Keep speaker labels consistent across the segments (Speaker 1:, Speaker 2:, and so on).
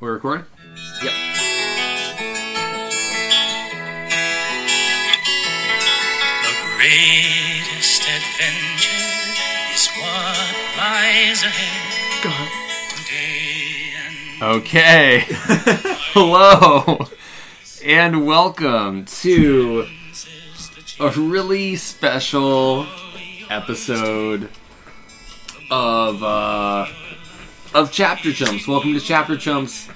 Speaker 1: We're recording?
Speaker 2: Yep.
Speaker 3: The greatest adventure is what lies ahead today and
Speaker 1: Okay. Hello. And welcome to a really special episode of uh of Chapter Chumps. Welcome to Chapter Chumps.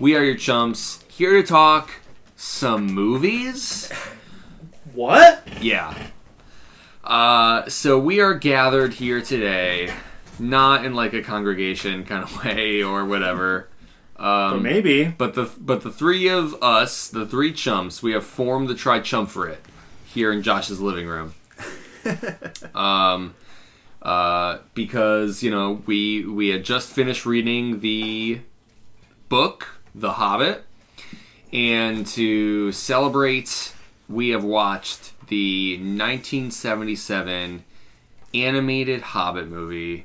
Speaker 1: We are your chumps here to talk some movies.
Speaker 2: What?
Speaker 1: Yeah. Uh, so we are gathered here today, not in like a congregation kind of way or whatever. Um,
Speaker 2: Maybe.
Speaker 1: But the but the three of us, the three chumps, we have formed the tri for it here in Josh's living room. um, uh, because you know we we had just finished reading the book, The Hobbit, and to celebrate, we have watched the 1977 animated Hobbit movie.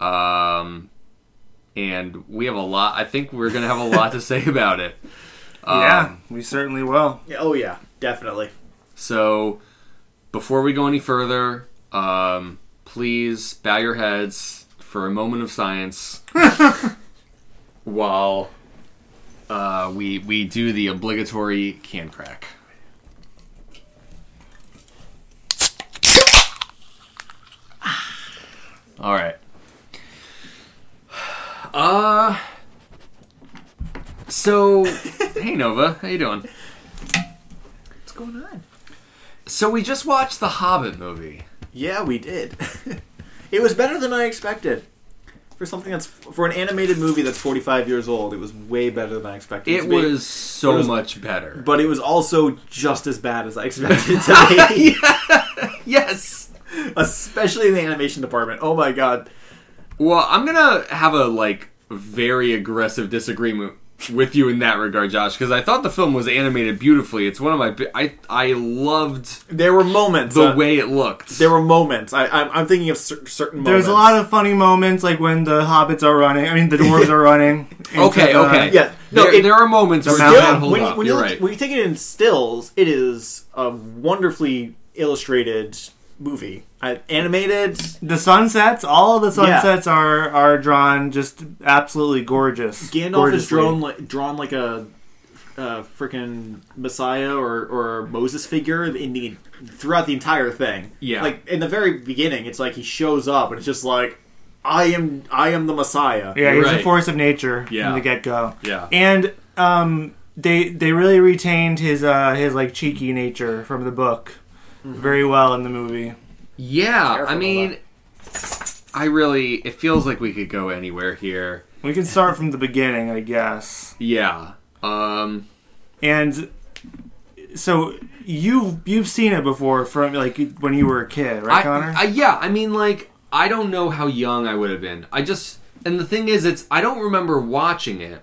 Speaker 1: Um, and we have a lot. I think we're gonna have a lot to say about it. Um,
Speaker 4: Yeah, we certainly will.
Speaker 2: Yeah, oh yeah, definitely.
Speaker 1: So, before we go any further, um, please bow your heads for a moment of silence while uh, we we do the obligatory can crack. All right. Uh. So, hey Nova, how you doing?
Speaker 2: What's going on?
Speaker 1: So we just watched the Hobbit movie.
Speaker 2: Yeah, we did. it was better than I expected. For something that's for an animated movie that's 45 years old, it was way better than I expected.
Speaker 1: It
Speaker 2: to be.
Speaker 1: was so
Speaker 2: it was-
Speaker 1: much better.
Speaker 2: but it was also just as bad as I expected it to be.
Speaker 1: yes.
Speaker 2: especially in the animation department. Oh my god.
Speaker 1: Well, I'm gonna have a like very aggressive disagreement with you in that regard, Josh, because I thought the film was animated beautifully. It's one of my bi- I I loved
Speaker 2: There were moments.
Speaker 1: the
Speaker 2: uh,
Speaker 1: way it looked.
Speaker 2: there were moments. I, I'm, I'm thinking of cer- certain moments.
Speaker 4: There's a lot of funny moments, like when the hobbits are running. I mean, the dwarves are running. into
Speaker 1: okay,
Speaker 4: the-
Speaker 1: okay,
Speaker 2: uh, yeah.
Speaker 1: No,
Speaker 2: No,
Speaker 1: there,
Speaker 2: it-
Speaker 1: there are moments where it
Speaker 4: mountain
Speaker 1: can't
Speaker 2: Yeah,
Speaker 1: hold
Speaker 2: when, you-
Speaker 1: up.
Speaker 2: when you
Speaker 1: You're
Speaker 2: look,
Speaker 1: right.
Speaker 2: when you take it in stills, it is a wonderfully illustrated movie. I, animated,
Speaker 4: The sunsets, all of the
Speaker 2: Yeah.
Speaker 4: sunsets are are drawn just absolutely gorgeous.
Speaker 2: Gandalf is
Speaker 4: Gorgeously.
Speaker 2: drawn like, drawn like a, uh freaking Messiah or, or Moses figure in the throughout the entire thing.
Speaker 1: Yeah.
Speaker 2: like in the very beginning, it's like he shows up and it's just like, I am I am the Messiah.
Speaker 4: Yeah,
Speaker 1: You're
Speaker 4: he's
Speaker 1: right.
Speaker 4: a force of nature
Speaker 1: Yeah.
Speaker 4: from the get go.
Speaker 1: Yeah.
Speaker 4: and um, they they really retained his uh his like cheeky nature from the book
Speaker 2: Mm-hmm.
Speaker 4: very well in the movie.
Speaker 1: yeah,
Speaker 2: Careful
Speaker 1: I
Speaker 2: about
Speaker 1: mean, I really it feels like we could go anywhere here.
Speaker 4: We can start from the beginning, I guess.
Speaker 1: Yeah. Um.
Speaker 4: And so you you've seen it before from like when you were a kid, right, Connor?
Speaker 1: I, I, yeah, I mean, like, I don't know how young I would have been. I just, and the thing is, it's I don't remember watching it.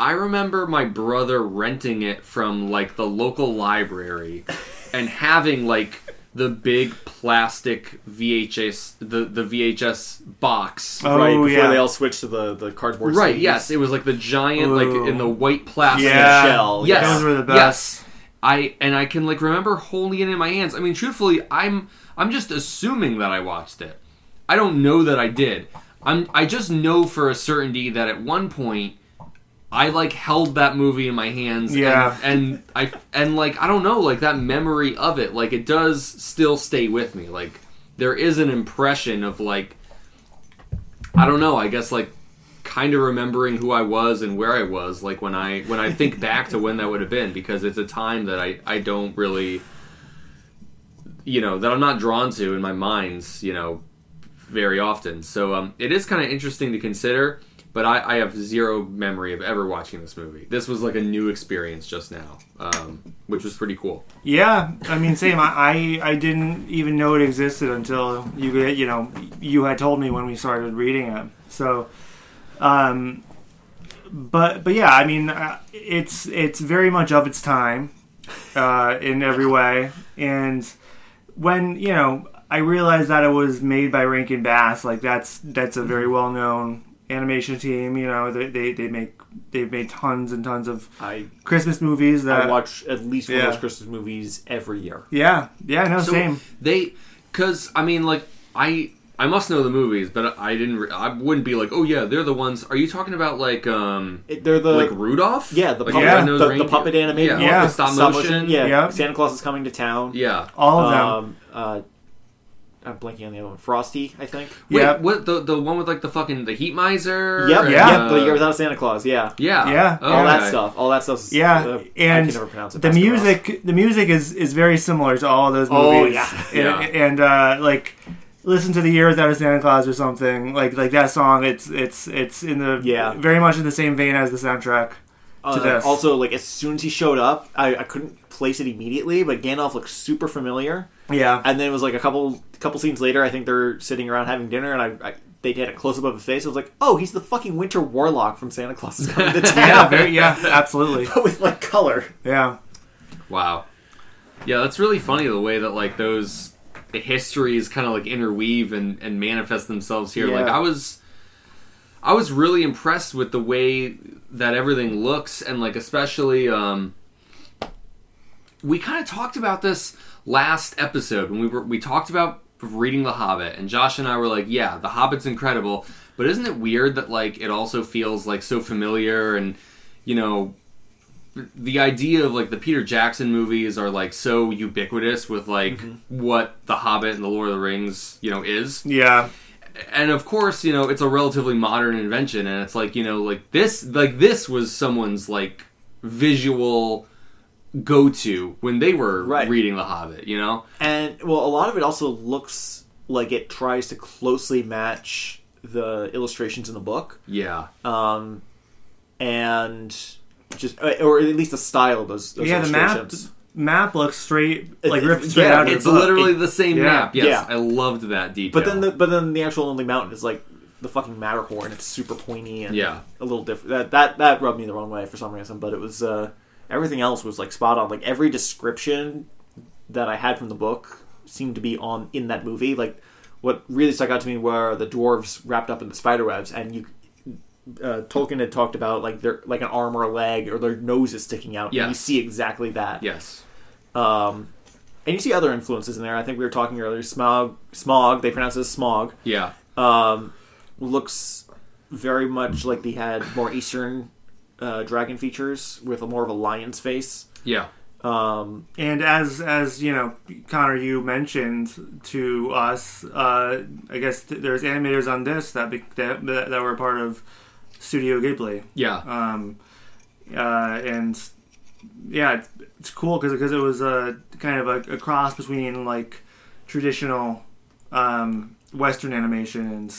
Speaker 1: I remember my brother renting it from like the local library, and having like the big plastic VHS, the the VHS box.
Speaker 4: Oh,
Speaker 2: Right before
Speaker 4: yeah.
Speaker 2: they all switch to the, the cardboard.
Speaker 1: Right.
Speaker 2: sleeves.
Speaker 1: Yes, it was like the giant,
Speaker 4: Ooh.
Speaker 1: like in the white plastic.
Speaker 4: Yeah.
Speaker 2: shell.
Speaker 1: Yes.
Speaker 4: Those were the best.
Speaker 1: Yes. I and I can like remember holding it in my hands. I mean, truthfully, I'm I'm just assuming that I watched it. I don't know that I did. I'm I just know for a certainty that at one point I like held that movie in my hands
Speaker 4: Yeah.
Speaker 1: and, and I and like I don't know, like that memory of it, like it does still stay with me. Like there is an impression of like I don't know, I guess like kind of remembering who I was and where I was like when I when I think back to when that would have been because it's a time that I I don't really you know that I'm not drawn to in my mind's you know very often so um it is kind of interesting to consider but I, I have zero memory of ever watching this movie this was like a new experience just now um which was pretty cool
Speaker 4: yeah, I mean, same. I, I I didn't even know it existed until you you know you had told me when we started reading it. So, um, but but yeah, I mean, uh, it's it's very much of its time, uh, in every way, and when you know I realized that it was made by Rankin Bass, like that's that's a very well known animation team. You know, they, they, they make they've made tons and tons of
Speaker 2: I
Speaker 4: Christmas movies
Speaker 2: I
Speaker 4: that
Speaker 2: watch at least one
Speaker 4: Uh, yeah.
Speaker 2: of those Christmas movies every year.
Speaker 4: Yeah, yeah, no,
Speaker 1: So
Speaker 4: same.
Speaker 1: They, because I mean, like I, I must know the movies, but I didn't. Re- I wouldn't be like, oh yeah, they're the ones. Are you talking about like, um,
Speaker 2: It- they're the
Speaker 1: like Rudolph?
Speaker 2: Uh, yeah the
Speaker 1: Like,
Speaker 2: puppet,
Speaker 4: yeah.
Speaker 1: Red-Nosed
Speaker 2: the, the
Speaker 1: Reindeer?
Speaker 2: puppet animated
Speaker 1: Yeah,
Speaker 4: Yeah.
Speaker 2: one,
Speaker 1: the stop motion.
Speaker 2: yeah.
Speaker 4: Yeah.
Speaker 2: Santa Claus is coming to town.
Speaker 1: yeah.
Speaker 4: All of them.
Speaker 2: um, uh, I'm blanking on the other one. Frosty, I think.
Speaker 1: Wait,
Speaker 4: Yep.
Speaker 1: what the the one with like the fucking the heat miser?
Speaker 2: Yep,
Speaker 1: and,
Speaker 4: Yeah.
Speaker 2: yep.
Speaker 1: uh,
Speaker 2: The year without Santa Claus. Yeah,
Speaker 1: yeah,
Speaker 4: Yeah.
Speaker 1: Okay.
Speaker 2: all that stuff. All that stuff. uh,
Speaker 4: yeah,
Speaker 2: I
Speaker 4: and
Speaker 2: can never pronounce it.
Speaker 4: the
Speaker 2: Baskin Ross.
Speaker 4: music, the music is is very similar to all those
Speaker 2: Oh,
Speaker 4: movies.
Speaker 2: yeah.
Speaker 1: Yeah.
Speaker 4: and, and, uh, like listen to the year without a Santa Claus or something like like that song. It's it's it's in the
Speaker 2: Yeah.
Speaker 4: very much in the same vein as the soundtrack.
Speaker 2: Uh,
Speaker 4: this.
Speaker 2: Also, like as soon as he showed up, I, I couldn't place it immediately, but Gandalf looked super familiar.
Speaker 4: Yeah,
Speaker 2: And then it was like a couple couple scenes later. I think they're sitting around having dinner, and I, I they had a close up of his face. I was like, oh, he's the fucking Winter Warlock from Santa Claus is coming to town.
Speaker 4: yeah, very, yeah, absolutely.
Speaker 2: But with like color.
Speaker 4: Yeah,
Speaker 1: Wow. Yeah, that's really funny the way that like those histories kind of like interweave and and manifest themselves here. Like
Speaker 2: Yeah.
Speaker 1: I was I was really impressed with the way that everything looks and like especially um we kind of talked about this last episode when we were we talked about reading The Hobbit and Josh and I were like, yeah, The Hobbit's incredible, but isn't it weird that like it also feels like so familiar and you know the idea of like the Peter Jackson movies are like so ubiquitous with like
Speaker 2: Mm-hmm.
Speaker 1: what The Hobbit and The Lord of the Rings, you know, is
Speaker 4: yeah,
Speaker 1: and of course, you know, it's a relatively modern invention, and it's like you know, like this, like this was someone's like visual go-to when they were
Speaker 2: Right.
Speaker 1: reading The Hobbit. You know,
Speaker 2: And well, a lot of it also looks like it tries to closely match the illustrations in the book,
Speaker 1: yeah,
Speaker 2: um, and just or at least the style of those. those
Speaker 4: yeah. The map
Speaker 2: illustrations.
Speaker 4: map looks straight
Speaker 2: It-
Speaker 4: like
Speaker 2: it-
Speaker 4: ripped straight
Speaker 2: yeah,
Speaker 4: out of
Speaker 1: it's
Speaker 4: the book.
Speaker 1: literally the same
Speaker 4: yeah,
Speaker 1: map. Yes,
Speaker 2: yeah.
Speaker 1: I loved that detail.
Speaker 2: But then the but then the actual Lonely Mountain is like the fucking Matterhorn. It's super pointy and
Speaker 1: Yeah.
Speaker 2: a little different. That that that rubbed me the wrong way for some reason. But it was uh, everything else was like spot on. Like every description that I had from the book seemed to be on in that movie. Like what really stuck out to me were the dwarves wrapped up in the spider webs, and you. Uh, Tolkien had talked about like their like an arm or a leg or their nose is sticking out. And you
Speaker 1: Yes.
Speaker 2: see exactly that.
Speaker 1: yes,
Speaker 2: Um, and you see other influences in there. I think we were talking earlier. Smog, smog. They pronounce it as smog
Speaker 1: yeah,
Speaker 2: um, looks very much like they had more Eastern uh, dragon features with a more of a lion's face.
Speaker 1: yeah,
Speaker 2: Um,
Speaker 4: And as as you know, Connor, you mentioned to us, uh, I guess th- there's animators on this that, be- that that that were part of Studio Ghibli,
Speaker 1: yeah.
Speaker 4: um, uh, and yeah, it's, it's cool because it was a kind of a, a cross between like traditional um, Western animation and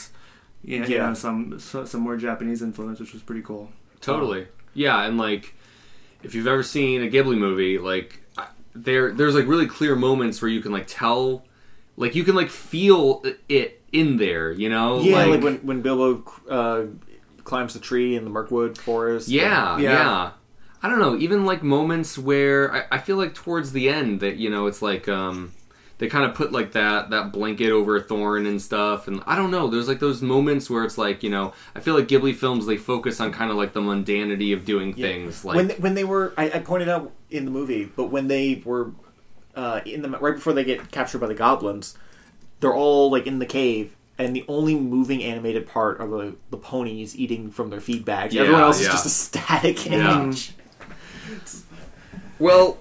Speaker 4: you know, you
Speaker 2: Yeah.
Speaker 4: know, some so- some more Japanese influence, which was pretty cool.
Speaker 1: Totally. Yeah, and like if you've ever seen a Ghibli movie, like I- there there's like really clear moments where you can like tell like you can like feel it in there, you know?
Speaker 2: yeah, like, when when Bilbo uh, climbs the tree in the Mirkwood forest.
Speaker 1: yeah,
Speaker 4: Yeah.
Speaker 1: yeah, I don't know, even like moments where I, I feel like towards the end that, you know, it's like um they kind of put like that that blanket over Thorn and stuff and I don't know, there's like those moments where it's like, you know, I feel like Ghibli films they focus on kind of like the mundanity of doing things like
Speaker 2: when they, when they were, I, I pointed out in the movie, but when they were uh, in the right before they get captured by the goblins, they're all like in the cave. And the only moving animated part are the, the ponies eating from their feed bags.
Speaker 1: Yeah,
Speaker 2: Everyone else
Speaker 1: yeah.
Speaker 2: is just a static
Speaker 1: Yeah.
Speaker 2: image.
Speaker 1: Well,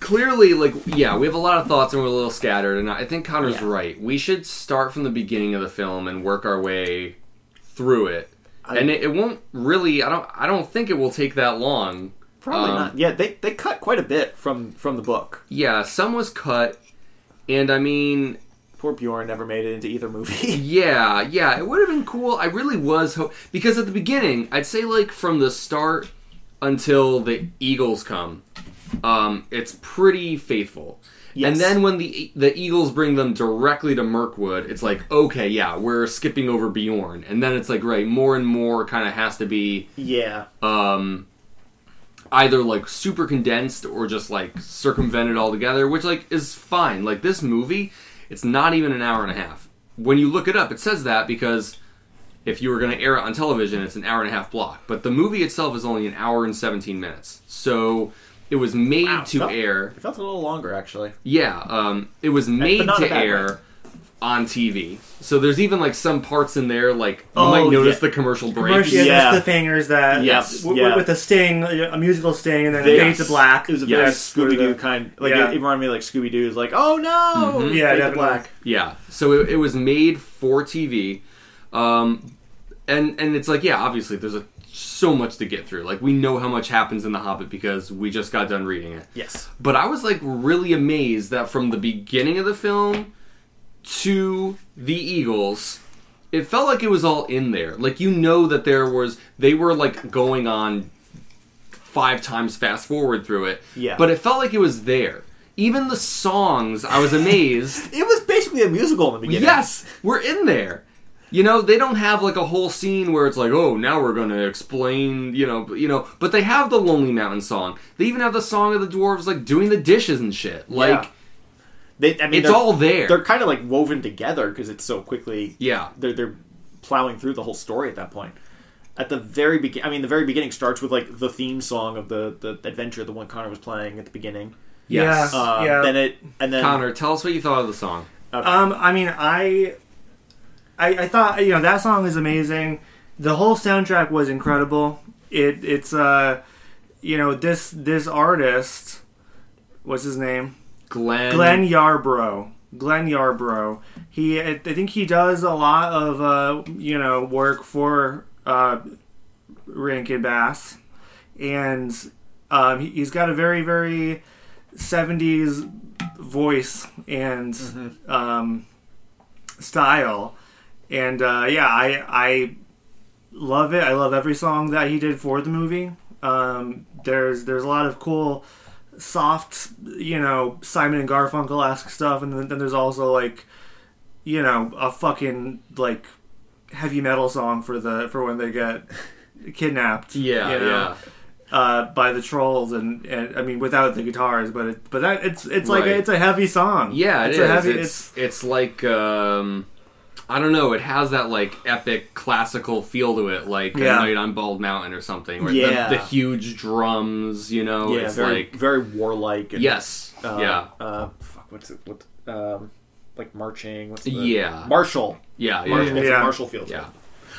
Speaker 1: clearly, like, yeah, we have a lot of thoughts and we're a little scattered, and I think Connor's
Speaker 2: Yeah.
Speaker 1: right. We should start from the beginning of the film and work our way through it. and it, it won't really. I don't. I don't think it will take that long.
Speaker 2: Probably
Speaker 1: Um,
Speaker 2: not. Yeah, they, they cut quite a bit from from the book.
Speaker 1: Yeah, some was cut, and I mean,
Speaker 2: Poor Bjorn never made it into either movie.
Speaker 1: Yeah, yeah, it would have been cool. I really was ho- because at the beginning, I'd say like from the start until the Eagles come, um, it's pretty faithful.
Speaker 2: Yes.
Speaker 1: And then when the E, the Eagles bring them directly to Mirkwood, it's like okay, yeah, we're skipping over Bjorn, and then it's like right, more and more kind of has to be
Speaker 2: yeah.
Speaker 1: um, either like super condensed or just like circumvented altogether, which like is fine. Like this movie, it's not even an hour and a half. When you look it up, it says that because if you were going to air it on television, it's an hour and a half block. But the movie itself is only an hour and 17 minutes. So it was made
Speaker 2: Wow.
Speaker 1: to
Speaker 2: Felt-
Speaker 1: air.
Speaker 2: It felt a little longer, actually.
Speaker 1: Yeah, um, it was made
Speaker 2: not in a
Speaker 1: to
Speaker 2: bad
Speaker 1: air
Speaker 2: way.
Speaker 1: on TV. So there's even like some parts in there, like you
Speaker 2: Oh,
Speaker 1: might notice
Speaker 2: yeah.
Speaker 1: the commercial break.
Speaker 4: Commercial, yeah,
Speaker 2: Yeah.
Speaker 4: that's the fingers that
Speaker 2: Yes,
Speaker 4: w- w-
Speaker 2: yeah.
Speaker 4: with a sting, a musical sting, and then
Speaker 2: They-
Speaker 4: it fades to black.
Speaker 2: It was a
Speaker 1: Yeah,
Speaker 2: very
Speaker 1: that's
Speaker 2: Scooby Doo
Speaker 4: sort of-
Speaker 2: kind. Like
Speaker 4: yeah.
Speaker 2: it, it reminded me like Scooby Doo is like, oh no,
Speaker 4: Yeah,
Speaker 2: Fade to
Speaker 4: definitely.
Speaker 2: black.
Speaker 1: Yeah. So it, it was made for TV, um, and and it's like yeah, obviously there's a, so much to get through. Like we know how much happens in The Hobbit because we just got done reading it.
Speaker 2: Yes,
Speaker 1: But I was like really amazed that from the beginning of the film to the Eagles, it felt like it was all in there. Like you know that there was they were like going on five times fast forward through it.
Speaker 2: Yeah.
Speaker 1: But it felt like it was there. Even the songs, I was amazed
Speaker 2: it was basically a musical in the beginning.
Speaker 1: Yes, we're in there. You know, they don't have like a whole scene where it's like, oh, now we're gonna explain, you know, but- you know. But they have the Lonely Mountain song. They even have the song of the dwarves like doing the dishes and shit. Like
Speaker 2: They, I mean,
Speaker 1: it's
Speaker 2: they're-
Speaker 1: all there.
Speaker 2: They're kind of like woven together because it's so quickly.
Speaker 1: Yeah.
Speaker 2: they're they're plowing through the whole story at that point. At the very beginning, I mean, the very beginning starts with like the theme song of the the adventure, the one Connor was playing at the beginning.
Speaker 1: yes.
Speaker 4: Yeah.
Speaker 2: Uh, Then it and then
Speaker 1: Connor, tell us what you thought of the song.
Speaker 4: Um, I mean, I, I, I thought you know that song is amazing. The whole soundtrack was incredible. It it's uh, you know this this artist, what's his name?
Speaker 1: Glenn.
Speaker 4: Glenn Yarbrough. Glenn Yarbrough. He, I I think he does a lot of uh, you know work for uh, Rankin Bass, and um, he- he's got a very very '70s voice and um, style, and uh, yeah, I I love it. I love every song that he did for the movie. Um, there's there's a lot of cool soft, you know, Simon and Garfunkel esque stuff, and then, then there's also like, you know, a fucking like heavy metal song for the for when they get kidnapped.
Speaker 1: Yeah,
Speaker 4: you know,
Speaker 1: yeah.
Speaker 4: Uh, by the trolls, and, and I mean without the guitars, but it, but that it's it's like
Speaker 1: Right.
Speaker 4: a, it's a heavy song.
Speaker 1: Yeah,
Speaker 4: it's
Speaker 1: it's
Speaker 4: a heavy.
Speaker 1: it's, it's like um, I don't know. It has that like epic classical feel to it, like
Speaker 4: Yeah.
Speaker 1: a night on Bald Mountain or something. Where
Speaker 2: Yeah.
Speaker 1: the, the huge drums. You know,
Speaker 2: yeah,
Speaker 1: it's
Speaker 2: very
Speaker 1: like
Speaker 2: very warlike. And,
Speaker 1: yes,
Speaker 2: uh,
Speaker 1: yeah,
Speaker 2: Uh, fuck, what's it? What? Um, like marching. What's the,
Speaker 1: Yeah.
Speaker 2: Marshall.
Speaker 1: yeah, yeah,
Speaker 2: Marshall.
Speaker 1: yeah,
Speaker 2: it's a
Speaker 4: Yeah.
Speaker 2: Marshall Field.
Speaker 1: yeah.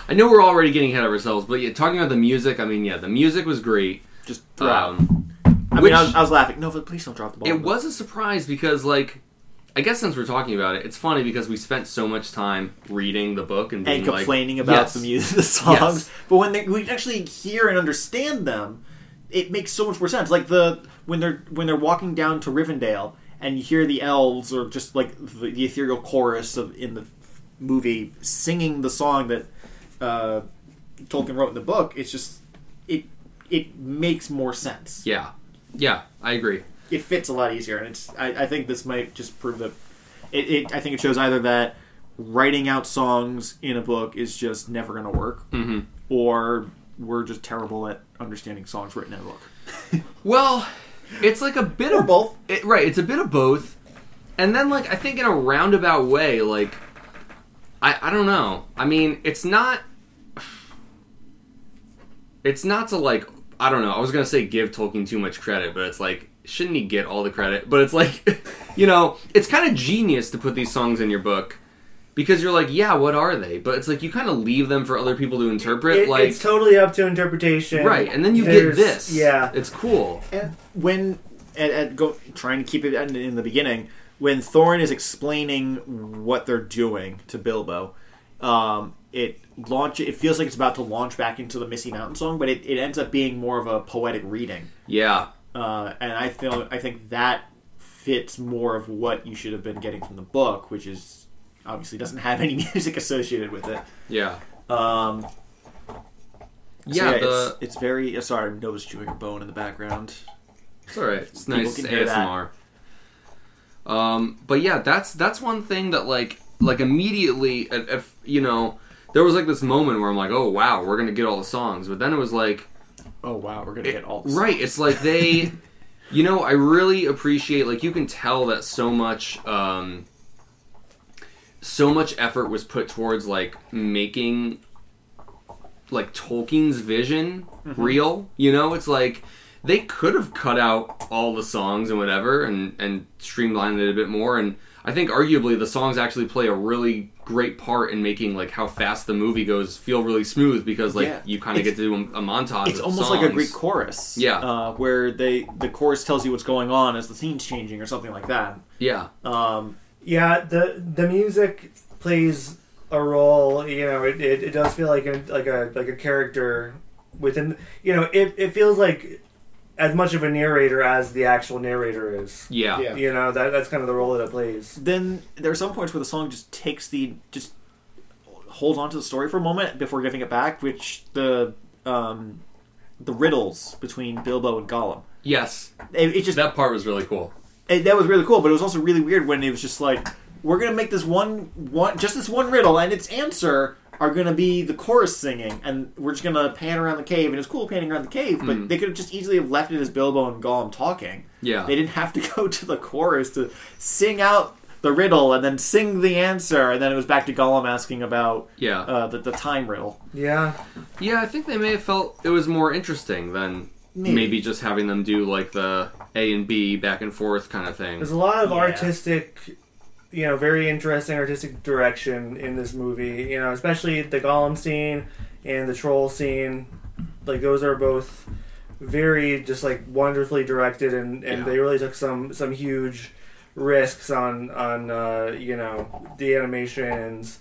Speaker 1: I know we're already getting ahead of ourselves, but yeah, talking about the music, I mean, yeah, the music was great.
Speaker 2: Just throughout.
Speaker 1: Um,
Speaker 2: I
Speaker 1: which-
Speaker 2: mean, I was, I was laughing. No, but please don't drop the ball.
Speaker 1: it was a surprise because, like, I guess since we're talking about it, it's funny because we spent so much time reading the book and, being
Speaker 2: and
Speaker 1: like-
Speaker 2: complaining about
Speaker 1: Yes.
Speaker 2: the music, the songs.
Speaker 1: Yes.
Speaker 2: But when they, we actually hear and understand them, it makes so much more sense. Like the when they're when they're walking down to Rivendell and you hear the elves or just like the, the ethereal chorus of in the movie singing the song that uh, Tolkien wrote in the book. It's just it it makes more sense.
Speaker 1: Yeah, yeah, I agree.
Speaker 2: It fits a lot easier, and it's I, I think this might just prove that it, it. I think it shows either that writing out songs in a book is just never going to work, or we're just terrible at understanding songs written in a book.
Speaker 1: Well, it's like a bit
Speaker 2: Or
Speaker 1: of
Speaker 2: both.
Speaker 1: It, right, it's a bit of both. And then like I think in a roundabout way, like I I don't know. I mean, it's not it's not to like I don't know. I was going to say give Tolkien too much credit, but it's like shouldn't he get all the credit? But it's like you know, it's kind of genius to put these songs in your book because you're like, yeah, what are they? But it's like you kind of leave them for other people to interpret
Speaker 4: It-
Speaker 1: like
Speaker 4: it's totally up to interpretation,
Speaker 1: right. And then you get
Speaker 4: There's-
Speaker 1: this.
Speaker 4: Yeah,
Speaker 1: It's cool.
Speaker 2: And when at, at go trying to keep it in, in the beginning, when Thorin is explaining what they're doing to Bilbo, um, it launch it feels like it's about to launch back into the Missy Mountain song, but it, it ends up being more of a poetic reading.
Speaker 1: Yeah.
Speaker 2: uh, and I feel I think that fits more of what you should have been getting from the book, which is obviously doesn't have any music associated with it.
Speaker 1: Yeah.
Speaker 2: Um, so
Speaker 1: Yeah, the-
Speaker 2: it's, it's very. Uh, sorry, I'm nose chewing a bone in the background.
Speaker 1: It's all right. It's
Speaker 2: People
Speaker 1: nice
Speaker 2: can hear that.
Speaker 1: ASMR. Um, but yeah, that's that's one thing that like like immediately, at, at, you know, there was like this moment where I'm like, oh wow, we're gonna get all the songs, but then it was like,
Speaker 2: Oh wow, we're gonna
Speaker 1: it-
Speaker 2: get all
Speaker 1: right. It's like they, you know, I really appreciate like you can tell that so much, um, so much effort was put towards like making like Tolkien's vision
Speaker 2: Mm-hmm.
Speaker 1: real. You know, it's like they could have cut out all the songs and whatever and and streamlined it a bit more and I think arguably the songs actually play a really great part in making like how fast the movie goes feel really smooth because like
Speaker 2: Yeah.
Speaker 1: you kind of
Speaker 2: It's-
Speaker 1: get to do a, a montage.
Speaker 2: It's
Speaker 1: of
Speaker 2: almost like a
Speaker 1: songs.
Speaker 2: Greek chorus,
Speaker 1: Yeah.
Speaker 2: uh, where they the chorus tells you what's going on as the scene's changing or something like that.
Speaker 1: Yeah,
Speaker 2: Um,
Speaker 4: Yeah, the the music plays a role. You know, it, it, it does feel like a like a like a character within. You know, it it feels like as much of a narrator as the actual narrator is.
Speaker 1: yeah,
Speaker 5: Yeah.
Speaker 4: You know, that that's kind of the role that it plays.
Speaker 2: then there are some points where the song just takes the just holds on to the story for a moment before giving it back, which the um, the riddles between Bilbo and Gollum.
Speaker 1: yes.
Speaker 2: It, it just
Speaker 1: That part was really cool.
Speaker 2: it, that was really cool, but it was also really weird when it was just like we're gonna make this one one just this one riddle and its answer are gonna be the chorus singing and we're just gonna pan around the cave and it's cool panning around the cave, but they could have just easily have left it as Bilbo and Gollum talking.
Speaker 1: Mm. Yeah.
Speaker 2: They didn't have to go to the chorus to sing out the riddle and then sing the answer and then it was back to Gollum asking about
Speaker 1: Yeah.
Speaker 2: uh, the, the time riddle.
Speaker 4: Yeah,
Speaker 1: Yeah, I think they may have felt it was more interesting than
Speaker 2: Maybe.
Speaker 1: maybe, just having them do like the A and B back and forth kind of thing.
Speaker 4: there's a lot of
Speaker 2: Yeah.
Speaker 4: artistic. You know, very interesting artistic direction in this movie. You know, especially the Gollum scene and the troll scene. Like those are both very just like wonderfully directed and, and
Speaker 1: Yeah.
Speaker 4: they really took some some huge risks on on uh, you know the animations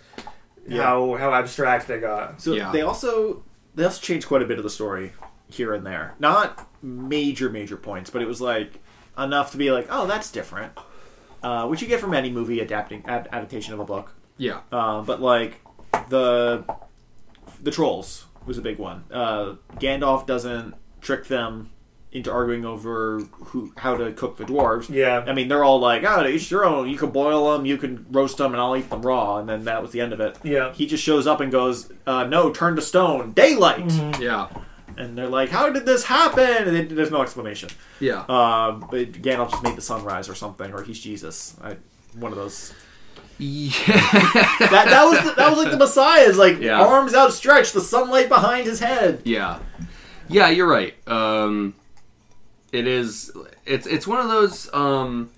Speaker 2: Yeah.
Speaker 4: how how abstract they got
Speaker 2: So
Speaker 1: Yeah.
Speaker 2: they also they also changed quite a bit of the story here and there. Not major major points, but it was like enough to be like, oh, that's different, uh, which you get from any movie adapting ad- adaptation of a book.
Speaker 1: Yeah,
Speaker 2: Uh, but like the the trolls was a big one. Uh, Gandalf doesn't trick them into arguing over who how to cook the dwarves.
Speaker 4: Yeah.
Speaker 2: I mean they're all like, oh, it's your own. You can boil them, you can roast them, and I'll eat them raw. And then that was the end of it.
Speaker 4: Yeah.
Speaker 2: he just shows up and goes, uh, no, turn to stone, daylight.
Speaker 1: yeah,
Speaker 2: And they're like, how did this happen? And it, there's no explanation.
Speaker 1: yeah.
Speaker 2: Um, but Gandalf just made the sunrise or something, or he's Jesus. I, one of those
Speaker 1: yeah,
Speaker 2: that, that was the, that was like the Messiah's like
Speaker 1: Yeah.
Speaker 2: arms outstretched, the sunlight behind his head.
Speaker 1: yeah, yeah. You're right. Um, it is. It's it's one of those. Um,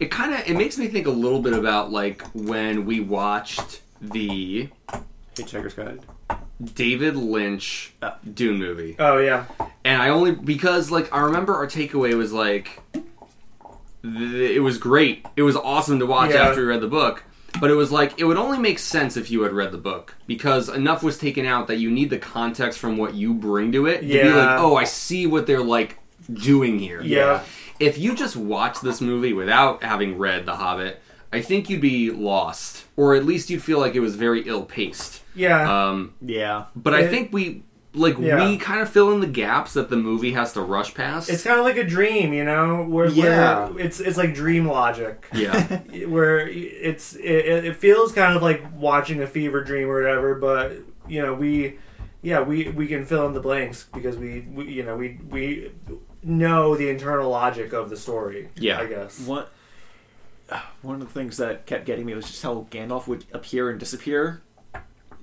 Speaker 1: it kind of it makes me think a little bit about like when we watched the
Speaker 2: Hitchhiker's Guide.
Speaker 1: David Lynch
Speaker 2: Oh.
Speaker 1: Dune movie.
Speaker 4: oh yeah
Speaker 1: and I only because like I remember our takeaway was like th- it was great. It was awesome to watch
Speaker 4: Yeah.
Speaker 1: after we read the book, but it was like it would only make sense if you had read the book because enough was taken out that you need the context from what you bring to it to be
Speaker 4: Yeah.
Speaker 1: like, "Oh, I see what they're like doing here."
Speaker 4: Yeah.
Speaker 1: If you just watch this movie without having read The Hobbit, I think you'd be lost or at least you'd feel like it was very ill-paced.
Speaker 2: Uh,
Speaker 4: yeah
Speaker 1: Um
Speaker 2: Yeah,
Speaker 1: but I
Speaker 4: It-
Speaker 1: think we like
Speaker 4: Yeah.
Speaker 1: we kind of fill in the gaps that the movie has to rush past.
Speaker 4: it's kind of like a dream you know where,
Speaker 2: Yeah.
Speaker 4: where it's it's like dream logic
Speaker 1: yeah,
Speaker 4: where it's it, it feels kind of like watching a fever dream or whatever but you know we yeah we we can fill in the blanks because we, we you know we we know the internal logic of the story
Speaker 1: Yeah.
Speaker 4: i guess
Speaker 2: one one of the things that kept getting me was just how Gandalf would appear and disappear.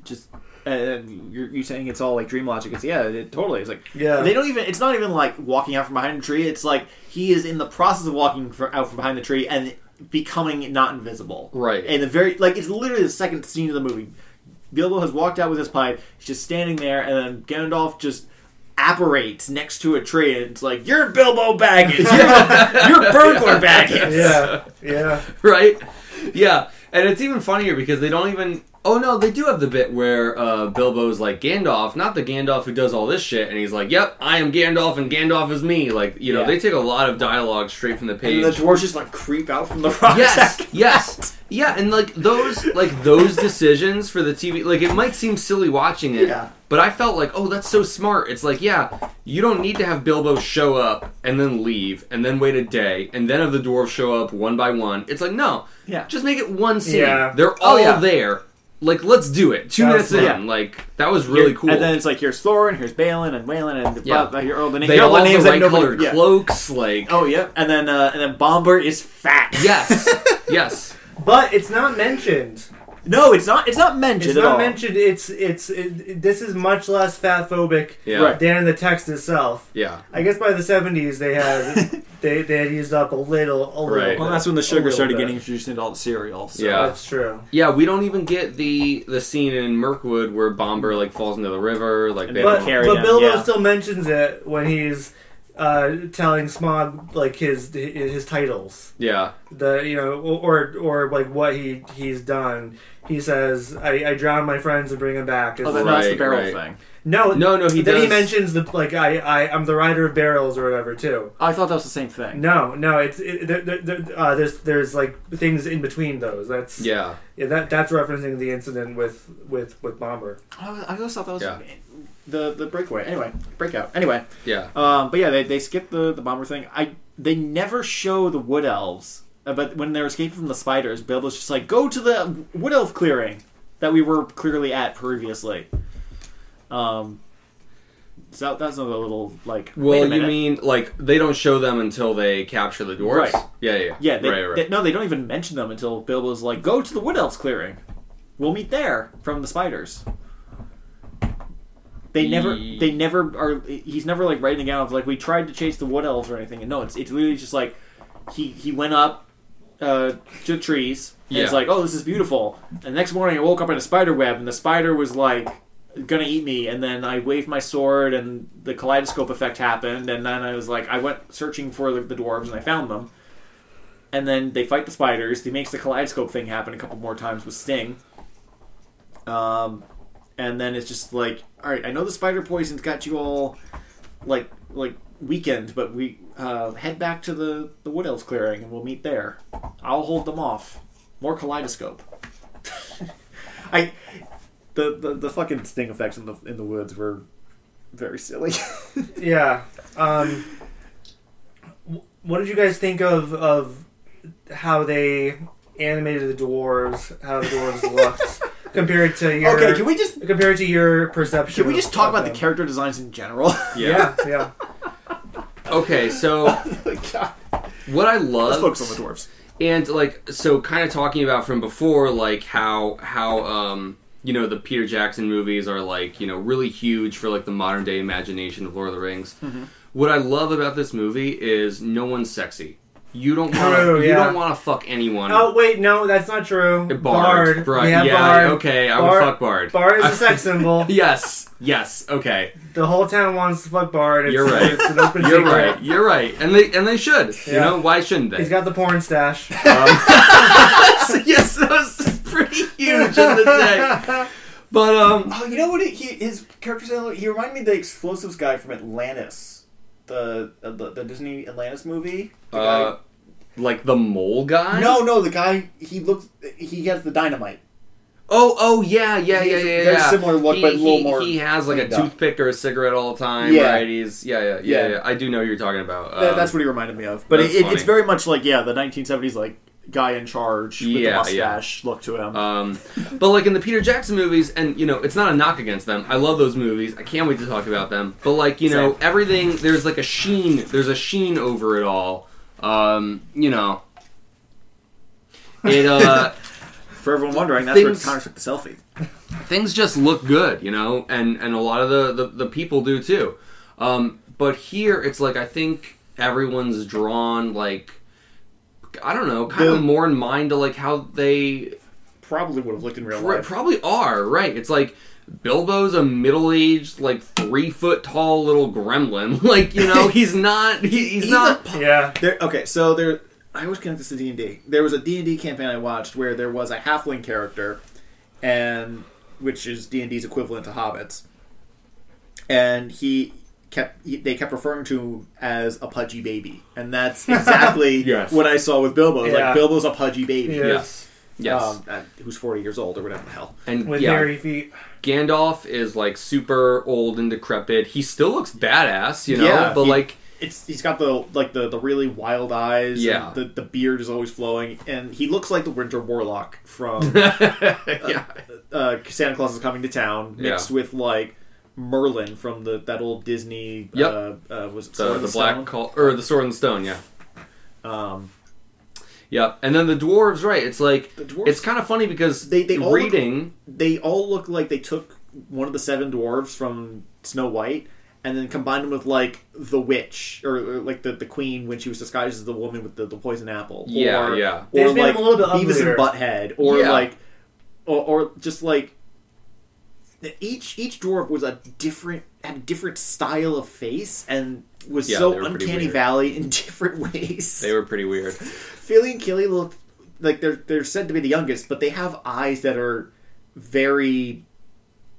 Speaker 2: Just and you're, you're saying it's all like dream logic. It's yeah, it totally. It's like
Speaker 4: Yeah.
Speaker 2: they don't even. It's not even like walking out from behind a tree. It's like he is in the process of walking fr out from behind the tree and becoming not invisible.
Speaker 1: Right.
Speaker 2: And the very like it's literally the second scene of the movie. Bilbo has walked out with his pipe. He's just standing there, and then Gandalf just apparates next to a tree, and it's like, "You're Bilbo Baggins. You're, you're burglar Baggins."
Speaker 4: yeah yeah
Speaker 1: right. Yeah, and it's even funnier because they don't even. Oh no, they do have the bit where uh, Bilbo's like Gandalf, not the Gandalf who does all this shit, and he's like, "Yep, I am Gandalf, and Gandalf is me." Like you know,
Speaker 2: Yeah.
Speaker 1: they take a lot of dialogue straight from the page.
Speaker 2: And the dwarves just like creep out from the rocks.
Speaker 1: yes,
Speaker 2: after
Speaker 1: yes, yeah, and like those, like those decisions for the TV, like it might seem silly watching it,
Speaker 2: Yeah.
Speaker 1: but I felt like, oh, that's so smart. It's like, yeah, you don't need to have Bilbo show up and then leave and then wait a day and then have the dwarves show up one by one. It's like, no,
Speaker 2: Yeah.
Speaker 1: just make it one scene.
Speaker 4: Yeah.
Speaker 1: They're
Speaker 2: Oh,
Speaker 1: all
Speaker 2: yeah.
Speaker 1: there. Like, let's do it. Two
Speaker 4: That's-
Speaker 1: minutes in,
Speaker 2: yeah.
Speaker 1: like that was
Speaker 2: that.
Speaker 1: really
Speaker 2: Here-
Speaker 1: cool.
Speaker 2: And then it's like here's Thorin, here's Balin, and Waylon, and
Speaker 1: Yeah.
Speaker 2: blah, blah, here are all the, na-
Speaker 1: they
Speaker 2: here are
Speaker 1: all
Speaker 2: the
Speaker 1: have
Speaker 2: names
Speaker 1: the
Speaker 2: that
Speaker 1: right colored
Speaker 2: nobody. Yeah.
Speaker 1: cloaks. Like,
Speaker 2: Oh yeah, and then uh, and then Bomber is fat.
Speaker 1: yes, yes,
Speaker 4: but it's not mentioned
Speaker 2: No, it's not. It's not mentioned
Speaker 5: It's
Speaker 2: at
Speaker 5: not
Speaker 2: all.
Speaker 4: mentioned. It's it's it, this is much less fatphobic
Speaker 1: Yeah.
Speaker 2: Right.
Speaker 4: than the text itself.
Speaker 1: Yeah.
Speaker 4: I guess by the seventies they had they they had used up a little a little.
Speaker 1: Right.
Speaker 4: bit.
Speaker 2: Well, that's when the sugar
Speaker 4: little
Speaker 2: started
Speaker 4: bit.
Speaker 2: getting introduced into all the cereal. So.
Speaker 1: Yeah.
Speaker 4: That's true.
Speaker 1: Yeah, we don't even get the the scene in Mirkwood where Bomber like falls into the river. Like,
Speaker 2: And
Speaker 1: they
Speaker 4: But,
Speaker 1: don't-
Speaker 2: carry
Speaker 4: but
Speaker 2: him,
Speaker 4: Bilbo
Speaker 2: yeah.
Speaker 4: still mentions it when he's uh, telling Smog like his his titles,
Speaker 1: yeah,
Speaker 4: the you know, or or like what he he's done. He says, "I, I drown my friends and bring them back." It's
Speaker 2: Oh, then
Speaker 4: like-
Speaker 2: that's the
Speaker 1: Right,
Speaker 2: barrel
Speaker 1: right.
Speaker 2: thing.
Speaker 4: no,
Speaker 1: No, no, he
Speaker 4: Then he
Speaker 1: does.
Speaker 4: mentions the like I, I I'm the rider of barrels or whatever too.
Speaker 2: I thought that was the same thing.
Speaker 4: No, no, it's it, there, there, there, uh, there's there's like things in between those. That's
Speaker 1: yeah,
Speaker 4: yeah, that that's referencing the incident with with with bomber.
Speaker 2: I I always thought that was
Speaker 1: Yeah.
Speaker 2: the the breakaway. Anyway, breakout. Anyway,
Speaker 1: yeah.
Speaker 2: um, but yeah, they they skip the the bomber thing. I they never show the wood elves, uh, but when they're escaping from the spiders, Bilbo's just like, "Go to the wood elf clearing that we were clearly at previously." Um, so that's another little like. wait a
Speaker 1: Well, you
Speaker 2: minute.
Speaker 1: mean like they don't show them until they capture the dwarves?
Speaker 2: Right.
Speaker 1: Yeah, yeah,
Speaker 2: Yeah, they,
Speaker 1: right, right.
Speaker 2: they- no, they don't even mention them until Bilbo's like, "Go to the Wood Elves clearing. We'll meet there from the spiders." They never,
Speaker 1: Ye-
Speaker 2: they never are. He's never like writing down of like we tried to chase the Wood Elves or anything. And no, it's it's literally just like he he went up uh, to trees. And It's
Speaker 1: Yeah.
Speaker 2: like, oh, this is beautiful. And the next morning, I woke up in a spider web, and the spider was like gonna eat me. And then I waved my sword, and the kaleidoscope effect happened. And then I was like, I went searching for the, the dwarves, and I found them. And then they fight the spiders. He makes the kaleidoscope thing happen a couple more times with Sting. Um, and then it's just like, all right, I know the spider poison's got you all like like weakened, but we uh, head back to the the wood elves clearing and we'll meet there. I'll hold them off. More kaleidoscope. I the, the the fucking sting effects in the in the woods were very silly.
Speaker 4: Yeah. Um, wh- what did you guys think of of how they animated the dwarves? How the dwarves looked compared to your
Speaker 2: okay, can we just
Speaker 4: compared to your perception?
Speaker 2: can we just
Speaker 4: of-
Speaker 2: talk
Speaker 4: of
Speaker 2: about the
Speaker 4: them?
Speaker 2: character designs in general?
Speaker 4: Yeah, yeah.
Speaker 1: Okay, so
Speaker 2: God. Uh,
Speaker 1: what I love
Speaker 2: Let's focus on the dwarves.
Speaker 1: and like so kind of talking about from before like how how um you know the peter jackson movies are like you know really huge for like the modern day imagination of lord of the rings
Speaker 4: Mm-hmm.
Speaker 1: what i love about this movie is no one's sexy you don't want to
Speaker 4: True,
Speaker 1: you
Speaker 4: Oh, yeah.
Speaker 1: don't want to fuck anyone
Speaker 4: Oh wait, no, that's not true.
Speaker 1: Bard,
Speaker 4: Bard,
Speaker 1: right
Speaker 4: We have
Speaker 1: yeah
Speaker 4: Bard.
Speaker 1: okay i
Speaker 4: Bard-
Speaker 1: would fuck bard
Speaker 4: Bard is a sex symbol.
Speaker 1: yes yes okay
Speaker 4: The whole town wants to fuck Bard. It's,
Speaker 1: You're right.
Speaker 4: It's an open
Speaker 1: you're
Speaker 4: secret.
Speaker 1: right you're right and they and they should you
Speaker 4: Yeah.
Speaker 1: know why shouldn't they Um,
Speaker 4: He's got the porn stash.
Speaker 1: yes that was pretty huge in the day but um
Speaker 2: Oh, you know what? It, he, his character sound- he reminded me of the explosives guy from Atlantis, the uh, the, the Disney Atlantis movie. The
Speaker 1: Uh, like the mole guy?
Speaker 2: guy, no, no, the guy he looked he has the dynamite.
Speaker 1: Oh, oh yeah, yeah,
Speaker 2: He
Speaker 1: yeah,
Speaker 2: has a
Speaker 1: yeah.
Speaker 2: very
Speaker 1: yeah.
Speaker 2: similar look,
Speaker 1: he,
Speaker 2: but a little
Speaker 1: he-
Speaker 2: more
Speaker 1: He has like a
Speaker 2: cleaned up.
Speaker 1: toothpick or a cigarette all the time.
Speaker 2: Yeah.
Speaker 1: Right? He's yeah, yeah, yeah,
Speaker 2: Yeah.
Speaker 1: yeah, I do know who you're talking about.
Speaker 2: That-
Speaker 1: Um,
Speaker 2: that's what he reminded me of. But it,
Speaker 1: that's
Speaker 2: it,
Speaker 1: funny.
Speaker 2: it's very much like yeah, the 1970s like guy in charge with the
Speaker 1: Yeah,
Speaker 2: mustache look to him.
Speaker 1: Um, but like in the Peter Jackson movies, and you know, it's not a knock against them. I love those movies. I can't wait to talk about them. But like you know,
Speaker 2: Same.
Speaker 1: everything there's like a sheen. There's a sheen over it all. Um, you know, it uh,
Speaker 2: For everyone wondering, that's where
Speaker 1: things-
Speaker 2: Connor took the selfie.
Speaker 1: things just look good, you know, and and a lot of the the, the people do too. Um, but here, it's like I think everyone's drawn like I don't know, kind
Speaker 2: The-
Speaker 1: of more in mind to like how they
Speaker 2: Probably would have looked in real
Speaker 1: pr- probably are. Right? It's like Bilbo's a middle aged, like three foot tall little gremlin. Like you know, he's not he, he's,
Speaker 2: He's
Speaker 1: not.
Speaker 4: yeah.
Speaker 2: There, okay, so there. I always connect this to D and D. There was a D and D campaign I watched where there was a halfling character, and which is D and D's equivalent to hobbits, and he kept he- they kept referring to him as a pudgy baby, and that's exactly
Speaker 1: Yes.
Speaker 2: what I saw with Bilbo. It's
Speaker 4: Yeah.
Speaker 2: Like Bilbo's a pudgy baby,
Speaker 4: Yeah.
Speaker 1: yes. Yes,
Speaker 2: Um, uh, who's forty years old or whatever the hell.
Speaker 1: and
Speaker 4: With
Speaker 1: yeah,
Speaker 4: hairy feet.
Speaker 1: Gandalf is like super old and decrepit. He still looks badass, you know.
Speaker 2: Yeah,
Speaker 1: but
Speaker 2: he-
Speaker 1: like
Speaker 2: It's he's got the like the, the really wild eyes. and
Speaker 1: Yeah.
Speaker 2: the the beard is always flowing, and he looks like the Winter Warlock from
Speaker 1: yeah.
Speaker 2: uh, Santa Claus is coming to town mixed
Speaker 1: Yeah.
Speaker 2: with like Merlin from the that old Disney.
Speaker 1: Yep.
Speaker 2: Uh, uh, was it
Speaker 1: So
Speaker 2: Sword
Speaker 1: the
Speaker 2: in
Speaker 1: black
Speaker 2: Stone?
Speaker 1: call or the sword and stone, yeah.
Speaker 2: Um,
Speaker 1: Yep. And then the dwarves, right? It's like
Speaker 2: The dwarves-
Speaker 1: it's kind of funny because
Speaker 2: They- they all look-
Speaker 1: reading.
Speaker 2: They all look like they took one of the seven dwarves from Snow White and then combined them with like the witch or, or, like the, the queen when she was disguised as the woman with the, the poison apple.
Speaker 1: Yeah,
Speaker 2: or,
Speaker 1: yeah.
Speaker 4: They
Speaker 2: Or
Speaker 4: just made
Speaker 2: like
Speaker 4: them a little bit
Speaker 2: Beavis and
Speaker 4: uglier.
Speaker 2: Butthead, or
Speaker 1: Yeah.
Speaker 2: like, or, or just like each each dwarf was a different had a different style of face and was
Speaker 1: Yeah, they
Speaker 2: so
Speaker 1: were pretty
Speaker 2: uncanny
Speaker 1: weird.
Speaker 2: valley in different ways.
Speaker 1: they were pretty weird.
Speaker 2: Philly and Killy look like they're they're said to be the youngest, but they have eyes that are very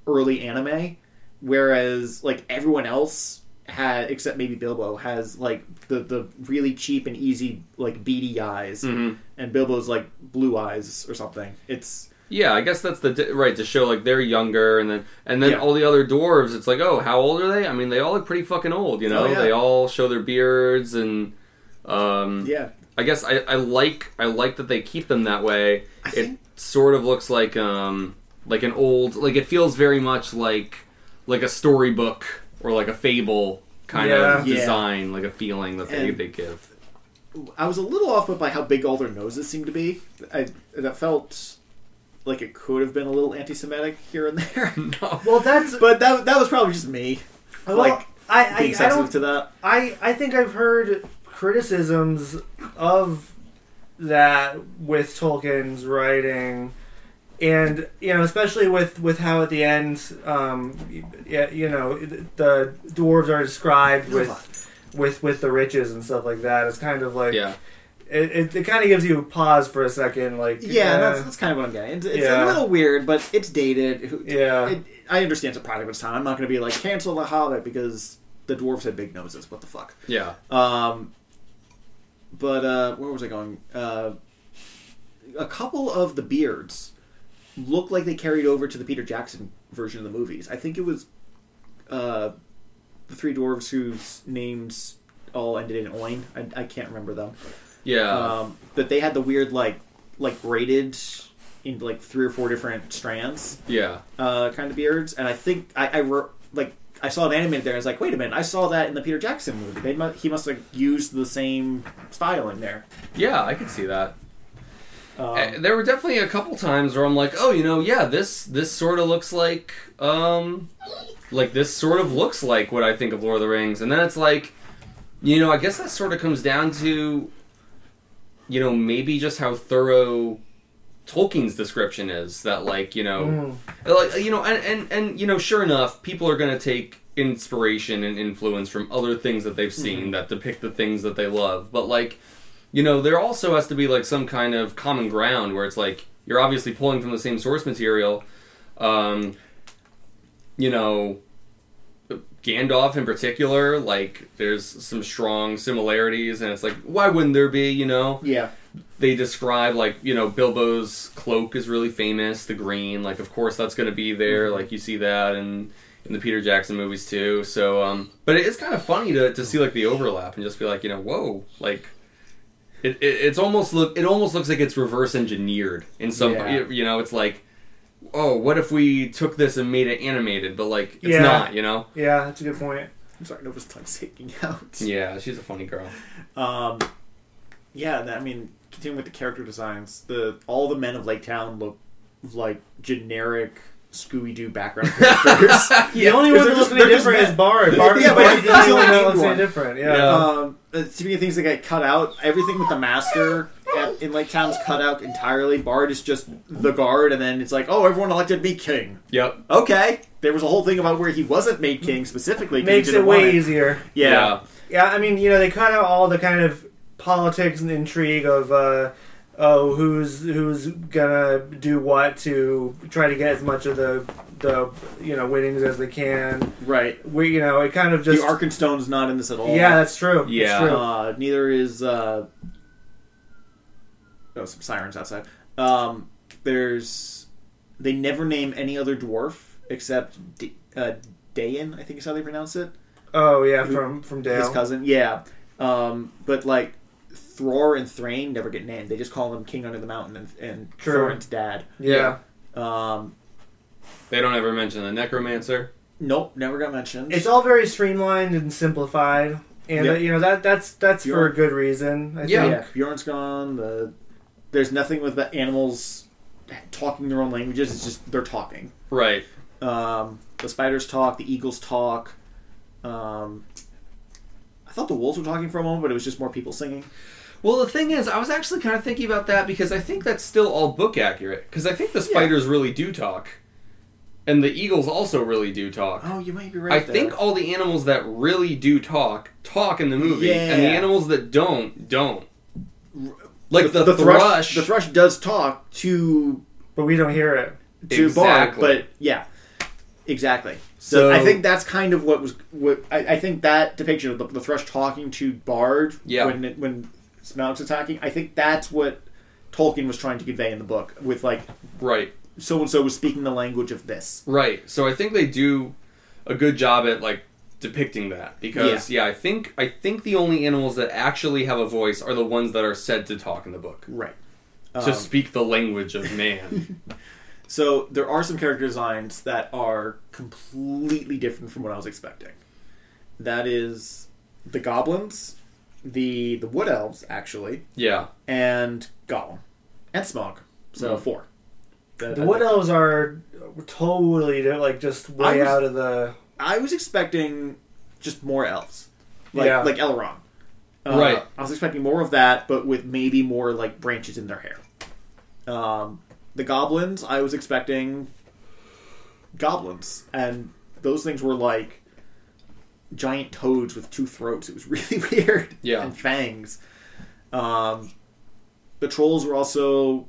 Speaker 2: early anime, whereas like everyone else had except maybe Bilbo has like the the really cheap and easy like beady eyes, and Bilbo's like blue eyes or something. It's
Speaker 1: Yeah, I guess that's the di- right to show like they're younger, and then and then
Speaker 2: Yeah.
Speaker 1: all the other dwarves. It's like, oh, how old are they? I mean, they all look pretty fucking old. You know,
Speaker 2: Oh, yeah.
Speaker 1: they all show their beards, and um,
Speaker 2: yeah,
Speaker 1: I guess I, I like I like that they keep them that way. it
Speaker 2: think-
Speaker 1: sort of looks like um like an old like it feels very much like like a storybook or like a fable kind of
Speaker 2: Yeah. Yeah.
Speaker 1: design, like a feeling that they,
Speaker 2: And-
Speaker 1: they give.
Speaker 2: I was a little off put by how big all their noses seemed to be. I that felt like it could have been a little anti-Semitic here and there,
Speaker 4: Well, that's
Speaker 2: but that that was probably just me.
Speaker 4: well,
Speaker 2: like,
Speaker 4: I, I,
Speaker 2: being
Speaker 4: I
Speaker 2: sensitive
Speaker 4: don't
Speaker 2: to that.
Speaker 4: I, I think I've heard criticisms of that with Tolkien's writing, and you know, especially with, with how at the end, um, y- you know, the dwarves are described with with with the riches and stuff like that. It's kind of like
Speaker 1: Yeah.
Speaker 4: it, it, it kind of gives you a pause for a second, like
Speaker 2: Yeah,
Speaker 4: eh,
Speaker 2: that's, that's kind of what I'm getting. It's, it's
Speaker 4: Yeah.
Speaker 2: a little weird, but it's dated. Who-
Speaker 4: Yeah.
Speaker 2: it, I understand it's a product of its time. I'm not going to be like cancel the Hobbit because the dwarves had big noses. What the fuck?
Speaker 1: Yeah.
Speaker 2: Um, but uh, where was I going? Uh, a couple of the beards look like they carried over to the Peter Jackson version of the movies. I think it was uh, the three dwarves whose names all ended in oin. I, I can't remember them
Speaker 1: Yeah.
Speaker 2: um, but they had the weird like like braided in like three or four different strands
Speaker 1: yeah.
Speaker 2: uh, kind of beards and i think i, I wrote like i saw it animated there and i was like wait a minute i saw that in the peter jackson movie they mu- he must have used the same style in there
Speaker 1: Yeah, I could see that.
Speaker 2: um,
Speaker 1: Uh, there were definitely a couple times where I'm like, oh, you know, yeah, this this sort of looks like um like this sort of looks like what I think of Lord of the Rings, and then it's like, you know, I guess that sort of comes down to, you know, maybe just how thorough Tolkien's description is that like you know, like you know, and and and you know, sure enough, people are gonna take inspiration and influence from other things that they've seen that depict the things that they love, but like you know, there also has to be like some kind of common ground where it's like you're obviously pulling from the same source material. Um, you know, Gandalf in particular, like there's some strong similarities, and it's like why wouldn't there be? You know,
Speaker 2: yeah
Speaker 1: they describe like you know Bilbo's cloak is really famous, the green, like of course that's going to be there.
Speaker 2: Mm-hmm.
Speaker 1: Like you see that in in the Peter Jackson movies too. So, um, but it is kind of funny to to see like the overlap and just be like you know whoa like. It, it, it's almost look. It almost looks like it's reverse engineered in some.
Speaker 2: Yeah.
Speaker 1: You, you know, it's like, oh, what if we took this and made it animated? But like, it's
Speaker 4: Yeah.
Speaker 1: not. You know.
Speaker 4: yeah, that's a good point.
Speaker 2: i'm sorry nova's tongue's sticking out
Speaker 1: Yeah, she's a funny girl.
Speaker 2: Um, yeah, that- I mean, continuing with the character designs, the all the men of Lake Town look like generic Scooby Doo background characters.
Speaker 4: The only
Speaker 2: They're
Speaker 4: one that looks
Speaker 2: just-
Speaker 4: any
Speaker 2: they're just
Speaker 4: different is
Speaker 2: men.
Speaker 4: Bard. Bard,
Speaker 2: Yeah, but
Speaker 4: Bard's
Speaker 2: he's
Speaker 4: the only
Speaker 2: the
Speaker 4: one that
Speaker 2: only
Speaker 4: looks
Speaker 2: one.
Speaker 4: any different.
Speaker 1: Yeah.
Speaker 4: Yeah.
Speaker 2: um, uh, speaking of things that get cut out, everything with the master at, in Lake Town's cut out entirely. Bard is just the guard, and then it's like, oh, everyone elected me king.
Speaker 1: Yep.
Speaker 2: Okay, there was a whole thing about where he wasn't made king specifically. 'cause he
Speaker 4: Makes it
Speaker 2: didn't want
Speaker 4: way easier.
Speaker 2: Yeah.
Speaker 4: Yeah, I mean, you know, they cut out all the kind of politics and intrigue of uh, oh, who's who's gonna do what to try to get as much of the the you know winnings as they can.
Speaker 2: right.
Speaker 4: We, you know, it kind of
Speaker 2: The
Speaker 4: just
Speaker 2: Arkenstone's not in this at all.
Speaker 4: yeah, that's true. That's
Speaker 1: Yeah.
Speaker 4: true.
Speaker 2: Uh, neither is. Uh, oh, some sirens outside. Um, there's. They never name any other dwarf except D- uh, Dayan, I think is how they pronounce it.
Speaker 4: oh yeah, from from Dale.
Speaker 2: His cousin, yeah. Um, but like Thror and Thrain never get named. They just call him King Under the Mountain and, and
Speaker 4: True.
Speaker 2: Thorin's dad.
Speaker 4: yeah.
Speaker 2: Um,
Speaker 1: They don't ever mention the necromancer.
Speaker 2: nope, never got mentioned.
Speaker 4: it's all very streamlined and simplified, and
Speaker 2: Yeah.
Speaker 4: uh, you know that that's that's
Speaker 2: You're-
Speaker 4: for a good reason. I
Speaker 1: Yeah.
Speaker 4: think.
Speaker 2: yeah, Bjorn's gone. The There's nothing with the animals talking their own languages. It's just they're talking.
Speaker 1: Right.
Speaker 2: Um, the spiders talk. The eagles talk. Um, I thought the wolves were talking for a moment, but it was just more people singing.
Speaker 1: Well, the thing is, I was actually kind of thinking about that because I think that's still all book accurate. Because I think the spiders really do talk, and the eagles also really do talk.
Speaker 2: Oh, you might be right.
Speaker 1: I
Speaker 2: there.
Speaker 1: think all the animals that really do talk talk in the movie, and the
Speaker 2: Yeah.
Speaker 1: animals that don't don't. Like the,
Speaker 2: thrush,
Speaker 1: thrush,
Speaker 2: the thrush does talk to
Speaker 4: But we don't hear it.
Speaker 2: to
Speaker 1: Exactly.
Speaker 2: Bard, but yeah, exactly.
Speaker 1: So-
Speaker 2: So, I think that's kind of what was what I, I think that depiction of the, the thrush talking to Bard
Speaker 1: Yeah.
Speaker 2: when it, when Smaug's attacking. I think that's what Tolkien was trying to convey in the book with like
Speaker 1: right,
Speaker 2: so and so was speaking the language of this.
Speaker 1: right. So I think they do a good job at like depicting that because yeah. I think I think the only animals that actually have a voice are the ones that are said to talk in the book
Speaker 2: Right. Um,
Speaker 1: to speak the language of man.
Speaker 2: So there are some character designs that are completely different from what I was expecting. That is the goblins, the the wood elves actually,
Speaker 1: yeah.
Speaker 2: and Gollum, and Smog. So four. That-
Speaker 4: The wood elves are totally they're, like just way
Speaker 2: was-
Speaker 4: out of the.
Speaker 2: I was expecting just more elves, like
Speaker 4: Yeah.
Speaker 2: like Elrond. Uh,
Speaker 1: Right.
Speaker 2: I was expecting more of that, but with maybe more like branches in their hair. Um, the goblins, I was expecting goblins, and those things were like giant toads with two throats. It was really weird.
Speaker 1: Yeah.
Speaker 2: and fangs. Um, the trolls were also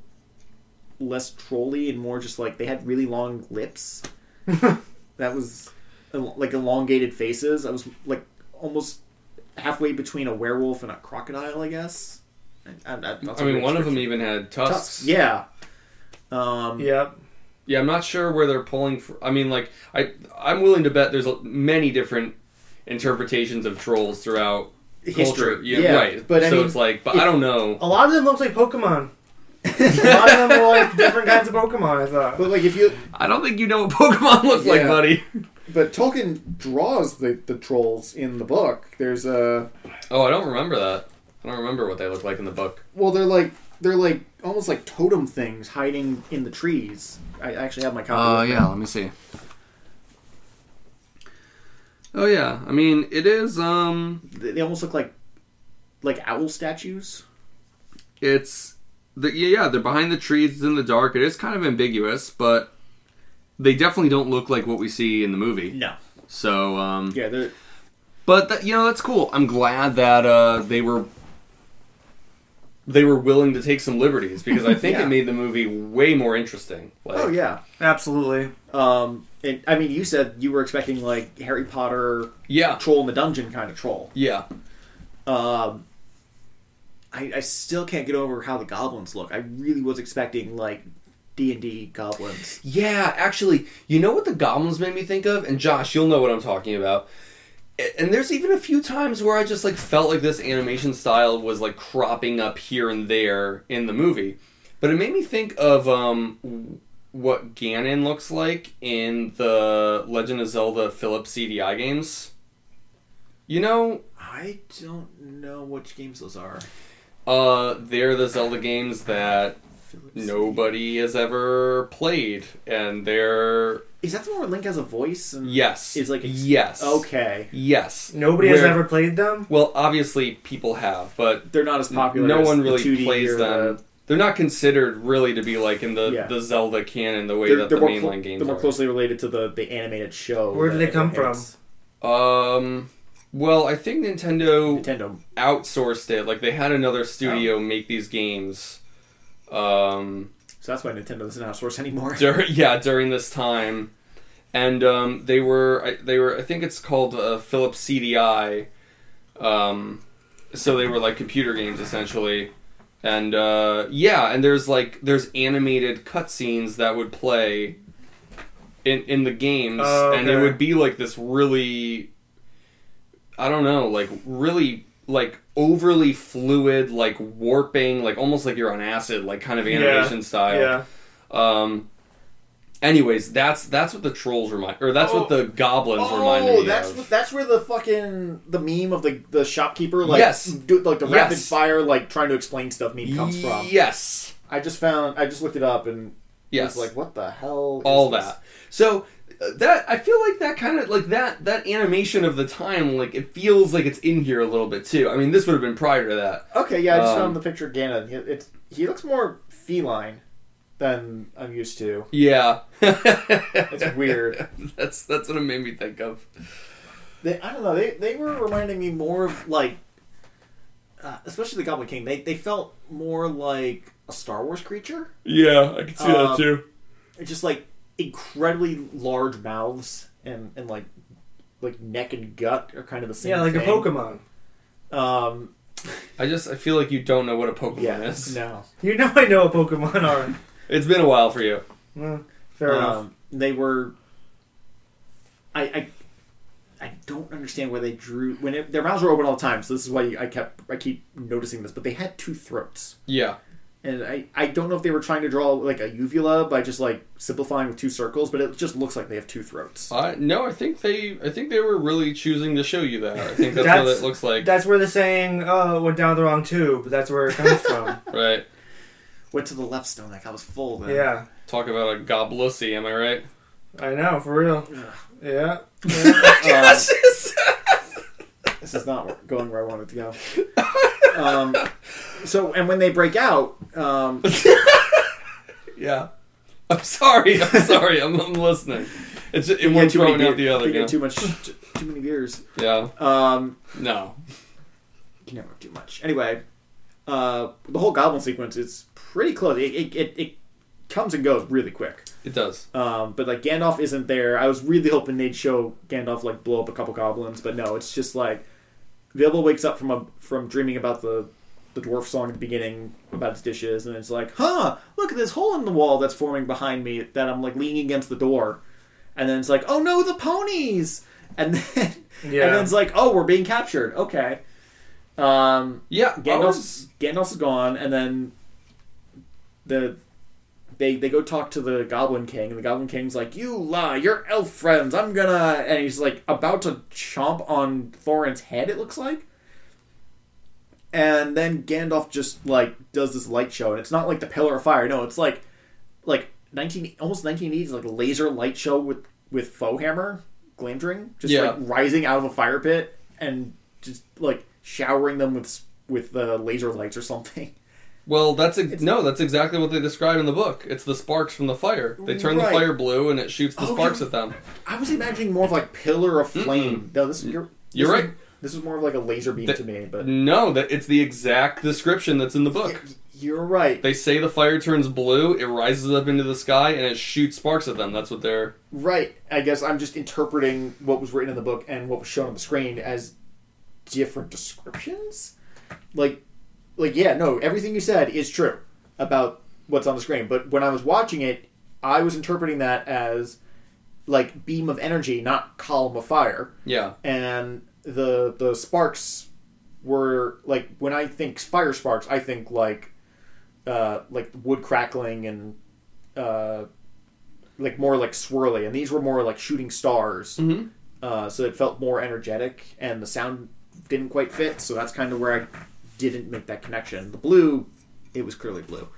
Speaker 2: less trolly and more just like they had really long lips. that was el- like elongated faces. I was like almost halfway between a werewolf and a crocodile, I guess. I, I, that's
Speaker 1: I
Speaker 2: a
Speaker 1: mean,
Speaker 2: weird
Speaker 1: one of
Speaker 2: description.
Speaker 1: them even had tusks.
Speaker 2: Tusks. Yeah. Um,
Speaker 4: Yep.
Speaker 1: Yeah, I'm not sure where they're pulling. Fr- I mean, like I, I'm willing to bet there's a- many different interpretations of trolls throughout
Speaker 2: History.
Speaker 1: culture. Yeah,
Speaker 2: Yeah,
Speaker 1: right.
Speaker 2: but I
Speaker 1: so
Speaker 2: mean,
Speaker 1: it's like, but
Speaker 2: if-
Speaker 1: I don't know.
Speaker 4: A lot of them look like Pokemon. a lot of them are like different kinds of Pokemon. I thought.
Speaker 2: But like if you,
Speaker 1: I don't think you know what Pokemon looks like,
Speaker 2: Yeah.
Speaker 1: buddy.
Speaker 2: but Tolkien draws the the trolls in the book. There's a
Speaker 1: Oh, I don't remember that. I don't remember what they look like in the book.
Speaker 2: well, they're like they're like almost like totem things hiding in the trees. I actually have my copy. with me.
Speaker 1: Uh, Let me see. Oh yeah, I mean it is. Um,
Speaker 2: They they almost look like like owl statues.
Speaker 1: it's the yeah, they're behind the trees in the dark. It is kind of ambiguous, but they definitely don't look like what we see in the movie.
Speaker 2: No.
Speaker 1: So um,
Speaker 2: Yeah, they're
Speaker 1: But that, you know that's cool. I'm glad that uh, they were they were willing to take some liberties because I think
Speaker 2: Yeah.
Speaker 1: it made the movie way more interesting. Like,
Speaker 2: oh yeah.
Speaker 4: Absolutely.
Speaker 2: Um, and I mean, you said you were expecting like Harry Potter
Speaker 1: yeah,
Speaker 2: troll in the dungeon kind of troll.
Speaker 1: yeah.
Speaker 2: Um, I, I still can't get over how the goblins look. I really was expecting like D and D goblins.
Speaker 1: Yeah, actually, you know what the goblins made me think of, and Josh, you'll know what I'm talking about. A- And there's even a few times where I just like felt like this animation style was like cropping up here and there in the movie, but it made me think of um, w- what Ganon looks like in the Legend of Zelda Philips CDI games. You know,
Speaker 2: I don't know which games those are.
Speaker 1: uh, they're the Zelda games that nobody has ever played, and they're
Speaker 2: Is that the one where Link has a voice? And
Speaker 1: Yes.
Speaker 2: Is like a- Oh,
Speaker 1: yes.
Speaker 2: Okay,
Speaker 1: Yes.
Speaker 4: Nobody has
Speaker 1: Where-
Speaker 4: ever played them.
Speaker 1: Well, obviously people have, but
Speaker 2: they're not as popular.
Speaker 1: no
Speaker 2: as
Speaker 1: one
Speaker 2: the
Speaker 1: really
Speaker 2: 2D
Speaker 1: plays
Speaker 2: or
Speaker 1: them.
Speaker 2: the-
Speaker 1: They're not considered really to be like in the,
Speaker 2: Yeah.
Speaker 1: the Zelda canon the way
Speaker 2: they're,
Speaker 1: that
Speaker 2: they're
Speaker 1: the
Speaker 2: more
Speaker 1: mainline
Speaker 2: clo-
Speaker 1: games
Speaker 2: they're more
Speaker 1: are.
Speaker 2: closely related to the, the animated show.
Speaker 4: Where do
Speaker 2: that
Speaker 4: they come
Speaker 2: everyone hates.
Speaker 1: Um. Well, I think Nintendo
Speaker 2: Nintendo. Oh.
Speaker 1: outsourced it. Like they had another studio make these games. Um.
Speaker 2: So that's why Nintendo doesn't outsource anymore.
Speaker 1: Dur yeah during this time and um, they were I, they were I think it's called uh, Philips CDI um, so they were like computer games essentially and uh, yeah and there's like there's animated cutscenes that would play in in the games
Speaker 4: Oh,
Speaker 1: and it
Speaker 4: okay.
Speaker 1: would be like this really I don't know like really like overly fluid like warping like almost like you're on acid like kind of animation style
Speaker 4: Yeah.
Speaker 1: um. Anyways, that's that's what the trolls remind, or that's what
Speaker 2: Oh.
Speaker 1: the goblins remind
Speaker 2: Oh,
Speaker 1: me
Speaker 2: that's
Speaker 1: of.
Speaker 2: wh- that's where the fucking the meme of the the shopkeeper like
Speaker 1: Yes.
Speaker 2: do, like the
Speaker 1: Yes.
Speaker 2: rapid fire like trying to explain stuff meme comes from.
Speaker 1: Yes,
Speaker 5: I just found I just looked it up and
Speaker 1: Yes.
Speaker 5: was like, what the hell? is
Speaker 1: all
Speaker 5: this?
Speaker 1: that. So uh, that I feel like that kind of like that that animation of the time like it feels like it's in here a little bit too. I mean, this would have been prior to that.
Speaker 5: Okay, yeah, I just
Speaker 1: Um,
Speaker 5: found the picture of Ganon. He, it's, he looks more feline than I'm used to.
Speaker 1: Yeah.
Speaker 5: It's weird.
Speaker 1: that's that's what it made me think of.
Speaker 2: They, I don't know. They they were reminding me more of like, uh, especially the Goblin King. They they felt more like a Star Wars creature.
Speaker 1: Yeah, I can see
Speaker 2: that, Um,
Speaker 1: too.
Speaker 2: It's just like incredibly large mouths and and like like neck and gut are kind of the same.
Speaker 4: Yeah, like a
Speaker 2: thing.
Speaker 4: Pokemon.
Speaker 2: Um,
Speaker 1: I just I feel like you don't know what a Pokemon
Speaker 2: yeah,
Speaker 1: is.
Speaker 2: no.
Speaker 4: You know I know what Pokemon are.
Speaker 1: It's been a while for you.
Speaker 4: Well, fair enough.
Speaker 2: Um, they were. I, I I don't understand why they drew when it, their mouths were open all the time. So this is why I kept I keep noticing this. But they had two throats,
Speaker 1: Yeah.
Speaker 2: and I I don't know if they were trying to draw like a uvula by just like simplifying with two circles, but it just looks like they have two throats.
Speaker 1: I no, I think they I think they were really choosing to show you that. I think that's, what
Speaker 4: That's-
Speaker 1: it looks like.
Speaker 4: That's where the saying "oh went down the wrong tube." That's where it comes from.
Speaker 1: Right.
Speaker 2: Went to the left stone like I was full. Then.
Speaker 4: yeah,
Speaker 1: Talk about a goblussy, am I right?
Speaker 4: I know for real. Yeah,
Speaker 2: Um,
Speaker 1: Yes.
Speaker 2: this is not going where I wanted to go. Um, so and when they break out, um,
Speaker 1: yeah. I'm sorry. I'm sorry. I'm, I'm listening. It's it
Speaker 2: they get
Speaker 1: one's
Speaker 2: too many
Speaker 1: throwing out
Speaker 2: beer-
Speaker 1: the other.
Speaker 2: they
Speaker 1: Yeah.
Speaker 2: get too much too, too many beers.
Speaker 1: yeah.
Speaker 2: Um,
Speaker 1: No.
Speaker 2: can never do much. Anyway, uh, the whole goblin sequence is pretty close. It, it, it, it comes and goes really quick.
Speaker 1: It does.
Speaker 2: Um, but like Gandalf isn't there. I was really hoping they'd show Gandalf like blow up a couple goblins, but no. It's just like Bilbo wakes up from a from dreaming about the the dwarf song at the beginning about his dishes, and it's like, huh, look at this hole in the wall that's forming behind me that I'm like leaning against the door, and then it's like, oh no, the ponies, and then
Speaker 4: Yeah.
Speaker 2: and then it's like, oh, we're being captured. Okay. Um,
Speaker 1: Yeah.
Speaker 2: Gandalf's, Gandalf is gone, and then the they they go talk to the Goblin King, and the Goblin King's like, "You lie, you're elf friends. I'm gonna," and he's like about to chomp on Thorin's head. It looks like, and then Gandalf just like does this light show, and it's not like the Pillar of Fire. No, it's like like nineteen almost nineteen eighties like laser light show with with foe hammer glamdring just
Speaker 1: Yeah.
Speaker 2: like rising out of a fire pit and just like showering them with s- with the laser lights or something.
Speaker 1: Well, that's ex- no. That's exactly what they describe in the book. It's the sparks from the fire. They turn the
Speaker 2: Right.
Speaker 1: fire blue, and it shoots the
Speaker 2: Oh,
Speaker 1: sparks
Speaker 2: you're-
Speaker 1: at them.
Speaker 2: I was imagining more of like pillar of flame. No, this you're,
Speaker 1: You're
Speaker 2: this
Speaker 1: right.
Speaker 2: Is, this is more of like a laser beam
Speaker 1: Th-
Speaker 2: to me, but
Speaker 1: No, that it's the exact description that's in the book.
Speaker 2: you're right.
Speaker 1: They say the fire turns blue, it rises up into the sky, and it shoots sparks at them. That's what they're.
Speaker 2: Right. I guess I'm just interpreting what was written in the book and what was shown on the screen as different descriptions. Like, like yeah, no, everything you said is true about what's on the screen. But when I was watching it, I was interpreting that as like beam of energy, not column of fire.
Speaker 1: Yeah.
Speaker 2: And the the sparks were like when I think fire sparks, I think like uh, like wood crackling and uh, like more like swirly, and these were more like shooting stars.
Speaker 1: Mhm.
Speaker 2: Uh, so it felt more energetic, and the sound didn't quite fit. So that's kind of where I didn't make that connection. The blue, it was clearly blue.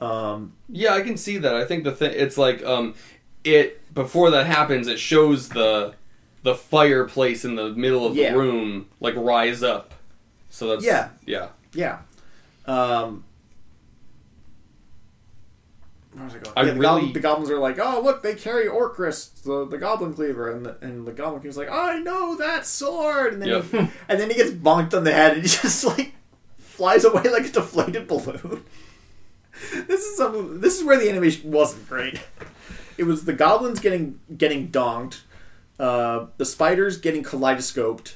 Speaker 2: Um,
Speaker 1: Yeah, I can see that. I think the thing it's like um it before that happens it shows the the fireplace in the middle of
Speaker 2: Yeah.
Speaker 1: the room like rise up. So that's
Speaker 2: Yeah.
Speaker 1: Yeah.
Speaker 2: yeah. Um, where was I going?
Speaker 1: I
Speaker 2: yeah, the,
Speaker 1: really-
Speaker 2: goblin- the goblins are like, "Oh, look, they carry Orcris, the, the goblin cleaver," and the, and the goblin king's like, "I know that sword," and then
Speaker 1: Yep.
Speaker 2: he, and then he gets bonked on the head and he just like flies away like a deflated balloon. this is some, this is where the animation wasn't great. It was the goblins getting getting donked, uh, the spiders getting kaleidoscoped,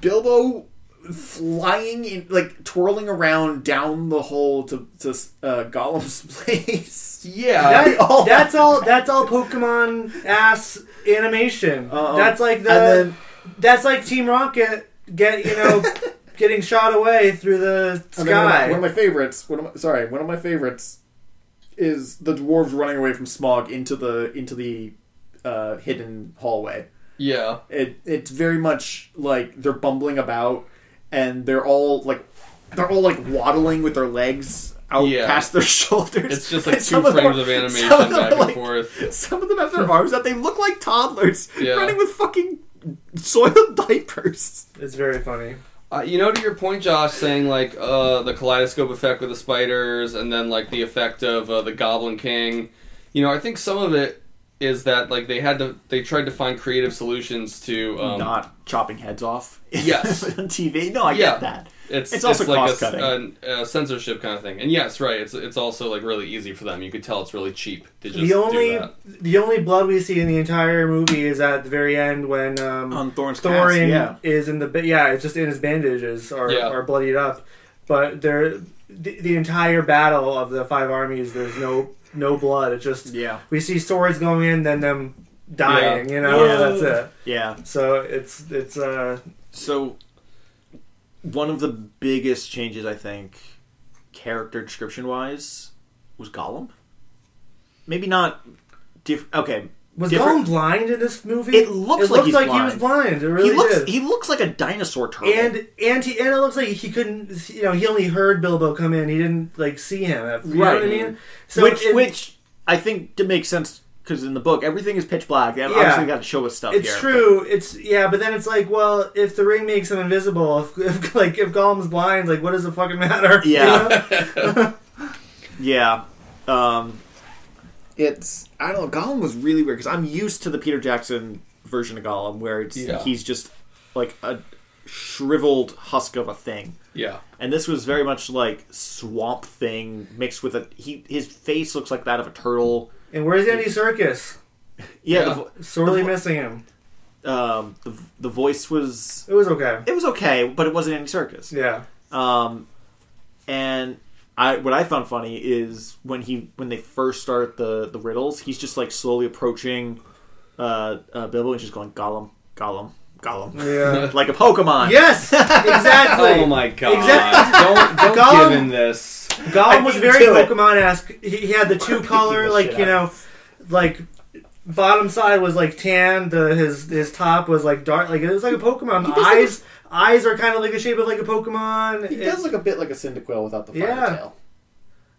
Speaker 2: Bilbo flying in like twirling around down the hole to to uh, Gollum's place.
Speaker 1: Yeah.
Speaker 2: That- all-
Speaker 4: that's all. That's all Pokemon ass animation.
Speaker 2: Uh-oh.
Speaker 4: That's like the.
Speaker 2: And then-
Speaker 4: that's like Team Rocket get you know getting shot away through the
Speaker 2: And then one of my-
Speaker 4: sky.
Speaker 2: One of my favorites. One of my, sorry, one of my favorites is the dwarves running away from Smog into the into the uh, hidden hallway.
Speaker 1: yeah.
Speaker 2: It it's very much like they're bumbling about and they're all like they're all like waddling with their legs out
Speaker 1: Yeah.
Speaker 2: past their shoulders.
Speaker 1: It's just like
Speaker 2: And
Speaker 1: two
Speaker 2: some them
Speaker 1: frames
Speaker 2: are-
Speaker 1: of
Speaker 2: some
Speaker 1: animation
Speaker 2: of them
Speaker 1: back
Speaker 2: are
Speaker 1: and
Speaker 2: like-
Speaker 1: forth.
Speaker 2: Some of them have their arms out. They look like toddlers
Speaker 1: Yeah.
Speaker 2: running with fucking soiled diapers.
Speaker 4: It's very funny.
Speaker 1: Uh, you know, to your point, Josh, saying like uh, the kaleidoscope effect with the spiders, and then like the effect of uh, the Goblin King. You know, I think some of it is that like they had to they tried to find creative solutions to um,
Speaker 2: Not chopping heads off.
Speaker 1: Yes.
Speaker 2: on TV. No, I
Speaker 1: Yeah.
Speaker 2: get that.
Speaker 1: It's,
Speaker 2: It's also
Speaker 1: like a-
Speaker 2: cost-cutting.
Speaker 1: an- A, censorship kind of thing, and yes, right. It's it's also like really easy for them. You could tell it's really cheap to just
Speaker 4: the only
Speaker 1: do that.
Speaker 4: the only blood we see in the entire movie is at the very end when um,
Speaker 2: On Thorne's cast,
Speaker 4: Thorin
Speaker 2: yeah.
Speaker 4: is in the ba- yeah, it's just in his bandages are
Speaker 1: Yeah.
Speaker 4: are bloodied up, but there the, the entire battle of the five armies there's no no blood. It's just
Speaker 2: Yeah.
Speaker 4: we see swords going in, then them dying. You know
Speaker 2: Yeah.
Speaker 4: that's it.
Speaker 2: Yeah.
Speaker 4: So it's it's uh
Speaker 2: So, one of the biggest changes I think, character description wise, was Gollum. Maybe not. Diff- okay,
Speaker 4: was
Speaker 2: Different-
Speaker 4: Gollum blind in this movie?
Speaker 2: It looks like
Speaker 4: it looked
Speaker 2: he's
Speaker 4: like he was blind. It really
Speaker 2: he looks
Speaker 4: did.
Speaker 2: he looks like a dinosaur turtle.
Speaker 4: and and he and it looks like he couldn't you know he only heard Bilbo come in he didn't like see him you know what I
Speaker 2: Right.
Speaker 4: mean so
Speaker 2: which
Speaker 4: it-
Speaker 2: which I think to make sense because in the book everything is pitch black. They
Speaker 4: Yeah.
Speaker 2: obviously got to show us stuff.
Speaker 4: it's
Speaker 2: here,
Speaker 4: true it's yeah but then it's like well if the ring makes him invisible if, if like if Gollum's blind like what does it fucking matter you
Speaker 2: Yeah.
Speaker 4: know?
Speaker 2: but- Yeah. Um, it's I don't know. Gollum was really weird because I'm used to the Peter Jackson version of Gollum where it's
Speaker 1: Yeah.
Speaker 2: he's just like a shriveled husk of a thing.
Speaker 1: yeah.
Speaker 2: And this was very much like swamp thing mixed with a he his face looks like that of a turtle.
Speaker 4: and where's Andy Circus
Speaker 2: Yeah,
Speaker 1: Yeah.
Speaker 2: The, vo-
Speaker 4: sorely
Speaker 2: The-
Speaker 4: missing him
Speaker 2: um, the the voice was
Speaker 4: it was okay
Speaker 2: it was okay, but it wasn't any circus.
Speaker 4: yeah
Speaker 2: Um, and I what I found funny is when he when they first start the the riddles, he's just like slowly approaching uh, uh Bilbo and just going Gollum, Gollum, Gollum,
Speaker 4: yeah
Speaker 2: like a Pokemon.
Speaker 4: yes exactly
Speaker 1: Oh my god!
Speaker 4: Exactly.
Speaker 1: Don't don't
Speaker 4: Gollum-
Speaker 1: give in this.
Speaker 2: I
Speaker 4: Gollum was
Speaker 2: beat
Speaker 4: very
Speaker 2: you to it.
Speaker 4: Pokemon esque. He, he had the two color,
Speaker 5: this
Speaker 4: like
Speaker 5: shit
Speaker 4: you
Speaker 5: out.
Speaker 4: know, like bottom side was like tan. The his his top was like dark. Like it was like a Pokemon. The
Speaker 2: doesn't-
Speaker 4: eyes eyes are kind of like the shape of like a Pokemon.
Speaker 5: He
Speaker 4: It-
Speaker 5: does look a bit like a Cyndaquil without the fire
Speaker 4: Yeah.
Speaker 5: tail.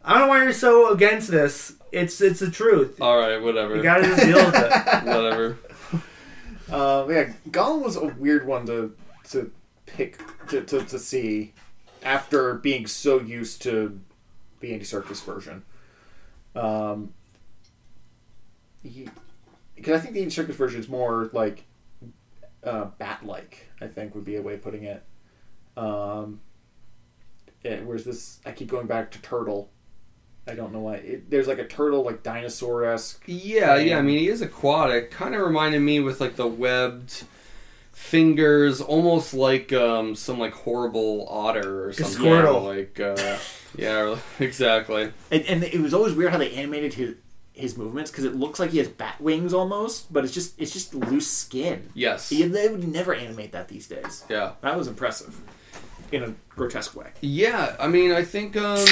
Speaker 4: I don't know why you're so against this. It's it's the truth.
Speaker 1: All right, whatever.
Speaker 4: You gotta just deal with it.
Speaker 1: whatever.
Speaker 5: Uh, yeah, Gollum was a weird one to to pick to, to, to see after being so used to the Andy Circus version. Um, because I think the Andy Circus version is more like uh, bat-like. I think would be a way of putting it. Um, yeah, whereas this, I keep going back to turtle. I don't know why. It, there's like a turtle, like dinosaur esque.
Speaker 1: Yeah, yeah. I mean, he is aquatic. Kind of reminded me with like the webbed fingers, almost like um, some like horrible otter or something.
Speaker 4: squirrel.
Speaker 1: Like, uh, yeah, exactly.
Speaker 2: And, and it was always weird how they animated his his movements because it looks like he has bat wings almost, but it's just it's just loose skin.
Speaker 1: Yes.
Speaker 2: Yeah, They would never animate that these days.
Speaker 1: Yeah.
Speaker 2: That was impressive in a grotesque way.
Speaker 1: Yeah, I mean, I think. Um,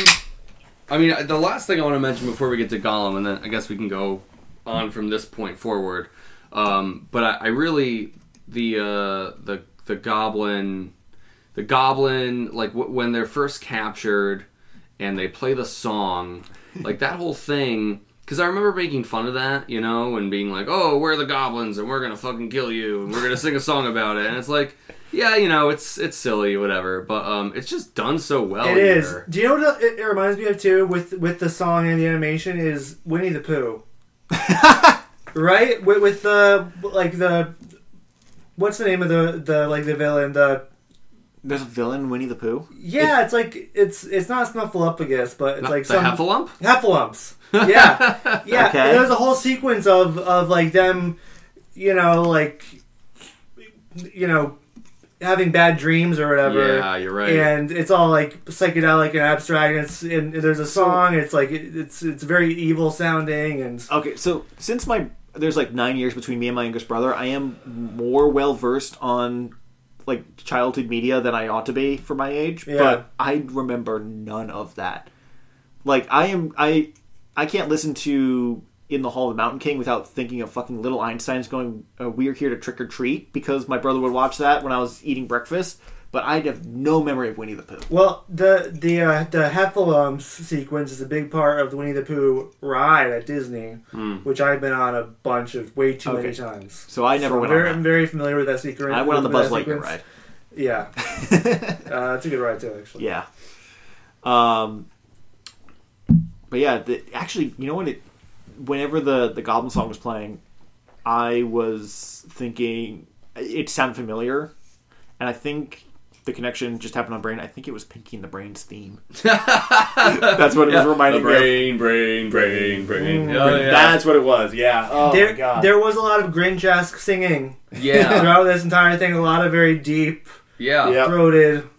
Speaker 1: I mean, the last thing I want to mention before we get to Gollum, and then I guess we can go on from this point forward. Um, but I, I really the uh, the the goblin, the goblin, like w- when they're first captured, and they play the song, like that whole thing. Because I remember making fun of that, you know, and being like, "Oh, we're the goblins, and we're gonna fucking kill you, and we're gonna sing a song about it." And it's like, yeah, you know, it's it's silly, whatever, but um, it's just done so well.
Speaker 4: It is.
Speaker 1: here.
Speaker 4: Do you know what it, it reminds me of too? With with the song and the animation is Winnie the Pooh, right? With, with the like the what's the name of the the like the villain? The
Speaker 2: There's a villain, Winnie the Pooh.
Speaker 4: yeah, it's like it's it's not Snuffleupagus, but it's
Speaker 1: Not
Speaker 4: like
Speaker 1: the
Speaker 4: some
Speaker 1: heffalump.
Speaker 4: Heffalumps. Yeah, yeah.
Speaker 2: Okay.
Speaker 4: There's a whole sequence of of like them, you know, like you know, having bad dreams or whatever.
Speaker 1: Yeah, you're right.
Speaker 4: and it's all like psychedelic and abstract. And, it's, and there's a song. It's like it, it's it's very evil sounding and
Speaker 2: Okay, so since my there's like nine years between me and my youngest brother, I am more well versed on like childhood media than I ought to be for my age.
Speaker 4: Yeah.
Speaker 2: But I remember none of that. Like I am I I can't listen to In the Hall of the Mountain King without thinking of fucking little Einstein's going uh, we're here to trick or treat because my brother would watch that when I was eating breakfast. but I have no memory of Winnie the Pooh.
Speaker 4: Well, the the uh, the Heffalumps sequence is a big part of the Winnie the Pooh ride at Disney, which I've been on a bunch of way too
Speaker 2: Hmm. Okay.
Speaker 4: many times.
Speaker 2: So I never
Speaker 4: So
Speaker 2: went
Speaker 4: very,
Speaker 2: on
Speaker 4: I'm
Speaker 2: that.
Speaker 4: very familiar with that sequence.
Speaker 2: I went on the Buzz
Speaker 4: with that
Speaker 2: Lightyear
Speaker 4: sequence.
Speaker 2: ride.
Speaker 4: Yeah, uh, it's a good ride too, actually.
Speaker 2: Yeah. Um, but yeah, the, actually, you know when it, whenever the the Goblin song was playing, I was thinking it sounded familiar, and I think the connection just happened on brain. I think it was Pinky and the Brain's theme. That's what it was reminding me. of.
Speaker 1: brain, brain, brain, brain.
Speaker 2: Mm.
Speaker 1: Oh, yeah.
Speaker 2: That's what it was. Yeah. Oh my
Speaker 4: There,
Speaker 2: god.
Speaker 4: there was a lot of Grinch-esque singing
Speaker 1: yeah,
Speaker 4: throughout this entire thing. A lot of very deep
Speaker 1: yeah,
Speaker 2: Yep.
Speaker 4: throated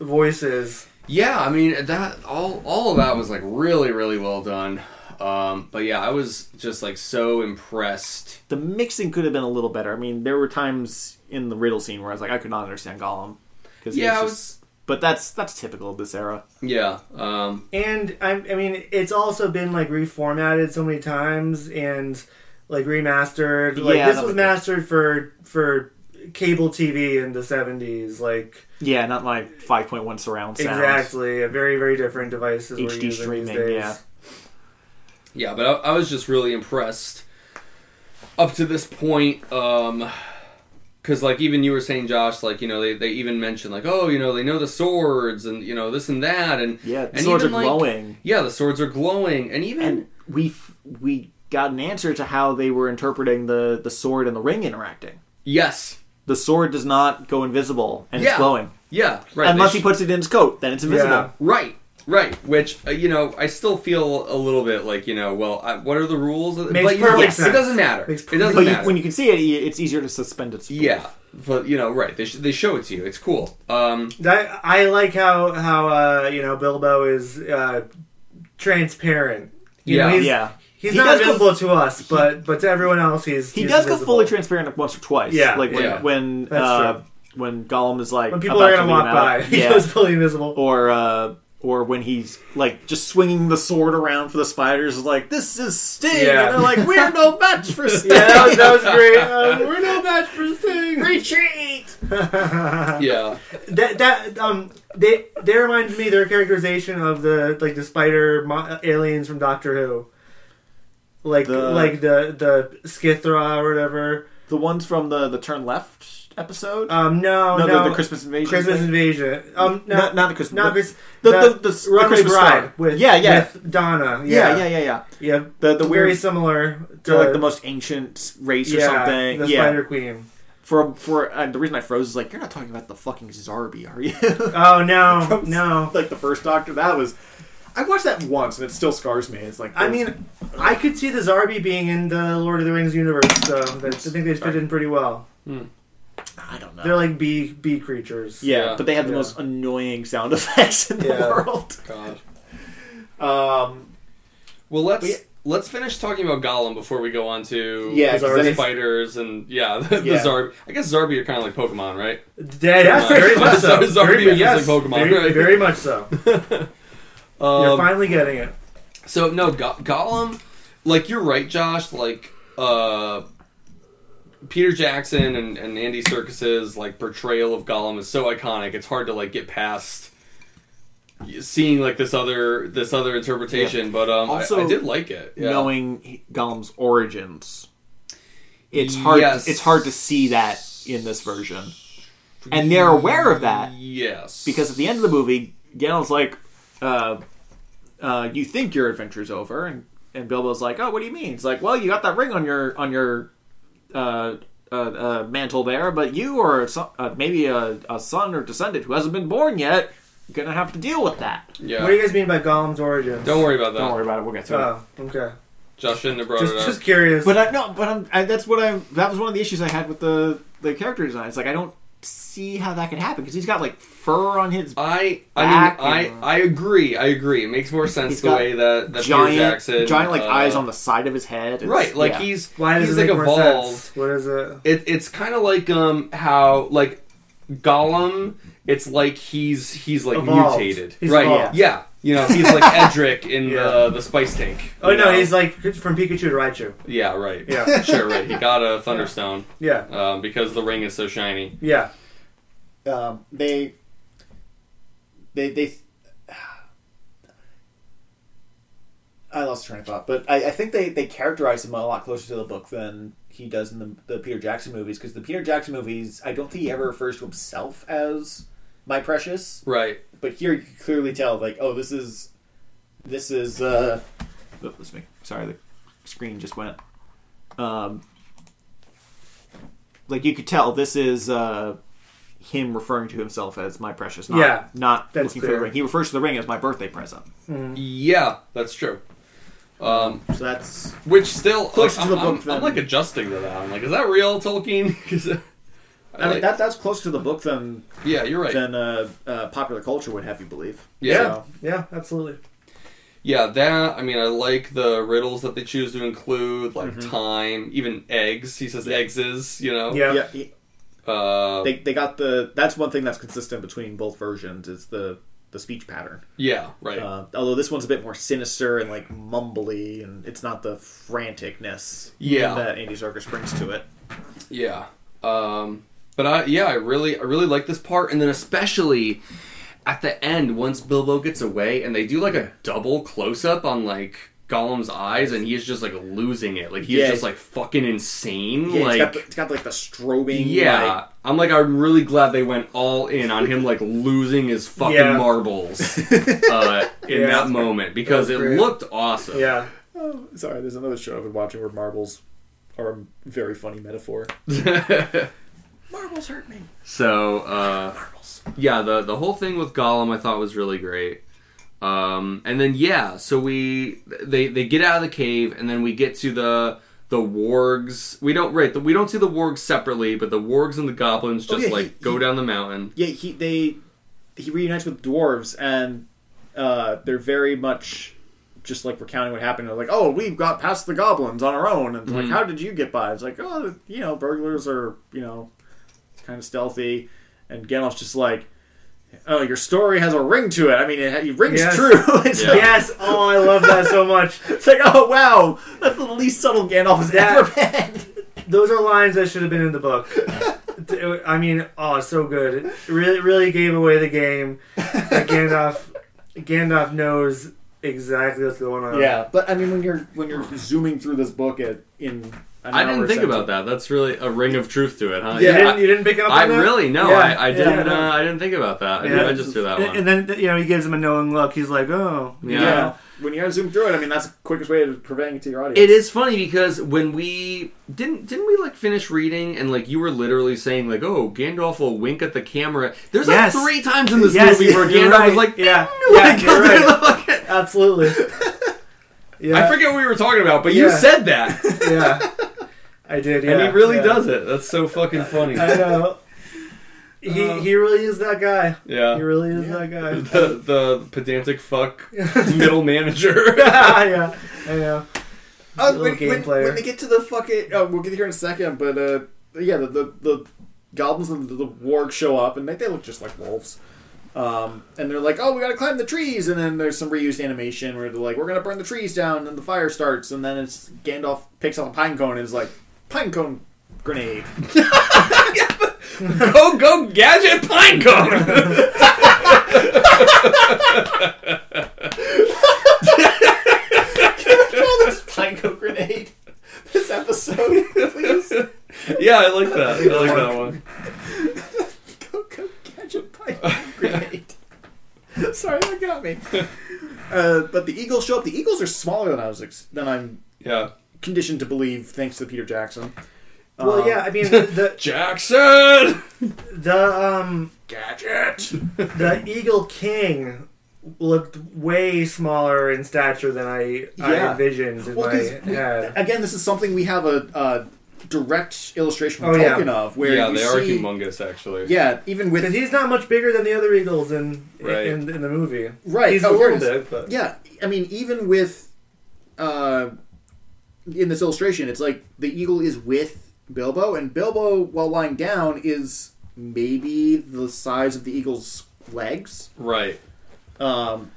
Speaker 4: voices.
Speaker 1: yeah. I mean, that all all of that was like really, really well done. Um, but yeah, I was just like so impressed.
Speaker 2: the mixing could have been a little better. I mean, there were times in the riddle scene where I was like, I could not understand Gollum. 'Cause he
Speaker 1: Yeah, I
Speaker 2: was just- but that's that's typical of this era.
Speaker 1: Yeah, um,
Speaker 4: And I, I mean, it's also been like reformatted so many times and like remastered. Like
Speaker 2: Yeah,
Speaker 4: this
Speaker 2: that
Speaker 4: was
Speaker 2: would be-
Speaker 4: mastered for for cable TV in the seventies. Like
Speaker 2: Yeah, not my 5.1 surround sound.
Speaker 4: exactly, a very very different devices we're
Speaker 2: HD
Speaker 4: using
Speaker 2: streaming,
Speaker 4: these days.
Speaker 2: yeah.
Speaker 1: yeah, but I, I was just really impressed up to this point. Um, because like even you were saying, Josh, like you know they, they even mentioned like oh you know they know the swords and you know this and that and
Speaker 2: Yeah, the
Speaker 1: and
Speaker 2: swords
Speaker 1: even,
Speaker 2: are
Speaker 1: like-
Speaker 2: glowing.
Speaker 1: yeah, the swords are glowing and even
Speaker 2: And we f- we got an answer to how they were interpreting the the sword and the ring interacting.
Speaker 1: yes,
Speaker 2: The sword does not go invisible and
Speaker 1: Yeah.
Speaker 2: it's glowing.
Speaker 1: yeah, right. they
Speaker 2: Unless
Speaker 1: sh-
Speaker 2: he puts it in his coat, then it's invisible.
Speaker 4: Yeah.
Speaker 1: Right, right. Which uh, you know, I still feel a little bit like you know. Well, I, what are the rules? of-
Speaker 4: Makes
Speaker 1: but you know,
Speaker 4: perfect
Speaker 1: yes,
Speaker 4: sense.
Speaker 1: It doesn't matter.
Speaker 4: Makes
Speaker 1: it doesn't
Speaker 2: But you,
Speaker 1: matter.
Speaker 2: when you can see it, y- it's easier to suspend its belief.
Speaker 1: yeah, but you know, right? They sh- they show it to you. It's cool. Um,
Speaker 4: That, I like how how uh, you know Bilbo is uh, transparent. You
Speaker 1: Yeah.
Speaker 4: know, he's,
Speaker 2: Yeah.
Speaker 4: He's
Speaker 2: He
Speaker 4: not
Speaker 2: does go-
Speaker 4: visible to us, but but to everyone else, he's
Speaker 2: He
Speaker 4: he's
Speaker 2: does go
Speaker 4: invisible.
Speaker 2: fully transparent once or twice.
Speaker 4: Yeah,
Speaker 2: like when
Speaker 1: yeah.
Speaker 2: when
Speaker 4: That's
Speaker 2: uh,
Speaker 4: true.
Speaker 2: when Gollum is like
Speaker 4: When people
Speaker 2: about
Speaker 4: are
Speaker 2: to
Speaker 4: gonna
Speaker 2: lean out.
Speaker 4: walk by, he
Speaker 2: Yeah.
Speaker 4: goes fully invisible.
Speaker 2: or uh, or when he's like just swinging the sword around for the spiders, is like this is Sting,
Speaker 4: Yeah.
Speaker 2: and they're like we're no match for Sting.
Speaker 4: yeah, that was, that was great. Um,
Speaker 1: We're no match for Sting.
Speaker 2: Retreat.
Speaker 1: Yeah,
Speaker 4: that that um they they reminded me their characterization of the like the spider mo- aliens from Doctor Who, like
Speaker 2: The-
Speaker 4: like the the Skithra or whatever.
Speaker 2: The ones from the the turn left episode.
Speaker 4: Um, no,
Speaker 2: no,
Speaker 4: no,
Speaker 2: The, the Christmas invasion.
Speaker 4: Christmas
Speaker 2: thing?
Speaker 4: invasion. Um, no,
Speaker 2: not, not the Christmas.
Speaker 4: not Chris-
Speaker 2: the,
Speaker 4: the,
Speaker 2: the, the, the
Speaker 4: Runaway
Speaker 2: Christmas
Speaker 4: Bride
Speaker 2: Star.
Speaker 4: with
Speaker 2: yeah, yeah.
Speaker 4: with Donna.
Speaker 2: yeah,
Speaker 4: Yeah,
Speaker 2: yeah, yeah, yeah.
Speaker 4: yeah.
Speaker 2: The the
Speaker 4: very
Speaker 2: weird,
Speaker 4: similar to
Speaker 2: they're like the most ancient race or
Speaker 4: yeah,
Speaker 2: something.
Speaker 4: The
Speaker 2: yeah,
Speaker 4: Spider Queen.
Speaker 2: for for uh, the reason I froze is like you're not talking about the fucking Zarbi, are you?
Speaker 4: Oh no, no.
Speaker 2: like the first Doctor, that was. I watched that once and it still scars me. It's like
Speaker 4: I mean, I could see the Zarbi being in the Lord of the Rings universe, so that's, I think they fit in pretty well.
Speaker 2: I don't know.
Speaker 4: They're like bee bee creatures.
Speaker 2: yeah,
Speaker 1: Yeah.
Speaker 2: but they have the
Speaker 4: Yeah.
Speaker 2: most annoying sound effects in the
Speaker 4: Yeah.
Speaker 2: world.
Speaker 1: God.
Speaker 2: Um,
Speaker 1: Well, let's
Speaker 2: We-
Speaker 1: let's finish talking about Gollum before we go on to
Speaker 2: Yeah, 'cause then
Speaker 1: the
Speaker 2: it's-
Speaker 1: spiders and yeah, the, the
Speaker 2: Yeah.
Speaker 1: Zarb. I guess Zarbi are kind of like Pokemon, right?
Speaker 4: That, yeah, very much so.
Speaker 1: Zarbi
Speaker 4: very,
Speaker 1: is
Speaker 4: yes,
Speaker 1: like Pokemon,
Speaker 4: very,
Speaker 1: right?
Speaker 4: very much so. You're
Speaker 1: Um,
Speaker 4: finally getting it.
Speaker 1: So no, Go- Gollum, like you're right, Josh. Like uh, Peter Jackson and, and Andy Circus's like portrayal of Gollum is so iconic. It's hard to like get past seeing like this other this other interpretation. But um, I-
Speaker 2: Also,
Speaker 1: I, did like it. Yeah.
Speaker 2: Knowing he- Gollum's origins, it's hard.
Speaker 1: Yes.
Speaker 2: It's hard to see that in this version, and they're aware of that
Speaker 1: yes,
Speaker 2: because at the end of the movie, Gandalf's like, uh, uh, "You think your adventure's over," and and Bilbo's like, "Oh, what do you mean?" He's like, "Well, you got that ring on your on your uh, uh, uh, mantle there, but you or so, uh, maybe a, a son or descendant who hasn't been born yet, you're gonna have to deal with that."
Speaker 1: yeah.
Speaker 4: What do you guys mean by Gollum's origin?
Speaker 1: Don't worry about that.
Speaker 2: Don't worry about it. We'll get to it.
Speaker 4: Oh, okay.
Speaker 1: Josh shouldn't have brought
Speaker 4: Just,
Speaker 1: it up.
Speaker 4: just curious.
Speaker 2: But I, no, but I'm, I, that's what I. That was one of the issues I had with the the character design. It's like I don't see how that could happen because he's got like fur on his
Speaker 1: I I
Speaker 2: Back
Speaker 1: mean
Speaker 2: and-
Speaker 1: I I agree I agree. It makes more sense
Speaker 2: He's
Speaker 1: the
Speaker 2: got
Speaker 1: way that that
Speaker 2: giant
Speaker 1: Peter Jackson
Speaker 2: giant like
Speaker 1: uh,
Speaker 2: eyes on the side of his head. It's-
Speaker 1: right like
Speaker 2: yeah.
Speaker 1: he's
Speaker 4: Why does
Speaker 1: he's
Speaker 4: it make
Speaker 1: like
Speaker 4: more
Speaker 1: evolved.
Speaker 4: sense? What is it?
Speaker 1: it, it's kind of like um how like Gollum. It's like he's he's like
Speaker 4: Evolved.
Speaker 1: mutated,
Speaker 4: He's
Speaker 1: right?
Speaker 4: evolved.
Speaker 1: Yeah, you know he's like Edric in
Speaker 4: Yeah.
Speaker 1: the the spice tank.
Speaker 4: Oh
Speaker 1: you
Speaker 4: no,
Speaker 1: know?
Speaker 4: he's like from Pikachu to Raichu.
Speaker 1: yeah, right.
Speaker 4: Yeah.
Speaker 1: sure, right. He got a thunderstone
Speaker 4: Yeah,
Speaker 1: um, because the ring is so shiny.
Speaker 4: yeah.
Speaker 5: um, they
Speaker 2: they they. I lost train of thought, but I, I think they, they characterize him a lot closer to the book than he does in the, the Peter Jackson movies because the Peter Jackson movies I don't think he ever refers to himself as my precious,
Speaker 1: Right.
Speaker 2: but here you can clearly tell like oh this is this is uh,
Speaker 6: That was Oh, me. Sorry, the screen just went. Um, like you could tell, this is uh, him referring to himself as my precious. Not,
Speaker 4: Yeah,
Speaker 6: not
Speaker 4: that's
Speaker 6: looking for the
Speaker 4: fair.
Speaker 6: ring. He refers to the ring as my birthday present.
Speaker 1: Yeah, that's true. Um,
Speaker 6: So that's
Speaker 1: which still,
Speaker 2: Close
Speaker 1: like,
Speaker 2: to the
Speaker 1: I'm,
Speaker 2: book
Speaker 1: I'm, I'm
Speaker 2: then.
Speaker 1: like adjusting to that. I'm like, is that real, Tolkien? 'Cause, uh,
Speaker 2: I mean
Speaker 1: like-
Speaker 2: that that's closer to the book than
Speaker 1: yeah, you're right.
Speaker 2: than uh, uh, popular culture would have you believe.
Speaker 1: yeah,
Speaker 4: yeah, absolutely.
Speaker 1: Yeah, that. I mean, I like the riddles that they choose to include, like
Speaker 2: Mm-hmm.
Speaker 1: time, even eggs. He says eggses, you know.
Speaker 4: Yeah.
Speaker 2: Yeah, he-
Speaker 1: Uh,
Speaker 2: they they got the that's one thing that's consistent between both versions is the the speech pattern.
Speaker 1: yeah. Right.
Speaker 2: Uh, although this one's a bit more sinister and like mumbly, and it's not the franticness
Speaker 1: Yeah.
Speaker 2: that Andy Serkis brings to it.
Speaker 1: yeah. Um, but I, yeah, I really, I really like this part, and then especially at the end, once Bilbo gets away, and they do like a double close up on like Gollum's eyes, and he's just like losing it. Like he's
Speaker 2: Yeah.
Speaker 1: just like fucking insane.
Speaker 2: Yeah,
Speaker 1: like
Speaker 2: it's got, the, it's got like the strobing.
Speaker 1: Yeah.
Speaker 2: like-
Speaker 1: I'm like, I'm really glad they went all in on him, like, losing his fucking
Speaker 4: Yeah.
Speaker 1: marbles uh, in
Speaker 4: Yeah.
Speaker 1: that moment because it
Speaker 4: That was great.
Speaker 1: looked awesome.
Speaker 4: Yeah.
Speaker 2: oh, sorry, there's another show I've been watching where marbles are a very funny metaphor. Marbles hurt me.
Speaker 1: so, uh,
Speaker 2: Marbles.
Speaker 1: yeah, the, the whole thing with Gollum I thought was really great. Um, and then, yeah, so we, they, they get out of the cave and then we get to the, the wargs. We don't, right, the, we don't see the wargs separately, but the wargs and the goblins just,
Speaker 2: Oh, yeah, he-
Speaker 1: like, go
Speaker 2: he-
Speaker 1: down the mountain.
Speaker 2: Yeah, he they he reunites with dwarves, and uh, they're very much just like recounting what happened. They're like, "Oh, we got past the goblins on our own," and
Speaker 1: Mm-hmm.
Speaker 2: like, "How did you get by?" It's like, "Oh, you know, burglars are you know kind of stealthy," and Gandalf's just like. Oh, your story has a ring to it. I mean, it, it rings
Speaker 4: Yes.
Speaker 2: true. it's,
Speaker 1: Yeah.
Speaker 2: like,
Speaker 4: Yes. Oh, I love that so much.
Speaker 2: it's like, oh wow, that's the least subtle Gandalf has
Speaker 4: That-
Speaker 2: ever been.
Speaker 4: Those are lines that should have been in the book. I mean, oh, so good. It really, really gave away the game. That Gandalf, Gandalf knows exactly what's going on.
Speaker 2: Yeah, but I mean, when you're when you're zooming through this book at in, an
Speaker 1: I
Speaker 2: hour
Speaker 1: didn't think
Speaker 2: sentence-
Speaker 1: about that. That's really a ring of truth to it, huh?
Speaker 4: You
Speaker 2: Yeah.
Speaker 4: didn't, you didn't pick up on
Speaker 1: I
Speaker 4: that?
Speaker 1: really no,
Speaker 2: Yeah,
Speaker 1: I, I
Speaker 2: yeah,
Speaker 1: didn't.
Speaker 2: no.
Speaker 1: Uh, I didn't think about that. I didn't
Speaker 4: Yeah.
Speaker 1: register that one.
Speaker 4: And, and then you know he gives him a knowing look. He's like, "Oh,
Speaker 1: Yeah.
Speaker 2: Yeah. When you gotta zoom through it, I mean, that's the quickest way of conveying it to your audience.
Speaker 1: it is funny because when we didn't didn't we like finish reading and like you were literally saying like oh Gandalf will wink at the camera. There's
Speaker 4: Yes.
Speaker 1: like three times in this
Speaker 4: Yes,
Speaker 1: movie where
Speaker 4: you're
Speaker 1: Gandalf
Speaker 4: right.
Speaker 1: was like
Speaker 4: Yeah.
Speaker 1: "Ding!" when
Speaker 4: Yeah,
Speaker 1: it
Speaker 4: you're
Speaker 1: goes through
Speaker 4: right.
Speaker 1: the fucking-
Speaker 4: absolutely." Yeah,
Speaker 1: I forget what we were talking about, but you
Speaker 4: Yeah.
Speaker 1: said that,
Speaker 4: Yeah, I did. Yeah,
Speaker 1: and he really
Speaker 4: yeah.
Speaker 1: does it. That's so fucking funny.
Speaker 4: I know. He he really is that guy. He
Speaker 1: Uh, Yeah,
Speaker 4: really is
Speaker 2: Yeah.
Speaker 4: that guy.
Speaker 1: the the pedantic fuck middle manager.
Speaker 4: yeah, I know.
Speaker 2: Uh,
Speaker 4: Little
Speaker 2: when,
Speaker 4: game
Speaker 2: when,
Speaker 4: player.
Speaker 2: when they get to the fucking, uh, we'll get here in a second, but uh, yeah, the the, the goblins and the, the warg show up, and they, they look just like wolves. Um, and they're like, "Oh, we gotta climb the trees," and then there's some reused animation where they're like, "We're gonna burn the trees down," and then the fire starts, and then it's Gandalf picks up a pine cone and is like, "Pine cone grenade."
Speaker 1: go go gadget pinecone.
Speaker 2: Call this pine cone grenade. This episode, please.
Speaker 1: yeah, I like that. I like that one.
Speaker 2: go, go catch a pipe grenade. Sorry, that got me. Uh, but the eagles show up. The eagles are smaller than I was ex- than I'm
Speaker 1: Yeah.
Speaker 2: conditioned to believe, thanks to Peter Jackson.
Speaker 4: Well,
Speaker 2: Um,
Speaker 4: yeah. I mean, the
Speaker 1: Jackson.
Speaker 4: the um
Speaker 2: Gadget.
Speaker 4: the Eagle King looked way smaller in stature than I I
Speaker 2: Yeah.
Speaker 4: envisioned in
Speaker 2: Well,
Speaker 4: my
Speaker 2: 'cause we-
Speaker 4: head.
Speaker 2: again, this is something we have a, uh direct illustration
Speaker 4: Oh,
Speaker 2: from
Speaker 4: yeah.
Speaker 2: Tolkien of, where
Speaker 1: yeah,
Speaker 2: you
Speaker 1: they
Speaker 2: see,
Speaker 1: are humongous, actually.
Speaker 2: Yeah, even with
Speaker 4: Because he's not much bigger than the other eagles in
Speaker 1: Right.
Speaker 4: in, in the movie.
Speaker 2: Right,
Speaker 4: He's a
Speaker 2: oh,
Speaker 4: little
Speaker 2: yes.
Speaker 4: bit, but
Speaker 2: yeah i mean even with uh in this illustration it's like the eagle is with bilbo and bilbo while lying down is maybe the size of the eagle's legs
Speaker 1: Right.
Speaker 2: um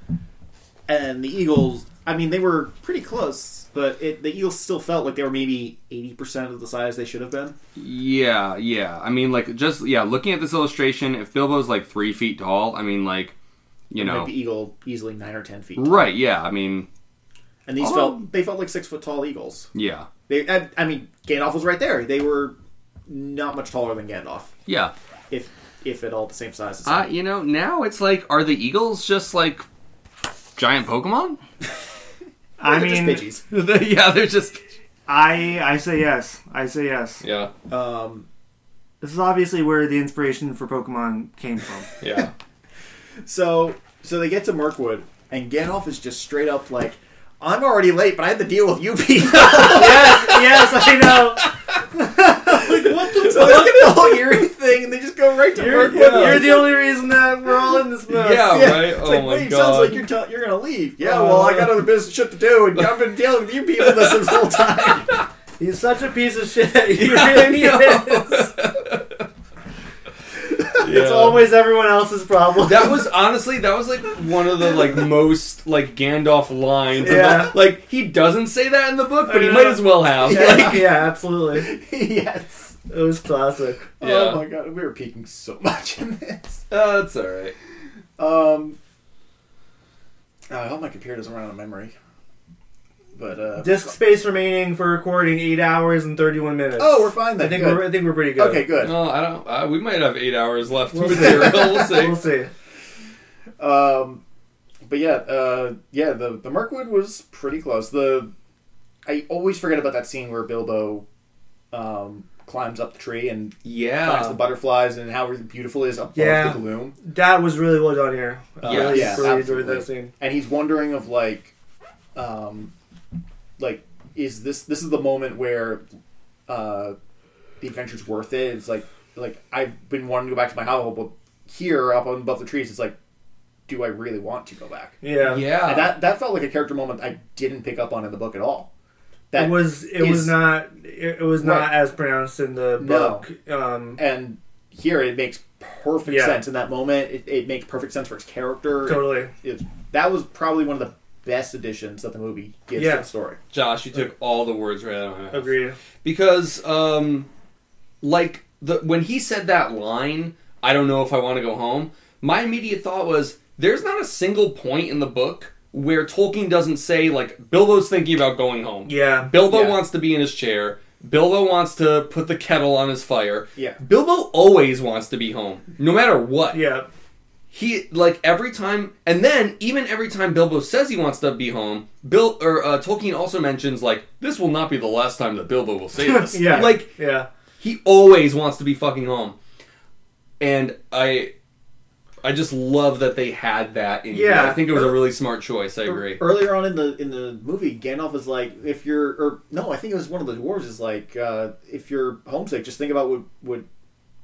Speaker 2: and the eagles i mean they were pretty close but it, the eagles still felt like they were maybe 80% of the size they should have been
Speaker 1: Yeah, yeah. I mean, like, just, yeah, looking at this illustration, if Bilbo's like three feet tall, I mean, like, you
Speaker 2: Like
Speaker 1: know,
Speaker 2: the eagle, easily nine or ten feet.
Speaker 1: right? Yeah, I mean,
Speaker 2: And these
Speaker 1: Oh.
Speaker 2: felt they felt like six foot tall eagles.
Speaker 1: yeah,
Speaker 2: They, I, I mean, Gandalf was right there. They were not much taller than Gandalf,
Speaker 1: yeah.
Speaker 2: if if at all the same size. As
Speaker 1: Uh,
Speaker 2: him.
Speaker 1: you know, now it's like, are the eagles just like giant Pokemon?
Speaker 4: I
Speaker 2: They're
Speaker 4: mean,
Speaker 2: just
Speaker 1: yeah, they're just
Speaker 4: I I say yes. I say yes.
Speaker 1: yeah,
Speaker 2: pidgeys. Um,
Speaker 4: This is obviously where the inspiration for Pokemon came from.
Speaker 1: yeah.
Speaker 2: so so they get to Mirkwood, and Gandalf is just straight up like, "I'm already late, but I had to deal with you people."
Speaker 4: yes, yes, I know.
Speaker 2: what the so fuck? the whole eerie thing, and they just go right to
Speaker 4: You're,
Speaker 2: Mirkwood.
Speaker 4: you're the only reason that we're all in this mess.
Speaker 1: Yeah.
Speaker 2: Yeah,
Speaker 1: right?
Speaker 2: It's
Speaker 1: Oh
Speaker 2: like,
Speaker 1: my
Speaker 2: wait, sounds
Speaker 1: God. Uh,
Speaker 2: like you're tell- you're gonna leave. Yeah, well, I got other business shit to do, and I've been dealing with you people this, this whole time.
Speaker 4: He's such a piece of shit. He really is. It's always everyone else's problem.
Speaker 1: That was honestly that was like one of the like most like Gandalf lines.
Speaker 4: Yeah.
Speaker 1: Like he doesn't say that in the book, but he
Speaker 4: I
Speaker 1: might
Speaker 4: know.
Speaker 1: as well have.
Speaker 4: yeah, yeah, absolutely.
Speaker 2: yes.
Speaker 4: It was classic.
Speaker 1: Yeah.
Speaker 2: Oh my god, we were peaking so much in this.
Speaker 1: Uh, that's all right.
Speaker 2: Um, I hope my computer doesn't run out of memory. But uh,
Speaker 4: Disk space remaining for recording eight hours and thirty-one minutes.
Speaker 2: oh, we're fine then.
Speaker 4: I think
Speaker 2: Good.
Speaker 4: we're I think we're pretty good.
Speaker 2: okay. Good.
Speaker 1: No, I don't. Uh, we might have eight hours left.
Speaker 4: We'll
Speaker 1: with
Speaker 4: see.
Speaker 1: the real- we'll see.
Speaker 4: We'll see.
Speaker 2: Um, but yeah, uh, yeah, the the Mirkwood was pretty close. The I always forget about that scene where Bilbo um, climbs up the tree and finds the
Speaker 1: Yeah.
Speaker 2: butterflies and how beautiful it is above
Speaker 4: Yeah.
Speaker 2: the gloom.
Speaker 4: That was really well done here. I
Speaker 1: Yeah.
Speaker 4: really,
Speaker 2: Yeah,
Speaker 4: really enjoyed
Speaker 2: absolutely.
Speaker 4: that scene.
Speaker 2: and he's wondering of like um like is this this is the moment where uh the adventure's worth it it's like like i've been wanting to go back to my hovel but here up on above the trees it's like do i really want to go back
Speaker 4: Yeah.
Speaker 1: Yeah.
Speaker 2: and that that felt like a character moment i didn't pick up on in the book at all that
Speaker 4: it was it
Speaker 2: is-
Speaker 4: was not it, it was not
Speaker 2: Right.
Speaker 4: as pronounced in the
Speaker 2: No.
Speaker 4: book. Um,
Speaker 2: and here it makes perfect
Speaker 4: Yeah.
Speaker 2: sense in that moment it, it makes perfect sense for its character
Speaker 4: totally.
Speaker 2: It- that was probably one of the best additions that the movie gives
Speaker 4: Yeah.
Speaker 2: to the story
Speaker 1: Josh, you took all the words right out of my mouth.
Speaker 4: Agreed.
Speaker 1: Because um, like the when he said that line, I don't know if I want to go home. My immediate thought was, there's not a single point in the book where Tolkien doesn't say like Bilbo's thinking about going home.
Speaker 4: Yeah.
Speaker 1: Bilbo
Speaker 2: Yeah.
Speaker 1: wants to be in his chair. Bilbo wants to put the kettle on his fire.
Speaker 2: Yeah.
Speaker 1: Bilbo always wants to be home, no matter what.
Speaker 4: Yeah.
Speaker 1: He like every time, and then even every time Bilbo says he wants to be home, Bill or uh, Tolkien also mentions like this will not be the last time that Bilbo will say this.
Speaker 4: Yeah.
Speaker 1: Like
Speaker 4: yeah.
Speaker 1: he always wants to be fucking home, and I, I just love that they had that. in here.
Speaker 4: Yeah.
Speaker 1: I think it was a really smart choice. I agree.
Speaker 2: Earlier on in the in the movie, Gandalf is like, if you're, or no, I think it was one of the dwarves is like, uh, if you're homesick, just think about what would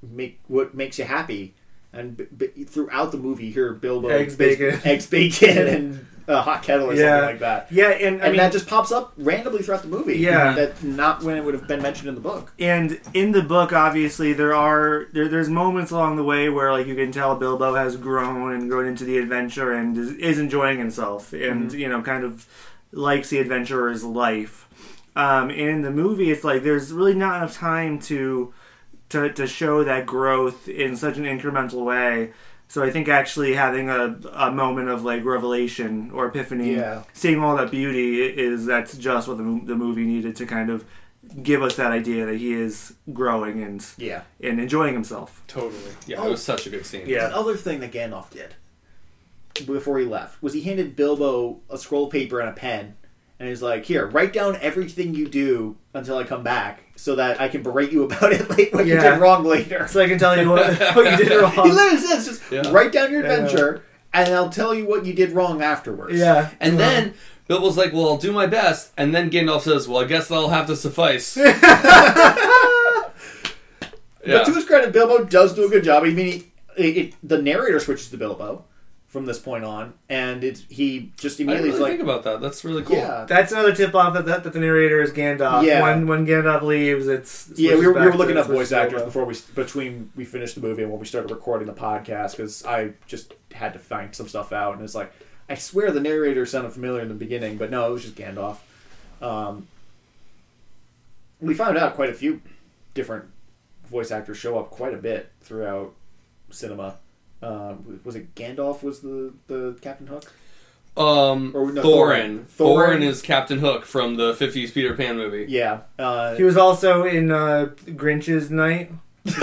Speaker 2: make what makes you happy. And b- b- throughout the movie, you hear Bilbo
Speaker 4: Eggs, bacon.
Speaker 2: eggs bacon, and a hot kettle or
Speaker 4: Yeah.
Speaker 2: something like that.
Speaker 4: Yeah, and I
Speaker 2: and
Speaker 4: mean
Speaker 2: that just pops up randomly throughout the movie.
Speaker 4: Yeah.
Speaker 2: that not when it would have been mentioned in the book.
Speaker 4: and in the book obviously there are there, there's moments along the way where like you can tell bilbo has grown and grown into the adventure and is, is enjoying himself and
Speaker 2: Mm-hmm.
Speaker 4: you know kind of likes the adventurer's life um, and in the movie it's like there's really not enough time to to, to show that growth in such an incremental way so i think actually having a, a moment of like revelation or epiphany
Speaker 2: Yeah.
Speaker 4: seeing all that beauty is that's just what the, mo- the movie needed to kind of give us that idea that he is growing and
Speaker 2: Yeah.
Speaker 4: and enjoying himself.
Speaker 1: Totally. Yeah,
Speaker 2: Oh.
Speaker 1: it was such a good scene.
Speaker 2: The other thing that Gandalf did before he left was he handed Bilbo a scroll of paper and a pen, and he's like, "Here, write down everything you do until I come back, so that I can berate you about it late when you
Speaker 4: Yeah.
Speaker 2: did wrong later."
Speaker 4: So I can tell you what, what you did
Speaker 2: He
Speaker 4: wrong.
Speaker 2: literally says, "Just
Speaker 1: Yeah.
Speaker 2: write down your adventure, and I'll tell you what you did wrong afterwards."
Speaker 4: Yeah,
Speaker 1: And then Bilbo's like, "Well, I'll do my best." And then Gandalf says, "Well, I guess that'll have to suffice."
Speaker 2: But to
Speaker 1: yeah.
Speaker 2: his credit, Bilbo does do a good job. I mean, he, it, it, the narrator switches to Bilbo from this point on, and it's he just
Speaker 1: I didn't
Speaker 2: immediately
Speaker 1: really
Speaker 2: is like,
Speaker 1: think about that. That's really cool.
Speaker 2: "Yeah,
Speaker 4: that's another tip off that, that, that the narrator is Gandalf.
Speaker 2: Yeah.
Speaker 4: When when Gandalf leves, it's
Speaker 2: Yeah, we
Speaker 4: switches
Speaker 2: were, we
Speaker 4: back
Speaker 2: were looking
Speaker 4: to-
Speaker 2: up voice
Speaker 4: switches to
Speaker 2: actors
Speaker 4: Bilbo.
Speaker 2: before we between we finished the movie and when we started recording the podcast because I just had to find some stuff out and it's like I swear the narrator sounded familiar in the beginning, but no, it was just Gandalf. Um, we found out quite a few different voice actors show up quite a bit throughout cinema. Um, was it Gandalf was the, the Captain Hook?
Speaker 1: Um,
Speaker 2: Or, no,
Speaker 1: Thorin.
Speaker 2: Thorin.
Speaker 1: Thorin
Speaker 2: Thorin.
Speaker 1: is Captain Hook from the '50s Peter Pan movie.
Speaker 2: Yeah. Uh,
Speaker 4: He was also in uh, Grinch's Night.
Speaker 2: not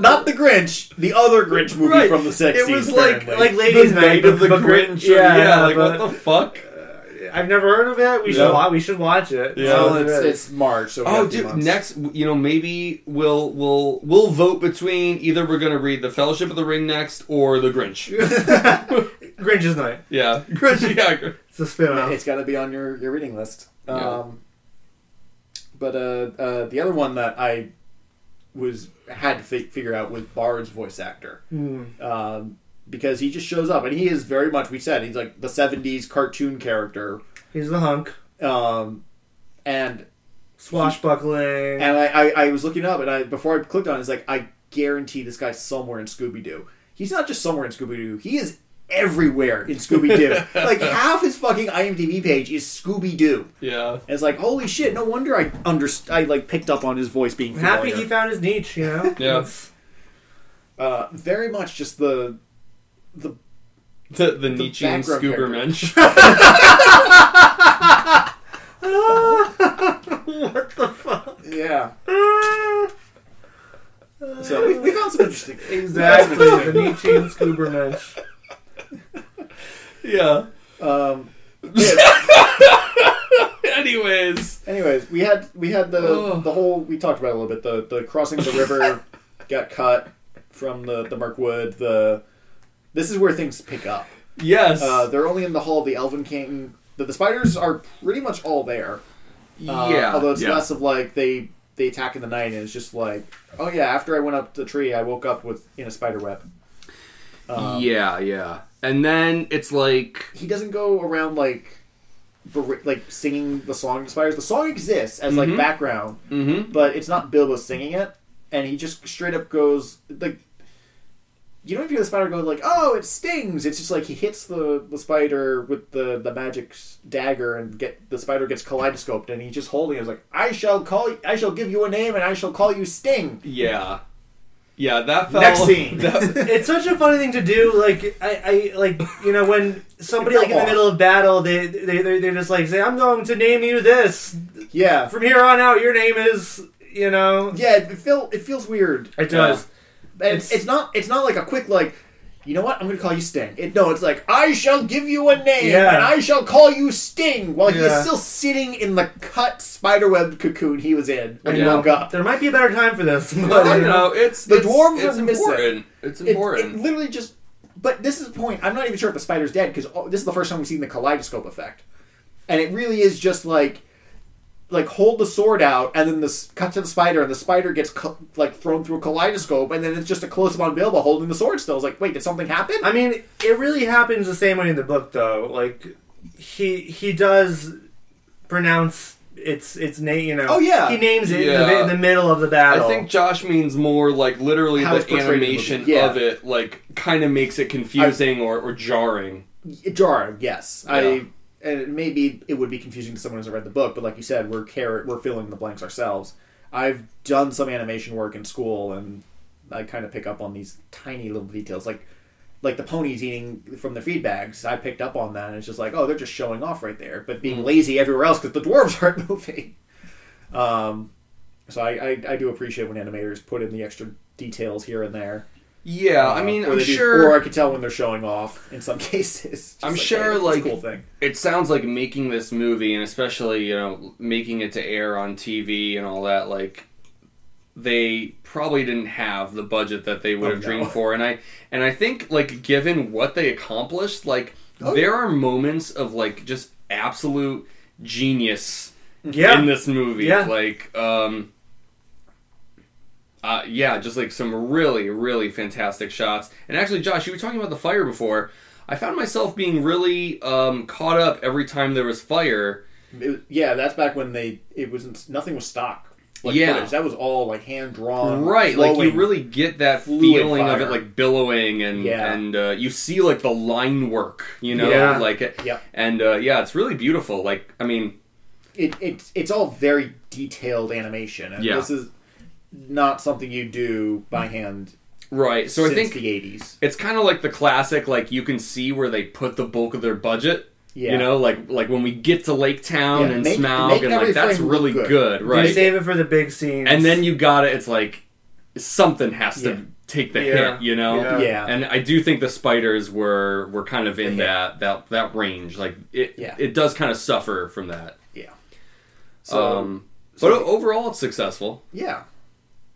Speaker 2: not the Grinch, the other Grinch movie
Speaker 1: Right.
Speaker 2: from the 60s.
Speaker 1: It was like
Speaker 2: apparently.
Speaker 1: like
Speaker 4: Ladies'
Speaker 1: the
Speaker 4: Night,
Speaker 1: Night of the
Speaker 4: but- but-
Speaker 1: Grinch. or-
Speaker 4: yeah,
Speaker 1: Yeah, like
Speaker 4: but-
Speaker 1: what the fuck?
Speaker 4: I've never heard of it. We
Speaker 1: Yeah.
Speaker 4: should wa- we should watch it.
Speaker 1: Yeah.
Speaker 2: Well,
Speaker 4: So
Speaker 2: it's,
Speaker 4: good.
Speaker 2: it's March. So we got
Speaker 1: Oh,
Speaker 2: a few
Speaker 1: dude!
Speaker 2: months.
Speaker 1: Next, you know, maybe we'll we'll we'll vote between either we're gonna read the Fellowship of the Ring next or the Grinch.
Speaker 4: Grinch's Night.
Speaker 1: Yeah, Grinch. Yeah, Gr-
Speaker 4: It's a spin-off.
Speaker 2: it's got to be on your, your reading list. Um,
Speaker 1: Yeah.
Speaker 2: But uh, uh, the other one that I was had to fi- figure out was Bard's voice actor
Speaker 4: Hmm.
Speaker 2: um, because he just shows up and he is very much we said he's like the '70s cartoon character,
Speaker 4: He's the hunk.
Speaker 2: um, and
Speaker 4: Swashbuckling.
Speaker 2: and I, I I was looking up and I before I clicked on, it, it's like I guarantee this guy's somewhere in Scooby Doo. He's not just somewhere in Scooby Doo. He is everywhere in Scooby Doo. like half his fucking IMDb page is Scooby Doo.
Speaker 1: yeah.
Speaker 2: And it's like, holy shit, no wonder I under I like picked up on his voice being
Speaker 4: I'm happy
Speaker 2: familiar.
Speaker 4: he found his niche, you know?
Speaker 1: Yeah.
Speaker 4: It's-
Speaker 2: uh, very much just the the
Speaker 1: The, the, Nietzsche and
Speaker 2: background
Speaker 1: Scoober
Speaker 2: character.
Speaker 1: Mensch.
Speaker 2: yeah. so we, we found some interesting
Speaker 4: exactly. the Nietzsche and Scuba Mensch.
Speaker 1: yeah.
Speaker 2: um yeah,
Speaker 1: Anyways,
Speaker 2: anyways, we had we had the
Speaker 1: Oh.
Speaker 2: the whole we talked about it a little bit the the crossing the river got cut from the the Mirkwood the this is where things pick up.
Speaker 1: yes.
Speaker 2: Uh, they're only in the hall of the Elven King. The, the spiders are pretty much all there. Uh,
Speaker 1: yeah.
Speaker 2: Although it's
Speaker 1: yeah.
Speaker 2: less of like they they attack in the night and it's just like, oh yeah, after I went up the tree, I woke up with in a spider web. Um,
Speaker 1: yeah, yeah. And then it's like
Speaker 2: He doesn't go around like ber- like singing the song to spiders. The song exists as like
Speaker 1: Mhm.
Speaker 2: background,
Speaker 1: mhm.
Speaker 2: but it's not Bilbo singing it. And he just straight up goes like. You don't hear the spider go like, "Oh, it stings." It's just like he hits the, the spider with the, the magic s- dagger, and get the spider gets kaleidoscoped, and he's just holding. it. It's like, "I shall call, y- I shall give you a name, and I shall call you Sting."
Speaker 1: Yeah. Yeah, that fell.
Speaker 2: Next scene.
Speaker 1: that-
Speaker 4: It's such a funny thing to do. Like I, I like you know when somebody
Speaker 2: It fell
Speaker 4: like in the
Speaker 2: off.
Speaker 4: middle of battle, they they they they're just like say, "I'm going to name you this
Speaker 2: yeah,
Speaker 4: from here on out. Your name is you know."
Speaker 2: yeah. It, feel, it feels weird.
Speaker 4: It does.
Speaker 2: And it's, it's not it's not like a quick like. You know what? I'm going to call you Sting. It, no, it's like I shall give you a name,
Speaker 4: Yeah.
Speaker 2: and I shall call you Sting. While he
Speaker 4: Yeah.
Speaker 2: is still sitting in the cut spiderweb cocoon he was in when
Speaker 1: Yeah.
Speaker 2: he woke up.
Speaker 4: There might be a better time for this,
Speaker 1: I
Speaker 4: but
Speaker 1: don't
Speaker 4: you know,
Speaker 1: know. It's
Speaker 2: The
Speaker 1: it's,
Speaker 2: dwarves
Speaker 1: it's
Speaker 2: are missing.
Speaker 1: important. It's
Speaker 2: It, it
Speaker 1: important.
Speaker 2: literally just. But this is the point. I'm not even sure if the spider's dead because this is the first time we've seen the kaleidoscope effect, and it really is just like, like hold the sword out, and then this cut to the spider, and the spider gets co- like thrown through a kaleidoscope, and then it's just a close up on Bilbo holding the sword still. It's like, wait, did something happen?
Speaker 4: I mean, it really happens the same way in the book, though. Like he he does pronounce its its name. You know,
Speaker 2: Oh, yeah.
Speaker 4: he names it in,
Speaker 1: Yeah.
Speaker 4: the, in the middle of the battle.
Speaker 1: I think Josh means more like literally
Speaker 2: How it's
Speaker 1: the
Speaker 2: portrayed in the
Speaker 1: animation
Speaker 2: movie. Yeah.
Speaker 1: of it, like kind of makes it confusing or, or jarring.
Speaker 2: Jar, yes. I
Speaker 1: Yeah.
Speaker 2: and it maybe it would be confusing to someone who's read the book, but like you said, we're care we're filling the blanks ourselves. I've done some animation work in school, and I kind of pick up on these tiny little details, like like the ponies eating from the feed bags. I picked up on that, and it's just like, oh, they're just showing off right there, but being lazy everywhere else because the dwarves aren't moving. Um, so I, I I do appreciate when animators put in the extra details here and there.
Speaker 1: Yeah, I
Speaker 2: Uh,
Speaker 1: mean,
Speaker 2: or
Speaker 1: I'm
Speaker 2: they do-
Speaker 1: sure.
Speaker 2: or I could tell when they're showing off in some cases. Just
Speaker 1: I'm
Speaker 2: like,
Speaker 1: sure,
Speaker 2: hey, it's a
Speaker 1: like-
Speaker 2: cool thing.
Speaker 1: it sounds like making this movie and especially you know making it to air on TV and all that like they probably didn't have the budget that they would
Speaker 2: Oh,
Speaker 1: have
Speaker 2: no.
Speaker 1: dreamed for and I and I think like given what they accomplished like
Speaker 2: Oh,
Speaker 1: there are moments of like just absolute genius
Speaker 4: yeah,
Speaker 1: in this movie
Speaker 4: Yeah.
Speaker 1: like um uh, yeah, just like some really, really fantastic shots. And actually, Josh, you were talking about the fire before. I found myself being really um, caught up every time there was fire.
Speaker 2: It- yeah, that's back when they it wasn't nothing was stock. Like
Speaker 1: Yeah.
Speaker 2: footage. that was all like hand drawn.
Speaker 1: Right, like you really get that
Speaker 2: fluid
Speaker 1: feeling of it,
Speaker 2: fire.
Speaker 1: like billowing, and
Speaker 2: Yeah.
Speaker 1: and uh, you see like the line work, you know,
Speaker 4: Yeah.
Speaker 1: like it,
Speaker 2: Yep.
Speaker 1: and uh, yeah, it's really beautiful. Like, I mean,
Speaker 2: It, it it's all very detailed animation, and
Speaker 1: Yeah.
Speaker 2: this is not something you do by hand
Speaker 1: Right. So
Speaker 2: since
Speaker 1: I think
Speaker 2: the 80s.
Speaker 1: it's kind of like the classic like you can see where they put the bulk of their budget.
Speaker 2: Yeah.
Speaker 1: You know, like like when we get to Lake Town
Speaker 2: Yeah,
Speaker 1: and
Speaker 2: make-
Speaker 1: Smaug
Speaker 2: make
Speaker 1: and like
Speaker 2: every
Speaker 1: that's
Speaker 2: frame look
Speaker 1: really
Speaker 2: good.
Speaker 1: good, right?
Speaker 4: You save it for the big scenes,
Speaker 1: and then you got it. It's like something has to
Speaker 2: Yeah.
Speaker 1: take the
Speaker 4: Yeah.
Speaker 1: hit, you know.
Speaker 4: Yeah.
Speaker 2: Yeah.
Speaker 1: And I do think the spiders were were kind of in
Speaker 2: The hit.
Speaker 1: that that that range. Like it
Speaker 2: Yeah.
Speaker 1: it does kind of suffer from that.
Speaker 2: yeah. So
Speaker 1: um,
Speaker 2: so-
Speaker 1: but o- overall, it's successful.
Speaker 2: yeah.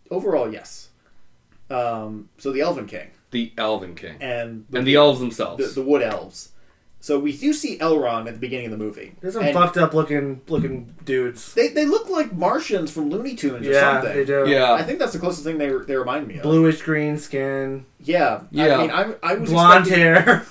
Speaker 2: Overall, yes. Um, so the Elven King
Speaker 1: The Elven King
Speaker 2: and
Speaker 1: and the elves themselves.
Speaker 2: the, the wood elves. So we do see Elrond at the beginning of the movie.
Speaker 4: there's some
Speaker 2: And
Speaker 4: fucked up looking looking dudes.
Speaker 2: they, they look like Martians from Looney Tunes or
Speaker 4: Yeah,
Speaker 2: something.
Speaker 4: they do.
Speaker 1: yeah,
Speaker 2: I think that's the closest thing they they remind me of.
Speaker 4: bluish green skin,
Speaker 2: Yeah,
Speaker 1: Yeah.
Speaker 2: I mean, I, I was
Speaker 4: blonde
Speaker 2: expecting,
Speaker 4: hair.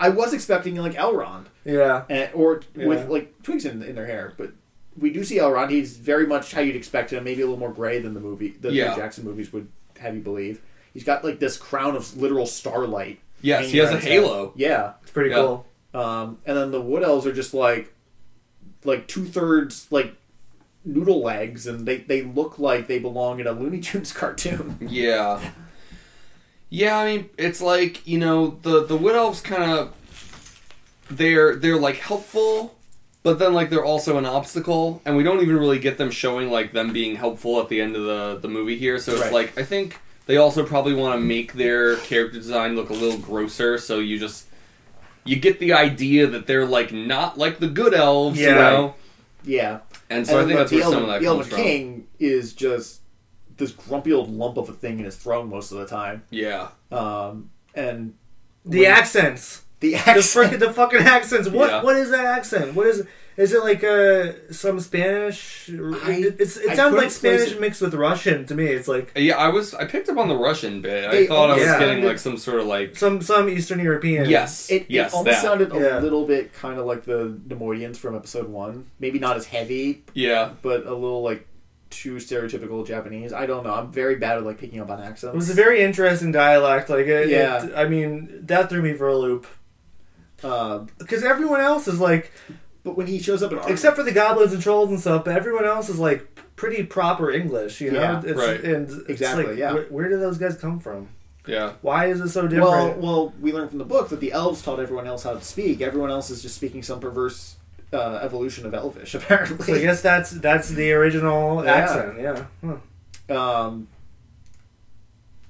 Speaker 2: I was expecting like Elrond,
Speaker 4: yeah,
Speaker 2: and, or
Speaker 4: Yeah.
Speaker 2: with like twigs in, in their hair. But we do see Elrond. He's very much how you'd expect him. Maybe a little more gray than the movie, the
Speaker 1: Yeah.
Speaker 2: Peter Jackson movies would have you believe. He's got like this crown of literal starlight.
Speaker 1: Yes,
Speaker 2: hanging
Speaker 1: he has
Speaker 2: around
Speaker 1: a
Speaker 2: his head.
Speaker 1: halo.
Speaker 2: Yeah,
Speaker 4: it's pretty
Speaker 1: Yeah.
Speaker 4: cool.
Speaker 2: um, and then the wood elves are just like like two thirds like noodle legs, and they they look like they belong in a Looney Tunes cartoon.
Speaker 1: Yeah. Yeah, I mean, it's like, you know, the the wood elves kind of they're they're like helpful, but then like they're also an obstacle, and we don't even really get them showing like them being helpful at the end of the the movie here. So it's
Speaker 2: Right.
Speaker 1: like I think they also probably want to make their character design look a little grosser, so you just you get the idea that they're like not like the good elves, you
Speaker 4: Yeah.
Speaker 1: know.
Speaker 2: yeah.
Speaker 1: And so I
Speaker 2: then
Speaker 1: think that's
Speaker 2: the
Speaker 1: where
Speaker 2: Elven,
Speaker 1: some of that
Speaker 2: the
Speaker 1: comes
Speaker 2: Elven
Speaker 1: from.
Speaker 2: King is just this grumpy old lump of a thing in his throne most of the time.
Speaker 1: Yeah.
Speaker 2: Um, and
Speaker 4: The
Speaker 2: When-
Speaker 4: accents,
Speaker 2: the
Speaker 4: the
Speaker 2: accent,
Speaker 4: freaking the fucking accents. What
Speaker 1: Yeah.
Speaker 4: what is that accent? What is is it like uh, some Spanish? it's, it
Speaker 2: I
Speaker 4: sounds like
Speaker 2: couldn't place
Speaker 4: Spanish
Speaker 2: it.
Speaker 4: mixed with Russian to me. It's like
Speaker 1: Yeah, I was. I picked up on the Russian bit. I
Speaker 2: They
Speaker 1: thought I was
Speaker 4: almost
Speaker 1: getting
Speaker 2: sounded-
Speaker 1: like some sort of like
Speaker 4: some some Eastern European.
Speaker 1: yes,
Speaker 2: it,
Speaker 1: yes,
Speaker 2: it almost
Speaker 1: that.
Speaker 2: sounded
Speaker 4: Yeah.
Speaker 2: a little bit kind of like the Nemoidians from episode one. Maybe not as heavy,
Speaker 1: yeah,
Speaker 2: but a little like too stereotypical Japanese. I don't know. I'm very bad at like picking up on accents.
Speaker 4: It was a very interesting dialect. Like, it,
Speaker 2: Yeah.
Speaker 4: it- I mean, that threw me for a loop
Speaker 2: Uh,
Speaker 4: because everyone else is like,
Speaker 2: but when he shows up, in Ar-
Speaker 4: except for the goblins and trolls and stuff, but everyone else is like pretty proper English. You know,
Speaker 2: Yeah.
Speaker 4: it's,
Speaker 1: Right.
Speaker 4: And it's
Speaker 2: Exactly,
Speaker 4: like,
Speaker 2: yeah.
Speaker 4: Where, where do those guys come from?
Speaker 1: yeah,
Speaker 4: Why is it so different?
Speaker 2: well, well, we learned from the book that the elves taught everyone else how to speak. Everyone else is just speaking some perverse uh, evolution of Elvish, apparently.
Speaker 4: so I guess that's that's the original
Speaker 2: Yeah.
Speaker 4: accent. Yeah. Huh.
Speaker 2: um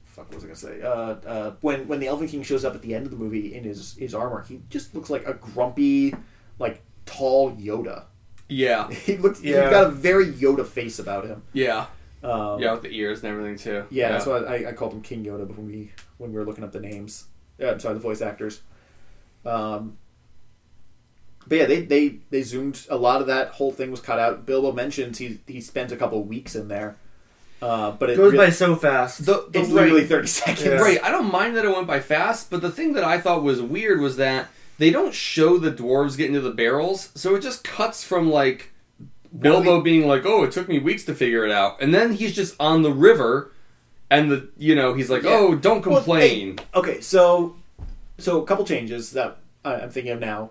Speaker 2: fuck what was i gonna say uh uh when when the elven king shows up at the end of the movie in his his armor he just looks like a grumpy like tall yoda
Speaker 1: yeah,
Speaker 2: he looks
Speaker 4: Yeah.
Speaker 2: he's got a very yoda face about him
Speaker 1: yeah,
Speaker 2: um
Speaker 1: yeah, with the ears and everything too.
Speaker 2: yeah, that's why I, I called him king yoda when we when we were looking up the names yeah, i'm sorry the voice actors um but yeah, they, they, they zoomed a lot of that whole thing was cut out. Bilbo mentions he he spent a couple weeks in there, uh, but it
Speaker 4: It goes
Speaker 2: really-
Speaker 4: by so fast.
Speaker 1: the, the right,
Speaker 2: it's literally thirty seconds.
Speaker 4: Yeah.
Speaker 1: right. I don't mind that it went by fast, but the thing that I thought was weird was that they don't show the dwarves getting to the barrels, so it just cuts from like Bilbo being like, "Oh, it took me weeks to figure it out," and then he's just on the river, and the you know he's like,
Speaker 2: Yeah.
Speaker 1: "Oh, don't
Speaker 2: Well,
Speaker 1: complain."
Speaker 2: hey, okay, so so a couple changes that I- I'm thinking of now.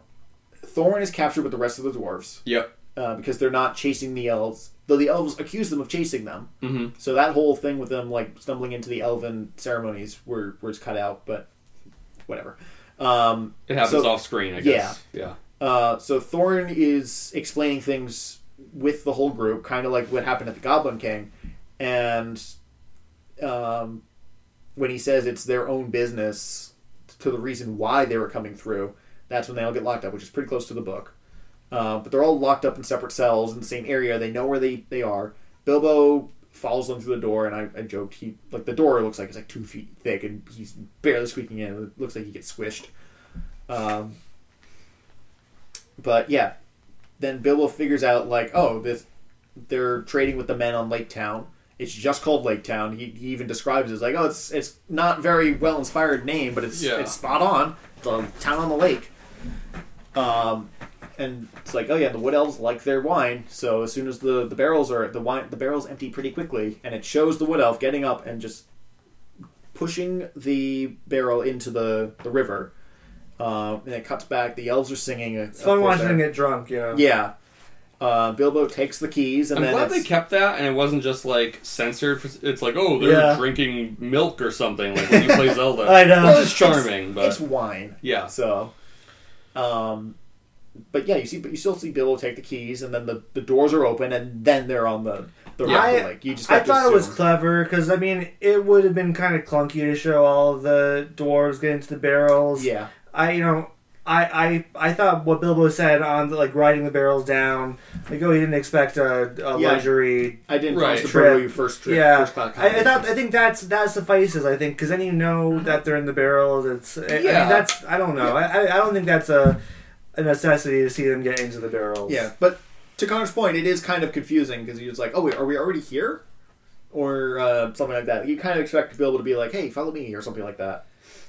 Speaker 2: Thorin is captured with the rest of the dwarves
Speaker 1: Yep.
Speaker 2: uh, because they're not chasing the elves, though the elves accuse them of chasing them.
Speaker 1: hmm
Speaker 2: So that whole thing with them like stumbling into the elven ceremonies were where it's cut out, but whatever. Um,
Speaker 1: It happens
Speaker 2: So-
Speaker 1: off screen, I guess. Yeah.
Speaker 2: uh, so Thorin is explaining things with the whole group, kind of like what happened at the Goblin King, and um, when he says it's their own business to the reason why they were coming through, that's when they all get locked up, which is pretty close to the book. Uh, but they're all locked up in separate cells in the same area. They know where they, they are. Bilbo follows them through the door, and I, I joked he like the door looks like it's like two feet thick, and he's barely squeaking in. It looks like he gets squished. Um, but yeah, then Bilbo figures out like, oh, this they're trading with the men on Lake Town. It's just called Lake Town. He, he even describes it as like, oh, it's it's not very well inspired name, but it's
Speaker 1: Yeah.
Speaker 2: it's spot on. It's a town on the lake. Um, and it's like, oh yeah, the wood elves like their wine. So as soon as the, the barrels are the wine, the barrels empty pretty quickly, and it shows the wood elf getting up and just pushing the barrel into the the river. Uh, Um, and it cuts back. The elves are singing.
Speaker 4: it's fun watching it drunk. You know.
Speaker 2: Yeah. Uh, Bilbo takes the keys, and
Speaker 1: I'm
Speaker 2: then
Speaker 1: glad
Speaker 2: it's-
Speaker 1: they kept that, and it wasn't just like censored. For, it's like, oh, they're
Speaker 2: Yeah.
Speaker 1: drinking milk or something. Like when you play Zelda,
Speaker 4: I know.
Speaker 1: Well, it's charming, but
Speaker 2: it's wine.
Speaker 1: yeah,
Speaker 2: So, um, but yeah, you see, but you still see Bilbo take the keys, and then the, the doors are open, and then they're on the the
Speaker 1: Yeah.
Speaker 2: road.
Speaker 4: I-
Speaker 2: like you just.
Speaker 4: I
Speaker 2: Have to
Speaker 4: thought it was
Speaker 2: assume.
Speaker 4: clever because I mean it would have been kind of clunky to show all of the dwarves get into the barrels.
Speaker 2: Yeah,
Speaker 4: I you know I I I thought what Bilbo said on the, like riding the barrels down like oh he didn't expect a, a
Speaker 2: Yeah.
Speaker 4: luxury
Speaker 2: I didn't
Speaker 1: Right.
Speaker 2: right. promise to Bilbo
Speaker 4: Trip.
Speaker 2: you first trip.
Speaker 4: yeah
Speaker 2: first class
Speaker 4: I, I thought I
Speaker 2: accommodations.
Speaker 4: think that's that suffices I think because then you
Speaker 2: Mm-hmm.
Speaker 4: know that they're in the barrels it's I- I mean,
Speaker 1: Yeah.
Speaker 4: that's I don't know I, I I don't think that's a a necessity to see them get into the barrels
Speaker 2: yeah, but to Connor's point, it is kind of confusing because he was like, "Oh wait, are we already here?" Or uh, something like that. You kind of expect Bilbo to be like, "Hey, follow me," or something like that.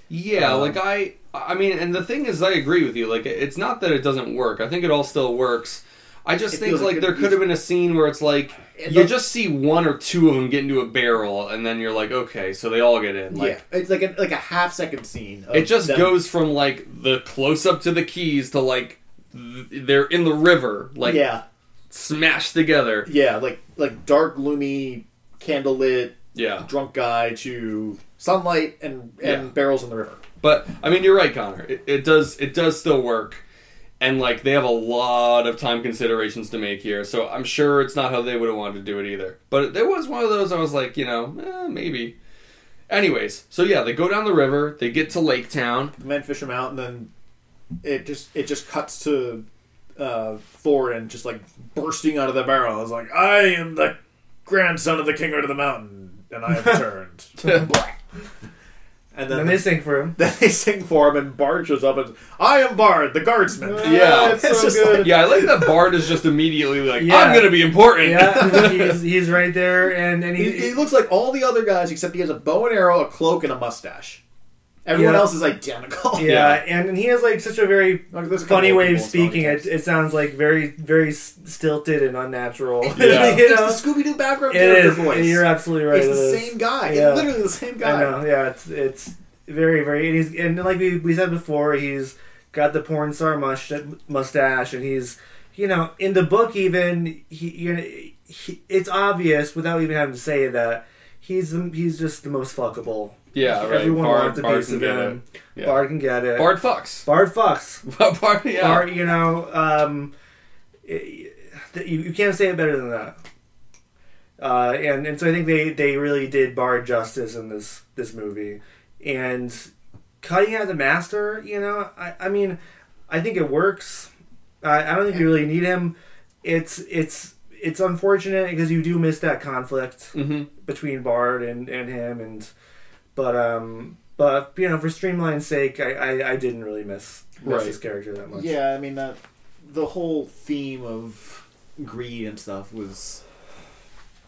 Speaker 1: yeah.
Speaker 2: um,
Speaker 1: like I, I mean, and the thing is, I agree with you. Like it's not that it doesn't work. I think it all still works. I just
Speaker 2: It
Speaker 1: think
Speaker 2: feels
Speaker 1: like
Speaker 2: good-
Speaker 1: there could have been a scene where it's like
Speaker 2: It
Speaker 1: you
Speaker 2: look-
Speaker 1: just see one or two of them get into a barrel, and then you're like, okay, so they all get in. Like
Speaker 2: yeah, it's like a, like a half second scene. Of
Speaker 1: It just
Speaker 2: them-
Speaker 1: goes from like the close up to the keys to like th- they're in the river, like
Speaker 2: yeah,
Speaker 1: smashed together.
Speaker 2: yeah, like like dark, gloomy, candlelit
Speaker 1: Yeah,
Speaker 2: drunk guy to sunlight and,
Speaker 1: Yeah.
Speaker 2: and barrels in the river.
Speaker 1: but I mean, you're right, Connor. It, it does it does still work, and like they have a lot of time considerations to make here. So I'm sure it's not how they would have wanted to do it either. But there was one of those I was like, you know, eh, maybe. Anyways, so yeah, they go down the river. They get to Lake Town.
Speaker 2: The men fish him out, and then it just it just cuts to uh, Thorin just like bursting out of the barrel. I was like, I am the grandson of the king of the mountain, and I have returned. and then
Speaker 4: and they sing for him
Speaker 2: then they sing for him, and Bard shows up, and I am Bard, the guardsman.
Speaker 1: Yeah.
Speaker 4: it's,
Speaker 2: It's
Speaker 4: so
Speaker 2: just
Speaker 4: good.
Speaker 2: like-
Speaker 1: Yeah, I like that Bard is just immediately like,
Speaker 4: Yeah.
Speaker 1: I'm gonna be important.
Speaker 4: yeah, he's, he's right there, and and
Speaker 2: He,
Speaker 4: he,
Speaker 2: he looks like all the other guys, except he has a bow and arrow, a cloak, and a mustache. Everyone
Speaker 4: Yeah.
Speaker 2: else is identical.
Speaker 4: yeah, and he has like such a very
Speaker 2: Like, there's a couple
Speaker 4: funny
Speaker 2: of
Speaker 4: way of
Speaker 2: people in Sonic
Speaker 4: speaking. It, it sounds like very very s- stilted and unnatural.
Speaker 1: Yeah.
Speaker 4: you know,
Speaker 2: It's the Scooby Doo background
Speaker 4: it
Speaker 2: character
Speaker 4: is.
Speaker 2: voice.
Speaker 4: You're absolutely right.
Speaker 2: it's
Speaker 4: it
Speaker 2: the
Speaker 4: is.
Speaker 2: same guy.
Speaker 4: Yeah.
Speaker 2: It's literally the same guy.
Speaker 4: I know. Yeah, it's it's very very and he's and like we, we said before, he's got the porn star must- mustache, and he's you know in the book even he you know he, it's obvious without even having to say that he's the, he's just the most fuckable.
Speaker 1: yeah. Right.
Speaker 4: Everyone
Speaker 1: Bard,
Speaker 4: wants a
Speaker 1: Bard
Speaker 4: piece
Speaker 1: can
Speaker 4: of
Speaker 1: get
Speaker 4: him.
Speaker 1: it. Yeah.
Speaker 4: Bard can get it.
Speaker 1: Bard fucks.
Speaker 4: Bard fucks.
Speaker 1: Bard, yeah.
Speaker 4: Or you know, um, it- it- you, you can't say it better than that. Uh, and and so I think they, they really did Bard justice in this this movie, and cutting out the master. You know, I, I mean, I think it works. I, I don't think you really need him. It's it's it's unfortunate because you do miss that conflict
Speaker 1: hmm
Speaker 4: between Bard and, and him, and but um but you know for streamline's sake, I I, I didn't really miss, miss
Speaker 1: Right.
Speaker 4: his character that much.
Speaker 2: Yeah, I mean that the whole theme of greed and stuff was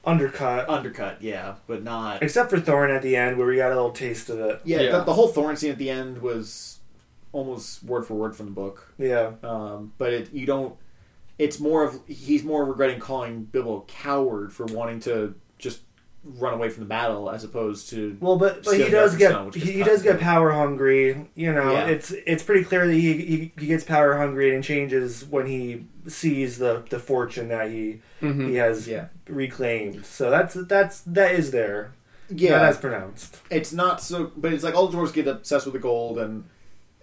Speaker 4: undercut.
Speaker 2: undercut. Yeah, but not.
Speaker 4: Except for Thorn at the end, where we got a little taste of it.
Speaker 2: Yeah,
Speaker 1: Yeah.
Speaker 2: The, the whole Thorn scene at the end was almost word for word from the book.
Speaker 4: Yeah,
Speaker 2: Um, but it, you don't. It's more of he's more regretting calling Bilbo a coward for wanting to just run away from the battle as opposed to
Speaker 4: well, but, but he
Speaker 2: Still
Speaker 4: does
Speaker 2: doesn't
Speaker 4: get
Speaker 2: sound, which
Speaker 4: he,
Speaker 2: is
Speaker 4: he does
Speaker 2: cut.
Speaker 4: get power hungry. You know,
Speaker 2: Yeah.
Speaker 4: it's it's pretty clear that he, he he gets power hungry and changes when he sees the the fortune that he
Speaker 2: Mm-hmm.
Speaker 4: he has
Speaker 2: Yeah.
Speaker 4: reclaimed. So that's that's that is there.
Speaker 2: yeah
Speaker 4: that's pronounced.
Speaker 2: it's not so but it's like all the dwarves get obsessed with the gold and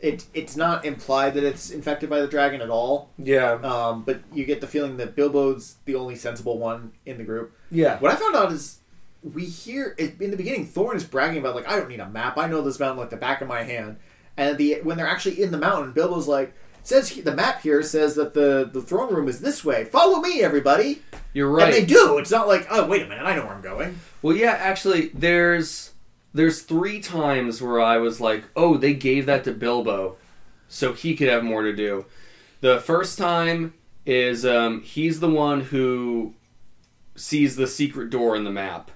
Speaker 2: it it's not implied that it's infected by the dragon at all
Speaker 4: Yeah,
Speaker 2: um, but you get the feeling that bilbo's the only sensible one in the group
Speaker 4: yeah,
Speaker 2: what i found out is we hear it, in the beginning thorn is bragging about like i don't need a map i know this mountain like the back of my hand and at the when they're actually in the mountain bilbo's like says he- the map here says that the the throne room is this way follow me everybody
Speaker 1: You're right.
Speaker 2: and they do it's not like oh wait a minute i know where i'm going
Speaker 1: well, yeah, actually, there's there's three times where I was like, oh, they gave that to Bilbo, so he could have more to do. The first time is um, he's the one who sees the secret door in the map.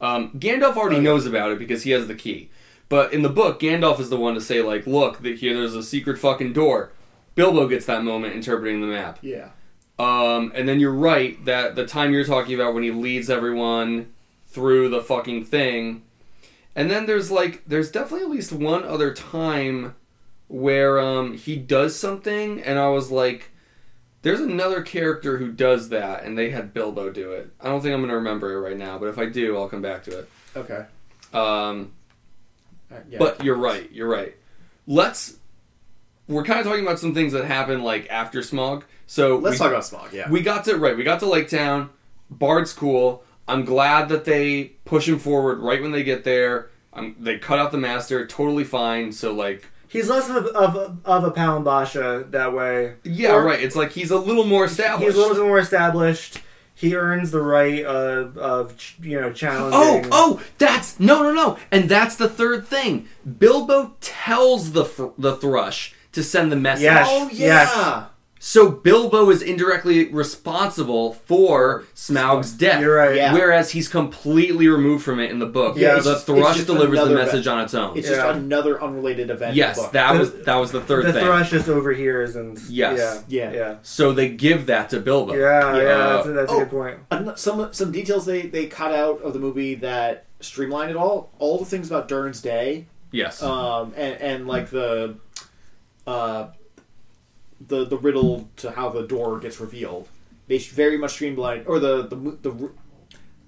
Speaker 1: Um, Gandalf already knows about it because he has the key. But in the book, Gandalf is the one to say, like, look, the, here, there's a secret fucking door. Bilbo gets that moment interpreting the map.
Speaker 2: yeah
Speaker 1: Um, and then you're right that the time you're talking about when he leads everyone through the fucking thing, and then there's like there's definitely at least one other time where um, he does something, and I was like, There's another character who does that, and they had Bilbo do it. I don't think I'm going to remember it right now, but if I do, I'll come back to it.
Speaker 2: Okay.
Speaker 1: Um,
Speaker 2: Uh, yeah.
Speaker 1: But you're right. You're right. Let's. We're kind of talking about some things that happen like after Smog. So
Speaker 2: let's
Speaker 1: we,
Speaker 2: talk about smog. Yeah.
Speaker 1: We got to right. We got to Lake Town. Bard's cool. I'm glad that they push him forward right when they get there. Um, they cut out the master. Totally fine. So like,
Speaker 4: He's less of of, of a Palin Basha that way.
Speaker 1: yeah,
Speaker 4: Or-
Speaker 1: right. It's like he's a little more
Speaker 4: He's
Speaker 1: established.
Speaker 4: a little bit more established. He earns the right of of ch- you know
Speaker 1: Oh,
Speaker 4: challenging.
Speaker 1: oh, that's no, no, no, and that's the third thing. Bilbo tells the fr- the thrush to send the message.
Speaker 4: Yes.
Speaker 2: oh yeah.
Speaker 4: Yes.
Speaker 1: So Bilbo is indirectly responsible for Smaug's death.
Speaker 4: You're right.
Speaker 2: Yeah.
Speaker 1: Whereas he's completely removed from it in the book.
Speaker 4: Yeah,
Speaker 1: the
Speaker 2: it's- it's
Speaker 1: thrush
Speaker 2: just
Speaker 1: delivers the
Speaker 2: another
Speaker 1: message on its own.
Speaker 2: It's
Speaker 4: Yeah.
Speaker 2: just another unrelated event. in the
Speaker 1: yes,
Speaker 2: book.
Speaker 1: that
Speaker 4: The-
Speaker 1: was that was the third
Speaker 4: the
Speaker 1: thing.
Speaker 4: thrush just overhears and
Speaker 1: Yes.
Speaker 4: yeah,
Speaker 2: Yeah.
Speaker 4: yeah,
Speaker 1: So they give that to Bilbo.
Speaker 4: yeah, yeah.
Speaker 2: Yeah.
Speaker 4: that's a, that's a
Speaker 2: Oh.
Speaker 4: good point.
Speaker 2: An- some some details they they cut out of the movie that streamlined it all. All the things about Durn's day,
Speaker 1: Yes.
Speaker 2: um, and and like the, uh, the the riddle to how the door gets revealed. They sh- very much streamlined, or the the mo- the ru-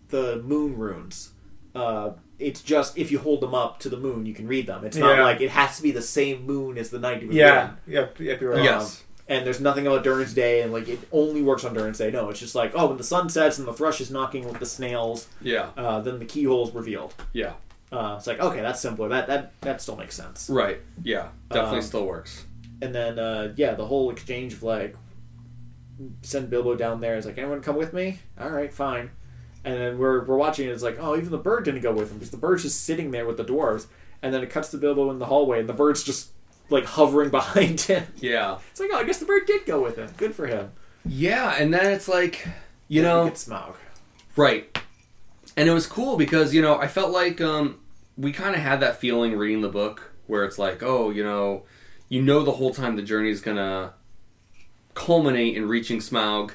Speaker 2: the moon runes. Uh, it's just if you hold them up to the moon, you can read them. It's not
Speaker 4: Yeah.
Speaker 2: like it has to be the same moon as the night. it was written
Speaker 4: Yeah, yep, yep, you're right.
Speaker 1: Yeah.
Speaker 2: um,
Speaker 1: Yes.
Speaker 2: and there's nothing about Durin's Day, and like it only works on Durin's Day. No, it's just like, oh, when the sun sets and the thrush is knocking with the snails,
Speaker 1: yeah.
Speaker 2: uh, then the keyhole's revealed.
Speaker 1: Yeah.
Speaker 2: Uh, it's like, okay, that's simpler. That that that still makes sense.
Speaker 1: Right. Yeah. Definitely
Speaker 2: Um,
Speaker 1: still works.
Speaker 2: And then uh, yeah, the whole exchange of like, send Bilbo down there. It's like, anyone come with me? All right, fine. And then we're we're watching it. It's like, oh, even the bird didn't go with him because the bird's just sitting there with the dwarves. And then it cuts to Bilbo in the hallway, and the bird's just like hovering behind him.
Speaker 1: Yeah.
Speaker 2: It's like, oh, I guess the bird did go with him. Good for him.
Speaker 1: Yeah, and then it's like, you know,
Speaker 2: it's Smaug.
Speaker 1: Right. And it was cool because, you know, I felt like um, we kind of had that feeling reading the book where it's like, oh, you know, you know the whole time the journey is going to culminate in reaching Smaug.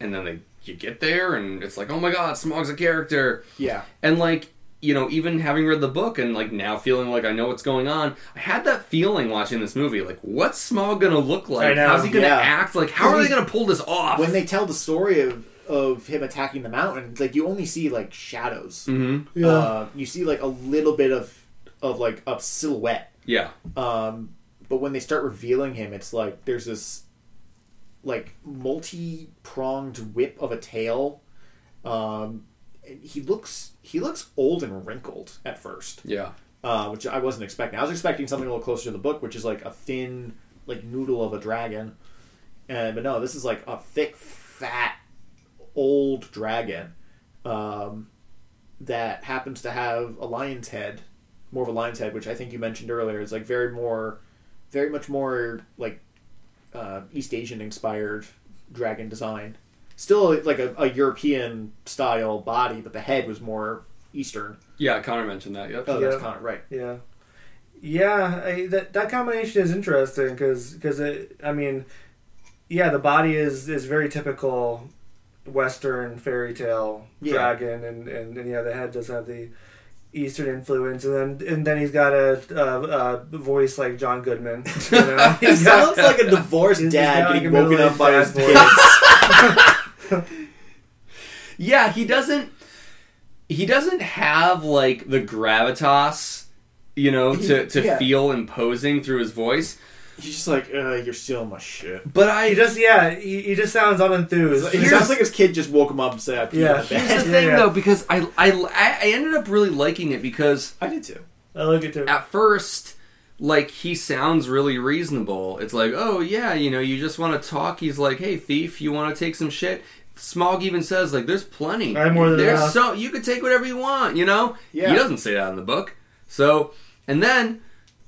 Speaker 1: And then they, you get there and it's like, oh my god, Smaug's a character.
Speaker 2: Yeah.
Speaker 1: And like, you know, even having read the book and like now feeling like I know what's going on, I had that feeling watching this movie. Like, what's Smaug going to look
Speaker 4: I
Speaker 1: like?
Speaker 4: know,
Speaker 1: How's he going to
Speaker 2: yeah.
Speaker 1: act? Like, how are they going to pull this off?
Speaker 2: when they tell the story of of him attacking the mountain, it's like you only see like shadows.
Speaker 1: Mhm.
Speaker 2: Uh, you see like a little bit of of like a silhouette.
Speaker 1: Yeah.
Speaker 2: Um, but when they start revealing him, it's like there's this like multi pronged whip of a tail. Um, and he looks he looks old and wrinkled at first,
Speaker 1: Yeah.
Speaker 2: uh, which I wasn't expecting. I was expecting something a little closer to the book, which is like a thin like noodle of a dragon. And but no, this is like a thick, fat, old dragon um, that happens to have a lion's head, more of a lion's head, which I think you mentioned earlier. is like very more, very much more like uh, East Asian inspired dragon design. Still like a, a European style body, but the head was more Eastern.
Speaker 1: Yeah, Connor mentioned that. Yep.
Speaker 2: Oh,
Speaker 4: Yeah.
Speaker 2: that's kind of right.
Speaker 4: Yeah, yeah. I, that that combination is interesting because it. I mean, yeah, the body is is very typical Western fairy tale
Speaker 2: Yeah.
Speaker 4: dragon, and, and and yeah, the head does have the Eastern influence, and then and then he's got a, a, a voice like John Goodman. You know?
Speaker 2: He sounds like a divorced
Speaker 4: He's
Speaker 2: dad
Speaker 4: got, like,
Speaker 2: getting
Speaker 4: a
Speaker 2: woken up
Speaker 4: middle-aged
Speaker 2: by
Speaker 4: dad
Speaker 2: his
Speaker 4: voice.
Speaker 2: kids.
Speaker 1: Yeah, he doesn't. He doesn't have like the gravitas, you know, to to
Speaker 2: Yeah.
Speaker 1: feel imposing through his voice.
Speaker 2: He's just like, uh, you're stealing my shit.
Speaker 1: But
Speaker 4: He
Speaker 1: I
Speaker 4: just yeah, he, he just sounds unenthused.
Speaker 2: It sounds like his kid just woke him up and said, I peed
Speaker 4: Yeah.
Speaker 2: on the bed.
Speaker 1: here's the thing
Speaker 4: Yeah.
Speaker 1: though, because I I I ended up really liking it because
Speaker 2: I did too.
Speaker 4: I look at him.
Speaker 1: at first. Like he sounds really reasonable. It's like, oh yeah, you know, you just want to talk. He's like, hey thief, you want to take some shit? Smog even says like, there's plenty.
Speaker 4: I have more than
Speaker 1: there's
Speaker 4: enough.
Speaker 1: so you could take whatever you want. You know,
Speaker 2: Yeah.
Speaker 1: he doesn't say that in the book. So, and then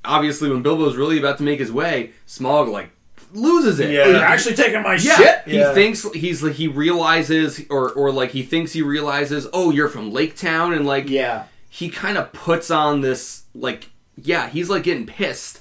Speaker 1: obviously when Bilbo's really about to make his way, Smog like loses it.
Speaker 4: Yeah.
Speaker 2: You're actually taking my
Speaker 1: Yeah.
Speaker 2: shit?
Speaker 1: He
Speaker 4: Yeah.
Speaker 1: thinks he's like he realizes or or like he thinks he realizes, "Oh, you're from Lake Town." And like
Speaker 2: Yeah.
Speaker 1: he kind of puts on this like yeah, he's like getting pissed.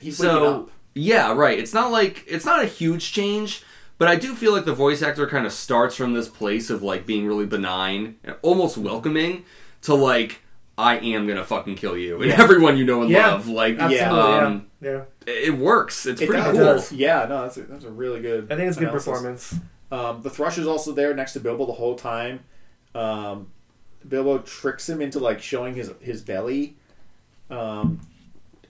Speaker 2: He's waking
Speaker 1: So
Speaker 2: up.
Speaker 1: yeah, right. It's not like it's not a huge change, but I do feel like the voice actor kind of starts from this place of like being really benign and almost welcoming to like I am gonna fucking kill you and everyone you know and
Speaker 4: Yeah.
Speaker 1: love. Like,
Speaker 2: Absolutely,
Speaker 1: um,
Speaker 4: yeah. yeah.
Speaker 1: it works. It's
Speaker 2: It
Speaker 1: pretty
Speaker 2: does.
Speaker 1: cool.
Speaker 2: Yeah, no, that's a, that's a really good.
Speaker 4: I think it's a good
Speaker 2: analysis.
Speaker 4: performance.
Speaker 2: Um, the Thrush is also there next to Bilbo the whole time. Um, Bilbo tricks him into like showing his his belly, um,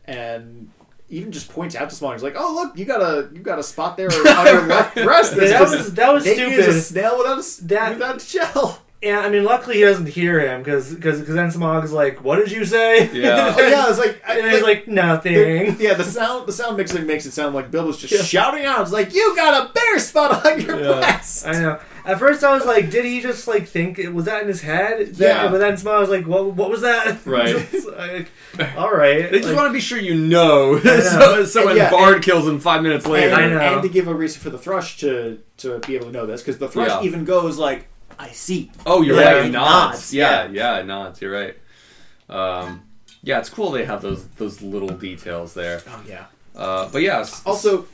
Speaker 2: and even just points out to Smaug. He's like, "Oh look, you got a you got a spot there on your left breast."
Speaker 4: Yeah, that
Speaker 2: that's
Speaker 4: was that was
Speaker 2: naked as a
Speaker 4: stupid.
Speaker 2: snail without a s-
Speaker 4: That-
Speaker 2: without a shell.
Speaker 4: Yeah, I mean, luckily he doesn't hear him because because then Smog's like, "What did you say?"
Speaker 1: Yeah.
Speaker 2: Oh, yeah, it's like, I,
Speaker 4: and he's like,
Speaker 2: the-
Speaker 4: "Nothing."
Speaker 2: yeah, the sound the sound mixing makes it sound like Bilbo's just shouting out. It's like, "You got a bear spot on your breast."
Speaker 4: I know. At first, I was like, "Did he just like think it was that in his head?"
Speaker 2: Yeah.
Speaker 4: But then Smog was like, "What? What was that?"
Speaker 1: Right.
Speaker 4: It's like, All right.
Speaker 1: They just
Speaker 4: Like,
Speaker 1: want to be sure you know.
Speaker 4: know.
Speaker 1: so, so when
Speaker 2: And yeah,
Speaker 1: Bard kills him five minutes
Speaker 2: and,
Speaker 1: later,
Speaker 4: I know.
Speaker 2: and to give a reason for the thrush to to be able to know this because the thrush
Speaker 1: Yeah.
Speaker 2: even goes like i see
Speaker 1: oh, you're
Speaker 4: Yeah,
Speaker 1: right. He
Speaker 2: it
Speaker 1: nods.
Speaker 2: nods,
Speaker 1: Yeah, yeah, it nods. You're right. Um, yeah, it's cool they have those those little details there.
Speaker 2: oh yeah
Speaker 1: Uh, but yeah, s-
Speaker 2: also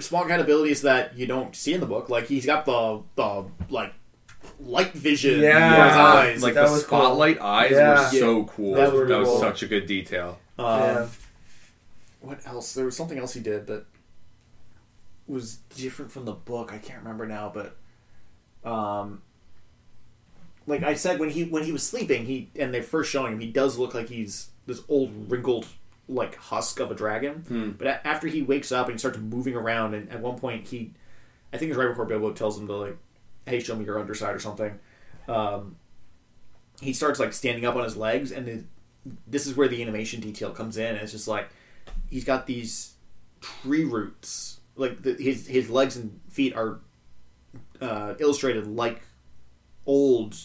Speaker 2: smog had abilities that you don't see in the book like he's got the the like light vision
Speaker 4: Yeah.
Speaker 2: for his eyes
Speaker 1: like
Speaker 4: that
Speaker 1: the
Speaker 4: was cool.
Speaker 1: spotlight eyes
Speaker 4: Yeah.
Speaker 1: were so cool.
Speaker 2: That
Speaker 1: That
Speaker 2: was
Speaker 1: was,
Speaker 2: cool.
Speaker 1: such a good detail.
Speaker 2: um,
Speaker 4: Yeah.
Speaker 2: what else there was something else he did that was different from the book i can't remember now but um like i said when he when he was sleeping he and they're first showing him he does look like he's this old wrinkled like husk of a dragon but a- after he wakes up and starts moving around and at one point he i think it's right before bilbo tells him to like hey show me your underside or something um he starts like standing up on his legs and his, this is where the animation detail comes in and it's just like he's got these tree roots like the, his his legs and feet are uh, illustrated like old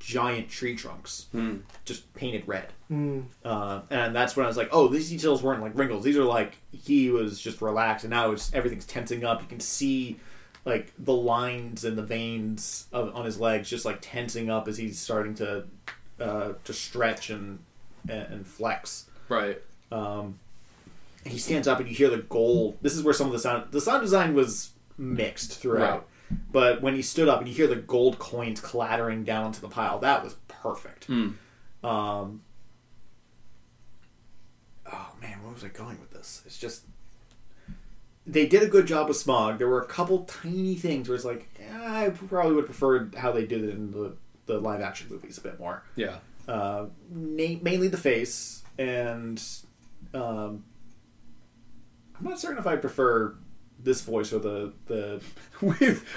Speaker 2: giant tree trunks just painted red uh, and that's when i was like oh these details weren't like wrinkles these are like he was just relaxed and now it's everything's tensing up you can see like the lines and the veins of, on his legs just like tensing up as he's starting to uh, to stretch and and, and flex
Speaker 1: Right.
Speaker 2: he stands up and you hear the goal. This is where some of the sound the sound design was mixed throughout. But when he stood up and you hear the gold coins clattering down onto the pile, that was perfect. Um, oh man, where was I going with this? It's just they did a good job with Smog. There were a couple tiny things where it's like eh, I probably would have preferred how they did it in the the live action movies a bit more
Speaker 1: Yeah.
Speaker 2: uh, na- mainly the face, and um, I'm not certain if I prefer this voice or the the
Speaker 1: we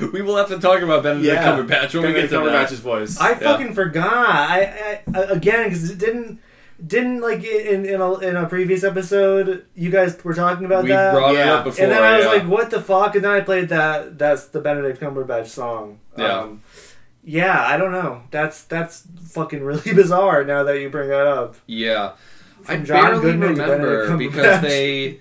Speaker 1: we will have to talk about Benedict Cumberbatch when we get to
Speaker 2: Benedict
Speaker 1: that.
Speaker 2: Cumberbatch's voice.
Speaker 4: I fucking forgot. I, I uh, again because it didn't didn't like in in a, in a previous episode you guys were talking about
Speaker 1: We
Speaker 4: that.
Speaker 1: brought it
Speaker 2: yeah.
Speaker 1: up before.
Speaker 4: and then I was
Speaker 1: yeah.
Speaker 4: like, "What the fuck?" And then I played that. That's the Benedict Cumberbatch song.
Speaker 1: Yeah.
Speaker 4: Um, yeah, I don't know. That's that's fucking really bizarre. Now that you bring that up,
Speaker 1: Yeah, I
Speaker 4: John
Speaker 1: barely
Speaker 4: Goodman to
Speaker 1: remember
Speaker 4: Benedict
Speaker 1: because
Speaker 4: Cumberbatch.
Speaker 1: they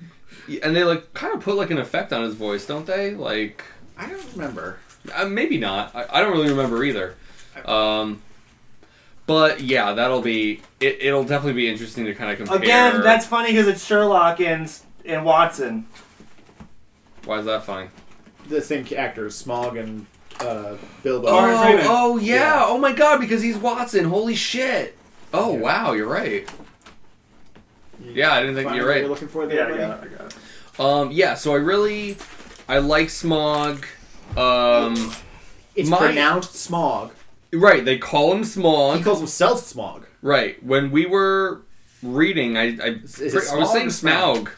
Speaker 1: and they like kind of put like an effect on his voice, don't they? Like
Speaker 2: I don't remember.
Speaker 1: uh, maybe not. I, I don't really remember either. Um, but yeah, that'll be it. It'll definitely be interesting to kind of compare.
Speaker 4: again, that's funny because it's Sherlock and and Watson.
Speaker 1: why is that funny?
Speaker 2: The same actors, Smog and uh, Bilbo.
Speaker 4: Martin
Speaker 1: Oh,
Speaker 4: Freeman.
Speaker 1: oh yeah.
Speaker 2: Yeah.
Speaker 1: Oh my god, because he's Watson. Holy shit. Oh
Speaker 2: Yeah.
Speaker 1: wow, you're right.
Speaker 2: You
Speaker 1: Yeah, I didn't think
Speaker 2: find
Speaker 1: you're
Speaker 2: what
Speaker 1: right.
Speaker 2: You're looking for there,
Speaker 4: Yeah,
Speaker 2: buddy?
Speaker 4: yeah, I got it.
Speaker 1: Um, yeah. So I really, I like Smog. Um,
Speaker 2: It's
Speaker 1: My-
Speaker 2: pronounced Smog.
Speaker 1: right. They call him Smog.
Speaker 2: He calls himself Smog.
Speaker 1: Right. When we were reading, I I,
Speaker 2: it
Speaker 1: I was
Speaker 2: Smaug
Speaker 1: saying
Speaker 2: or Smaug?
Speaker 1: Smaug.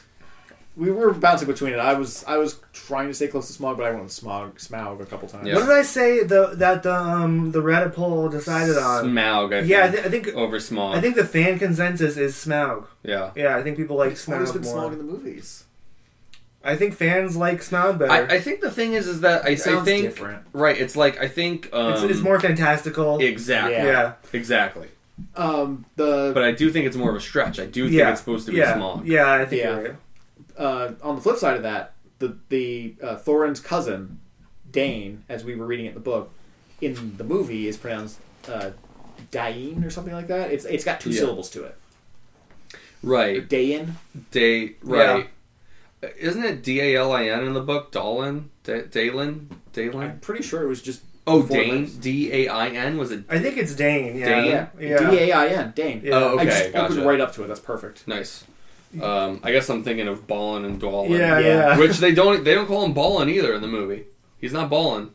Speaker 2: We were bouncing between it. I was I was trying to stay close to Smog, but I went with Smog, Smaug a couple times.
Speaker 1: Yeah.
Speaker 4: What did I say the, that the um the Reddit poll decided on?
Speaker 1: Smaug. I
Speaker 4: yeah, I,
Speaker 1: think,
Speaker 4: th- I think
Speaker 1: over Smaug.
Speaker 4: I think the fan consensus is Smaug.
Speaker 1: yeah.
Speaker 4: Yeah, I think people like
Speaker 2: It's always
Speaker 4: Smaug
Speaker 2: been
Speaker 4: more.
Speaker 2: Smog in the movies.
Speaker 4: I think fans like Smaug better.
Speaker 1: I, I think the thing is, is that I, I
Speaker 2: sounds
Speaker 1: think
Speaker 2: different.
Speaker 1: right. It's like I think um,
Speaker 4: it's, it's more fantastical.
Speaker 1: exactly,
Speaker 2: Yeah.
Speaker 4: yeah.
Speaker 1: exactly.
Speaker 2: Um, the
Speaker 1: But I do think it's more of a stretch. I do think
Speaker 4: yeah.
Speaker 1: it's supposed to be
Speaker 4: yeah.
Speaker 1: Smaug.
Speaker 4: Yeah, I think
Speaker 2: Yeah.
Speaker 4: you're right.
Speaker 2: uh, on the flip side of that, the the uh, Thorin's cousin, Dane, as we were reading it in the book, in the movie is pronounced uh, Dain or something like that. It's it's got two
Speaker 1: Yeah.
Speaker 2: syllables to it.
Speaker 1: Right.
Speaker 2: Dayin.
Speaker 1: Day. Right. Isn't it D A L I N in the book? Dalin. Da- Dalin.
Speaker 2: I'm
Speaker 1: Dalin.
Speaker 2: pretty sure it was just
Speaker 1: Oh,
Speaker 2: Before
Speaker 1: Dane,
Speaker 2: this.
Speaker 1: D A I N was it?
Speaker 4: I think it's Dane. Yeah.
Speaker 1: Dane?
Speaker 2: Yeah,
Speaker 4: Yeah.
Speaker 2: D A I N. Dang.
Speaker 4: Yeah.
Speaker 1: Oh, okay,
Speaker 2: I just opened
Speaker 1: gotcha.
Speaker 2: right up to it. That's perfect.
Speaker 1: Nice. Um, I guess I'm thinking of Ballin and Dwallin.
Speaker 4: Yeah,
Speaker 2: Yeah.
Speaker 4: yeah.
Speaker 1: Which they don't they don't call him Ballin either in the movie. He's not Ballin.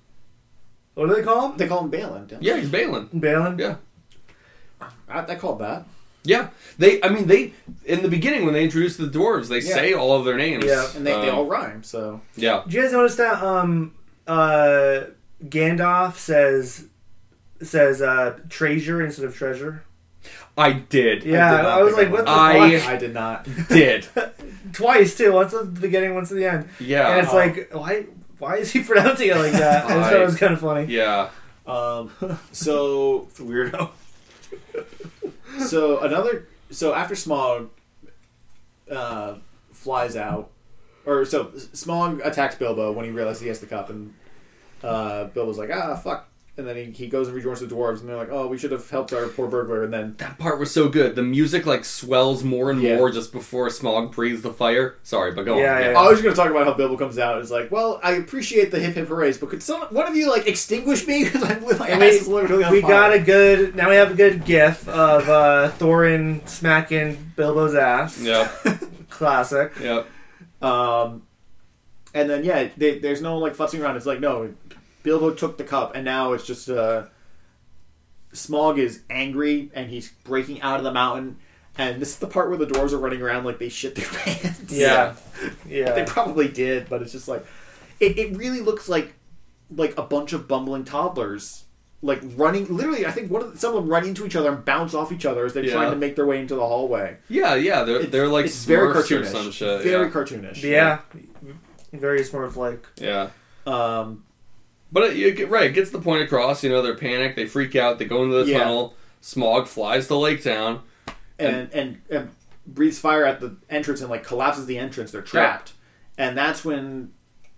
Speaker 4: What do they call him?
Speaker 2: They call him Balin. Don't
Speaker 1: Yeah, he's Balin.
Speaker 4: Balin?
Speaker 1: Yeah.
Speaker 2: I, I called that.
Speaker 1: Yeah. They I mean they in the beginning when they introduce the dwarves, they
Speaker 2: Yeah.
Speaker 1: say all of their names.
Speaker 4: Yeah,
Speaker 2: And they, they
Speaker 1: Um,
Speaker 2: all rhyme. So
Speaker 1: Yeah.
Speaker 4: Did you guys notice that um uh Gandalf says says uh treasure instead of treasure?
Speaker 1: I did.
Speaker 4: Yeah,
Speaker 2: did
Speaker 4: I,
Speaker 2: not
Speaker 4: was
Speaker 2: think I
Speaker 4: like, what the
Speaker 1: I-
Speaker 4: fuck?
Speaker 2: I did not.
Speaker 1: Did.
Speaker 4: Twice too, once at the beginning, once at the end.
Speaker 1: Yeah.
Speaker 4: and it's like why why is he pronouncing it like that? I just thought it was kinda funny.
Speaker 1: yeah.
Speaker 2: Um, so
Speaker 4: It's weirdo.
Speaker 2: so another so after Smog uh, flies out, or so Smog attacks Bilbo when he realizes he has the cup, and uh, Bilbo's like, ah, fuck. And then he, he goes and rejoins the dwarves, and they're like, oh, we should have helped our poor burglar. And then
Speaker 1: That part was so good. The music like swells more and
Speaker 2: Yeah.
Speaker 1: more just before Smog breathes the fire. Sorry, but go
Speaker 4: Yeah,
Speaker 1: on.
Speaker 4: yeah,
Speaker 2: I was going to talk about how Bilbo comes out. and is like, well, I appreciate the hip hip hoorays, but could some one of you like extinguish me because I'm with my
Speaker 4: And
Speaker 2: ass
Speaker 4: we-
Speaker 2: is literally on
Speaker 4: We
Speaker 2: fire."
Speaker 4: got a good now we have a good gif of uh Thorin smacking Bilbo's ass.
Speaker 1: Yeah.
Speaker 4: Classic.
Speaker 1: Yeah.
Speaker 2: Um, and then yeah, they, there's no like futzing around. It's like no, Bilbo took the cup, and now it's just uh, Smog is angry and he's breaking out of the mountain. And this is the part where the dwarves are running around like they shit their pants.
Speaker 4: Yeah.
Speaker 2: they
Speaker 4: Yeah.
Speaker 2: probably did, but it's just like it, it really looks like like a bunch of bumbling toddlers like running. Literally, I think one of the, some of them run into each other and bounce off each other as they're
Speaker 1: Yeah.
Speaker 2: trying to make their way into the hallway.
Speaker 1: Yeah, yeah. They're
Speaker 2: It's-
Speaker 1: they're like
Speaker 2: it's very
Speaker 1: Smurfs
Speaker 2: cartoonish,
Speaker 1: or some shit.
Speaker 2: very
Speaker 1: yeah.
Speaker 2: cartoonish.
Speaker 4: Yeah. Very smart like
Speaker 1: yeah.
Speaker 2: Um,
Speaker 1: But it, you get, right, it gets the point across. You know, they're panicked. They freak out. They go into the
Speaker 2: Yeah.
Speaker 1: tunnel. Smog flies to Lake Town.
Speaker 2: and and, and breathes fire at the entrance and like collapses the entrance. They're trapped, and that's when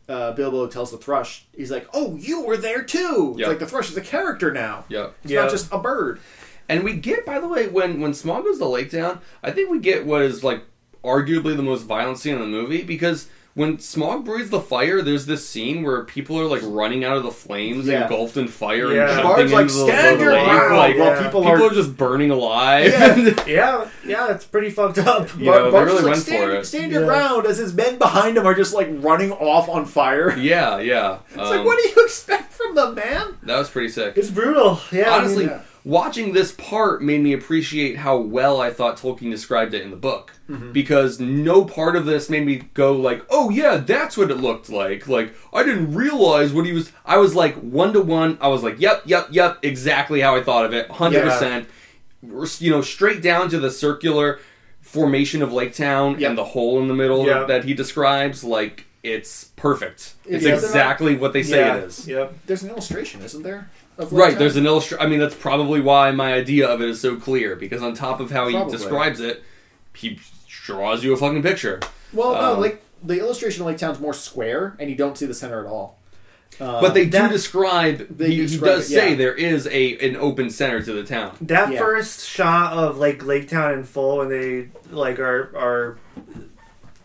Speaker 2: uh, Bilbo tells the Thrush, he's like, "Oh, you were there too."
Speaker 1: Yeah.
Speaker 2: It's like the Thrush is a character now.
Speaker 1: Yeah.
Speaker 2: It's
Speaker 4: Yeah.
Speaker 2: not just a bird.
Speaker 1: And we get, by the way, when when Smog goes to Lake Town, I think we get what is like arguably the most violent scene in the movie because when Smog breathes the fire, there's this scene where people are like running out of the flames,
Speaker 2: Yeah.
Speaker 1: engulfed in fire,
Speaker 4: Yeah.
Speaker 1: and
Speaker 2: The
Speaker 1: jumping
Speaker 2: bird's
Speaker 1: into
Speaker 2: like,
Speaker 1: the,
Speaker 2: "Stand
Speaker 1: the
Speaker 2: your
Speaker 1: lake.
Speaker 4: ground!"
Speaker 1: Like,
Speaker 4: Yeah.
Speaker 2: while people,
Speaker 1: People
Speaker 2: are.
Speaker 1: are just burning alive.
Speaker 4: Yeah, yeah, it's pretty fucked up.
Speaker 1: You know, they
Speaker 2: Bart's just
Speaker 1: really
Speaker 2: like,
Speaker 1: went
Speaker 2: stand,
Speaker 1: for it."
Speaker 2: stand your
Speaker 4: Yeah.
Speaker 2: ground as his men behind him are just like running off on fire. It's
Speaker 1: yeah, yeah.
Speaker 2: like,
Speaker 1: Um,
Speaker 2: what do you expect from the man?
Speaker 1: that was pretty sick.
Speaker 4: It's brutal. Yeah, I mean,
Speaker 1: honestly,
Speaker 2: yeah.
Speaker 1: watching this part made me appreciate how well I thought Tolkien described it in the book.
Speaker 4: Mm-hmm.
Speaker 1: Because no part of this made me go like, "Oh yeah, that's what it looked like." Like I didn't realize what he was. I was like one to one. I was like, "Yep, yep, yep, exactly how I thought of it, hundred percent." You know, straight down to the circular formation of Lake Town
Speaker 2: Yep.
Speaker 1: and the hole in the middle
Speaker 4: Yeah.
Speaker 1: that he describes. Like it's perfect. It's
Speaker 2: Yeah.
Speaker 1: exactly what they say
Speaker 4: yeah,
Speaker 1: it is.
Speaker 4: Yep.
Speaker 2: There's an illustration, isn't there? Of what
Speaker 1: Right,
Speaker 2: time?
Speaker 1: there's an illustration. I mean, that's probably why my idea of it is so clear because on top of how
Speaker 2: Probably.
Speaker 1: he describes it, he draws you a fucking picture.
Speaker 2: well, no,
Speaker 1: um,
Speaker 2: like the illustration of Lake Town's more square, and you don't see the center at all.
Speaker 1: but they do
Speaker 4: that-
Speaker 1: describe.
Speaker 2: Uh, They
Speaker 1: he, he
Speaker 2: describe
Speaker 1: does
Speaker 2: it,
Speaker 1: say
Speaker 2: yeah.
Speaker 1: there is a an open center to the town.
Speaker 4: That
Speaker 2: Yeah.
Speaker 4: first shot of like Lake Town in full when they like are are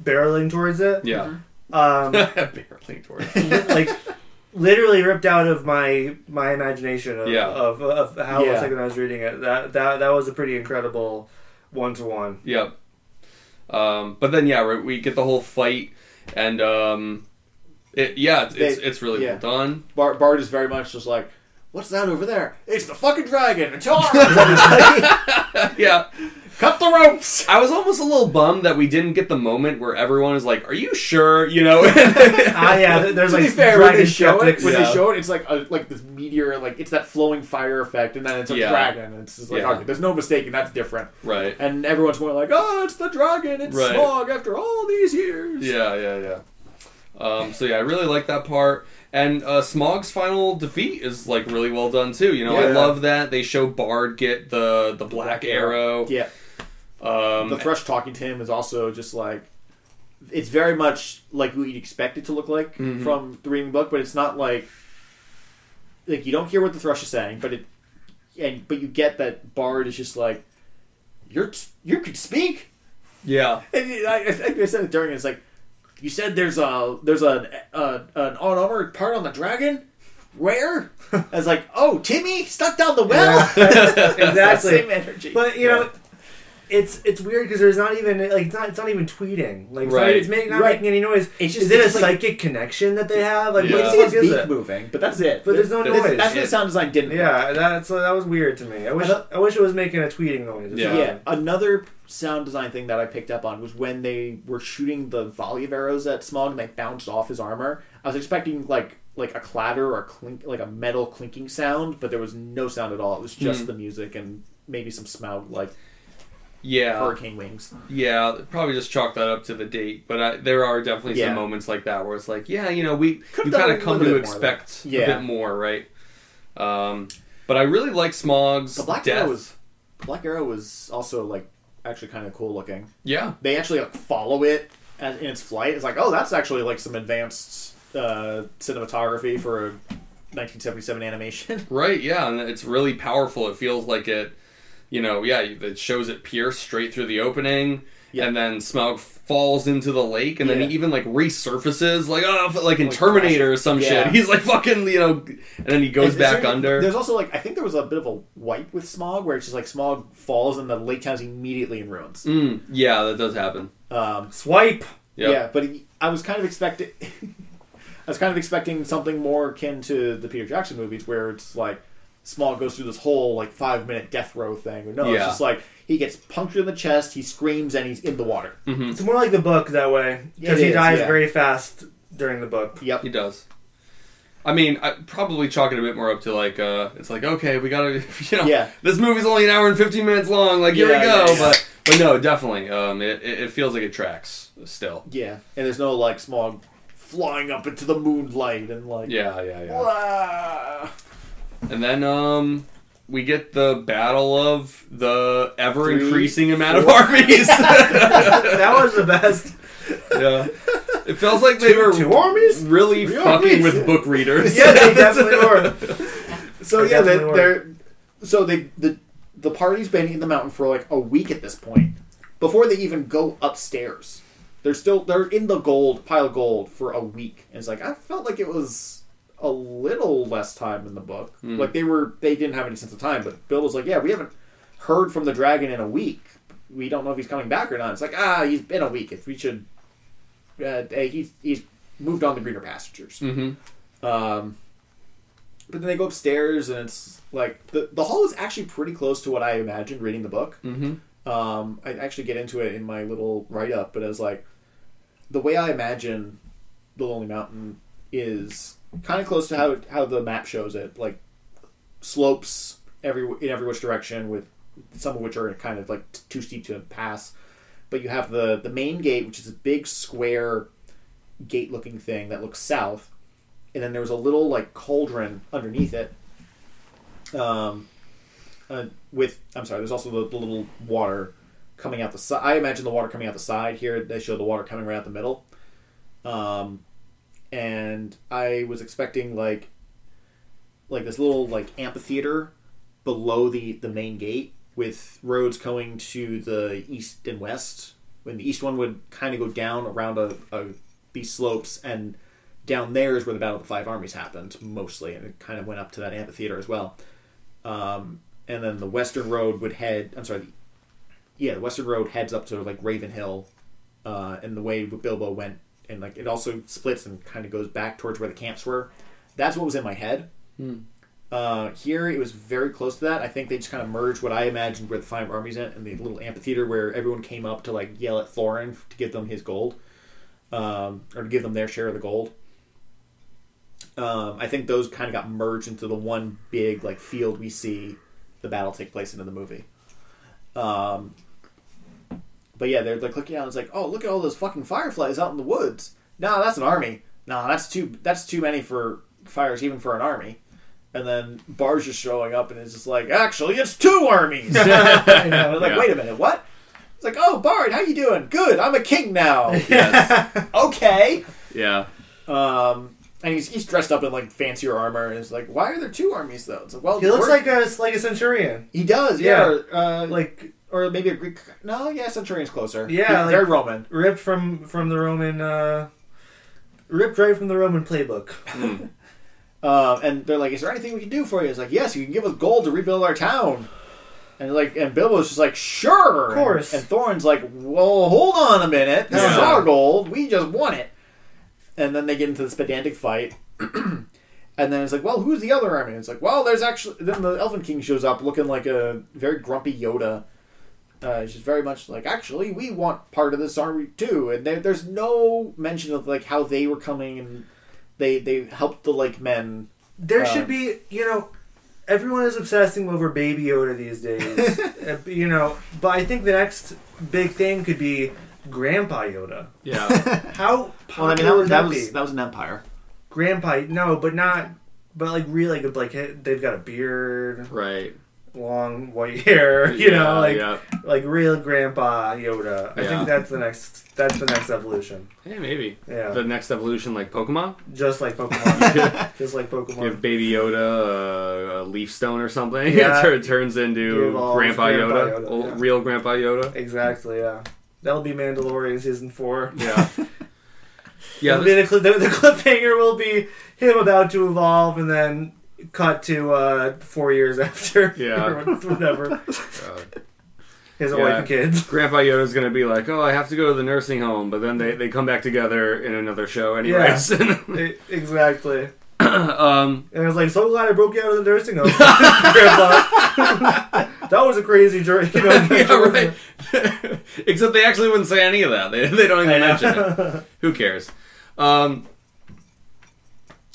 Speaker 4: barreling towards it.
Speaker 1: Yeah,
Speaker 4: Um,
Speaker 2: Mm-hmm.
Speaker 1: barely towards. it.
Speaker 4: like literally ripped out of my my imagination of
Speaker 1: Yeah.
Speaker 4: of, of how it
Speaker 2: Yeah.
Speaker 4: was like when I was reading it. That that that was a pretty incredible one to one.
Speaker 1: Yep. Um, but then yeah, right, we get the whole fight, and um, it, yeah, it's it's,
Speaker 2: They-
Speaker 1: it's really
Speaker 2: yeah.
Speaker 1: well done.
Speaker 2: Bar- Bard is very much just like, what's that over there? It's the fucking dragon. It's arms. Everybody,
Speaker 1: yeah.
Speaker 2: Cut the ropes.
Speaker 1: I was almost a little bummed that we didn't get the moment where everyone is like, "Are you sure?" You know.
Speaker 4: Ah, yeah. th- There's
Speaker 2: to
Speaker 4: like
Speaker 2: be fair, when
Speaker 4: dragon
Speaker 2: they show it,
Speaker 4: skeptics.
Speaker 2: when
Speaker 1: Yeah.
Speaker 2: they show it, it's like a, like this meteor, like it's that flowing fire effect, and then it's a
Speaker 1: Yeah.
Speaker 2: dragon. It's just like
Speaker 1: Yeah.
Speaker 2: okay, there's no mistaking that's different.
Speaker 1: right.
Speaker 2: And everyone's more like, oh, it's the dragon. It's
Speaker 1: Right.
Speaker 2: Smog after all these years.
Speaker 1: Yeah, yeah, yeah. Um, so yeah, I really like that part. And uh, Smog's final defeat is like really well done too. You know, I
Speaker 4: Yeah.
Speaker 1: love that they show Bard get the the black arrow.
Speaker 2: Yeah.
Speaker 1: Um,
Speaker 2: The thrush talking to him is also just like. It's very much like what you'd expect it to look like
Speaker 4: Mm-hmm.
Speaker 1: Mhm.
Speaker 2: from the reading book, but it's not like like you don't hear what the thrush is saying, but it and but you get that Bard is just like you're you could speak.
Speaker 1: yeah,
Speaker 2: And you- I, I think I said it during. It's like you said there's a there's a, a an unarmored part on the dragon. where? I was like, oh, Timmy stuck down the well.
Speaker 4: exactly.
Speaker 2: Same energy.
Speaker 4: But you know, it's it's weird because there's not even like it's not it's not even tweeting. Like it's not,
Speaker 1: Right.
Speaker 4: it's ma- not
Speaker 2: Right.
Speaker 4: making any noise.
Speaker 2: It's just-
Speaker 4: is it
Speaker 2: it's
Speaker 4: a
Speaker 2: just like-
Speaker 4: psychic connection that they have? Like
Speaker 1: Yeah.
Speaker 2: you
Speaker 4: what the
Speaker 2: can see
Speaker 4: fuck
Speaker 2: his
Speaker 4: is
Speaker 2: beak
Speaker 4: it?
Speaker 2: moving, but that's it.
Speaker 4: But there's no
Speaker 2: That's-
Speaker 4: noise.
Speaker 2: That's what
Speaker 1: Yeah.
Speaker 2: the sound design didn't.
Speaker 4: yeah, that's that was weird to me. I wish I,
Speaker 2: thought-
Speaker 4: wish it was making a tweeting noise. or
Speaker 1: Yeah.
Speaker 4: something.
Speaker 2: Yeah, another sound design thing that I picked up on was when they were shooting the volley of arrows at Smog and they bounced off his armor. I was expecting like like a clatter or a clink, like a metal clinking sound, but there was no sound at all. It was
Speaker 4: Mm-hmm.
Speaker 2: just the music and maybe some smoke like
Speaker 1: Yeah,
Speaker 2: hurricane wings.
Speaker 1: yeah. Probably just chalk that up to the date, but I, there are definitely
Speaker 2: Yeah.
Speaker 1: some moments like that where it's like, yeah, you know, we
Speaker 2: Could've
Speaker 1: you
Speaker 2: done
Speaker 1: kind
Speaker 2: a
Speaker 1: of come
Speaker 2: little
Speaker 1: to
Speaker 2: bit more of that.
Speaker 1: expect
Speaker 2: Yeah.
Speaker 1: a bit more, right? Um, but I really like Smog's
Speaker 2: The black
Speaker 1: death.
Speaker 2: arrow was black arrow was also like actually kind of cool looking.
Speaker 1: yeah,
Speaker 2: They actually like, follow it as, in its flight. It's like oh, that's actually like some advanced uh, cinematography for a 1977 animation.
Speaker 1: right, yeah, and it's really powerful. It feels like it, you know, yeah, it shows it pierce straight through the opening.
Speaker 2: Yeah.
Speaker 1: And then Smog falls into the lake, and then
Speaker 2: Yeah.
Speaker 1: he even like resurfaces, like oh, like in
Speaker 2: Like
Speaker 1: Terminator or some
Speaker 2: Yeah.
Speaker 1: shit. He's like fucking, you know, and then he goes
Speaker 2: Is- is
Speaker 1: back
Speaker 2: there-
Speaker 1: under.
Speaker 2: There's also like I think there was a bit of a wipe with Smog where it's just like Smog falls and the lake town's immediately in ruins.
Speaker 1: Mm, yeah, that does happen.
Speaker 2: Um,
Speaker 4: Swipe.
Speaker 1: Yep.
Speaker 2: Yeah, but he, I was kind of expecting I was kind of expecting something more akin to the Peter Jackson movies where it's like Smog goes through this whole like five minute death row thing. But no, it's
Speaker 1: Yeah.
Speaker 2: just like he gets punctured in the chest, he screams, and he's in the water.
Speaker 4: It's more like the book that way because
Speaker 2: It
Speaker 4: he
Speaker 2: is,
Speaker 4: dies
Speaker 2: yeah.
Speaker 4: very fast during the book.
Speaker 2: Yep.
Speaker 1: He does. I mean, I probably chalk it a bit more up to like, uh, it's like, okay, we gotta, you know,
Speaker 2: Yeah.
Speaker 1: this movie's only an hour and 15 minutes long, like, here
Speaker 2: Yeah,
Speaker 1: we go.
Speaker 2: yeah, yeah.
Speaker 1: But, but no, definitely. Um, it, it it feels like it tracks still.
Speaker 2: Yeah, and there's no like Smog flying up into the moonlight and like
Speaker 1: Yeah, yeah, yeah.
Speaker 2: "Wah!"
Speaker 1: And then, um, we get the battle of the ever increasing amount
Speaker 2: four.
Speaker 1: of armies.
Speaker 4: that was the best.
Speaker 1: yeah. It feels like they were
Speaker 4: Two armies.
Speaker 1: really
Speaker 2: Three
Speaker 1: fucking
Speaker 2: armies.
Speaker 1: with book readers.
Speaker 4: Yeah, they definitely were.
Speaker 2: So
Speaker 4: They
Speaker 2: yeah, they,
Speaker 4: definitely
Speaker 2: they're so they the the party's been in the mountain for like a week at this point. Before they even go upstairs, they're still they're in the gold pile of gold for a week. And it's like I felt like it was a little less time in the book. Like they were they didn't have any sense of time. But Bill was like, yeah, we haven't heard from the dragon in a week. We don't know if he's coming back or not. It's like ah, he's been a week. If we should, uh, hey, he's he's moved on to greener pastures.
Speaker 1: Mhm.
Speaker 2: Um, but then they go upstairs, and it's like the the hall is actually pretty close to what I imagined reading the book. Mm-hmm. Um, I actually get into it in my little write up, but I was like, the way I imagine the Lonely Mountain is kind of close to how how the map shows it, like slopes every in every which direction, with some of which are kind of like t- too steep to pass. But you have the the main gate, which is a big square gate looking thing that looks south and then there was a little like cauldron underneath it. Um, uh, with I'm sorry, there's also the, the little water coming out the side. I imagine the water coming out the side here. They show the water coming right out the middle. Um, and I was expecting like like this little like amphitheater below the the main gate with roads going to the east and west. When the east one would kind of go down around a, a these slopes, and down there is where the Battle of the Five Armies happened mostly, and it kind of went up to that amphitheater as well. Um, and then the western road would head. I'm sorry, the, yeah, the western road heads up to like Raven Hill, uh, and the way Bilbo went, and like it also splits and kind of goes back towards where the camps were. That's what was in my head. Uh, here it was very close to that. I think they just kind of merged what I imagined where the five armies at and the little amphitheater where everyone came up to like yell at Thorin to give them his gold, um, or to give them their share of the gold. Um, I think those kind of got merged into the one big like field we see the battle take place in in the movie. Um, but yeah, they're like looking out. It's like, oh, look at all those fucking fireflies out in the woods. Nah, that's an army. Nah, that's too that's too many for fires, even for an army. And then Bar's just showing up and it's just like, actually, it's two armies. and I was like,
Speaker 1: Yeah.
Speaker 2: wait a minute, what? It's like, oh, Bard, how you doing? Good, I'm a king now.
Speaker 1: Yes.
Speaker 2: okay.
Speaker 1: yeah.
Speaker 2: Um, and he's, he's dressed up in like fancier armor, and it's like, why are there two armies though? It's like, well,
Speaker 4: He looks
Speaker 2: we're-
Speaker 4: like a like a centurion.
Speaker 2: he does,
Speaker 4: Yeah.
Speaker 2: yeah, or, uh, like
Speaker 4: Like
Speaker 2: or maybe a Greek. No, yeah, centurion's closer.
Speaker 4: Yeah,
Speaker 2: They're
Speaker 4: like-
Speaker 2: very Roman.
Speaker 4: ripped from from the Roman, uh, ripped right from the Roman playbook.
Speaker 7: Um, and they're like, "Is there anything we can do for you?" It's like, "Yes, you can give us gold to rebuild our town." And like, and Bilbo's just like, "Sure,
Speaker 4: Of course.
Speaker 7: And, and Thorin's like, "Well, hold on a minute. This is
Speaker 1: Yeah.
Speaker 7: our gold. We just won it." And then they get into this pedantic fight. And then it's like, well, who's the other army? And it's like, well, there's actually. Then the Elfin King shows up looking like a very grumpy Yoda. Uh, she's very much like, actually, we want part of this army too. And there, there's no mention of like how they were coming and they they helped the like men.
Speaker 4: There
Speaker 7: Um,
Speaker 4: should be, you know, everyone is obsessing over Baby Yoda these days, Uh, you know. But I think the next big thing could be Grandpa Yoda.
Speaker 1: Yeah.
Speaker 4: How
Speaker 2: Well, I
Speaker 4: popular
Speaker 2: mean, that was
Speaker 4: would
Speaker 2: that
Speaker 4: that,
Speaker 2: was
Speaker 4: be?
Speaker 2: that was an empire.
Speaker 4: Grandpa, no, but not, but like really, like, like hey, they've got a beard,
Speaker 1: right.
Speaker 4: long white hair, you
Speaker 1: Yeah,
Speaker 4: know, like
Speaker 1: yeah.
Speaker 4: like real Grandpa Yoda. I
Speaker 1: Yeah.
Speaker 4: think that's the next that's the next evolution.
Speaker 1: Hey, maybe.
Speaker 4: Yeah,
Speaker 1: The next evolution, like Pokemon?
Speaker 4: just like Pokemon, just like Pokemon.
Speaker 1: Give Baby Yoda a, a leaf stone or something.
Speaker 4: Yeah.
Speaker 1: it tur- turns into
Speaker 4: Give all
Speaker 1: Grandpa,
Speaker 4: Grandpa
Speaker 1: Yoda.
Speaker 4: Yoda,
Speaker 1: Old-
Speaker 4: yeah.
Speaker 1: Real Grandpa Yoda.
Speaker 4: Exactly, yeah. That'll be Mandalorian season four.
Speaker 1: Yeah. yeah.
Speaker 4: It'll be
Speaker 1: this-
Speaker 4: the, cli- the, the cliffhanger will be him about to evolve, and then cut to uh, four years after.
Speaker 1: Yeah.
Speaker 4: or whatever.
Speaker 1: uh,
Speaker 4: His
Speaker 1: Yeah.
Speaker 4: wife and kids.
Speaker 1: Grandpa Yoda's gonna be like, "Oh, I have to go to the nursing home," but then they, they come back together in another show, anyways.
Speaker 4: E- exactly.
Speaker 1: um,
Speaker 4: And I was like, so glad I broke you out of the nursing home, Grandpa. that was a crazy journey. You know,
Speaker 1: yeah, right. Except they actually wouldn't say any of that. They, they don't even mention it. Who cares? Um,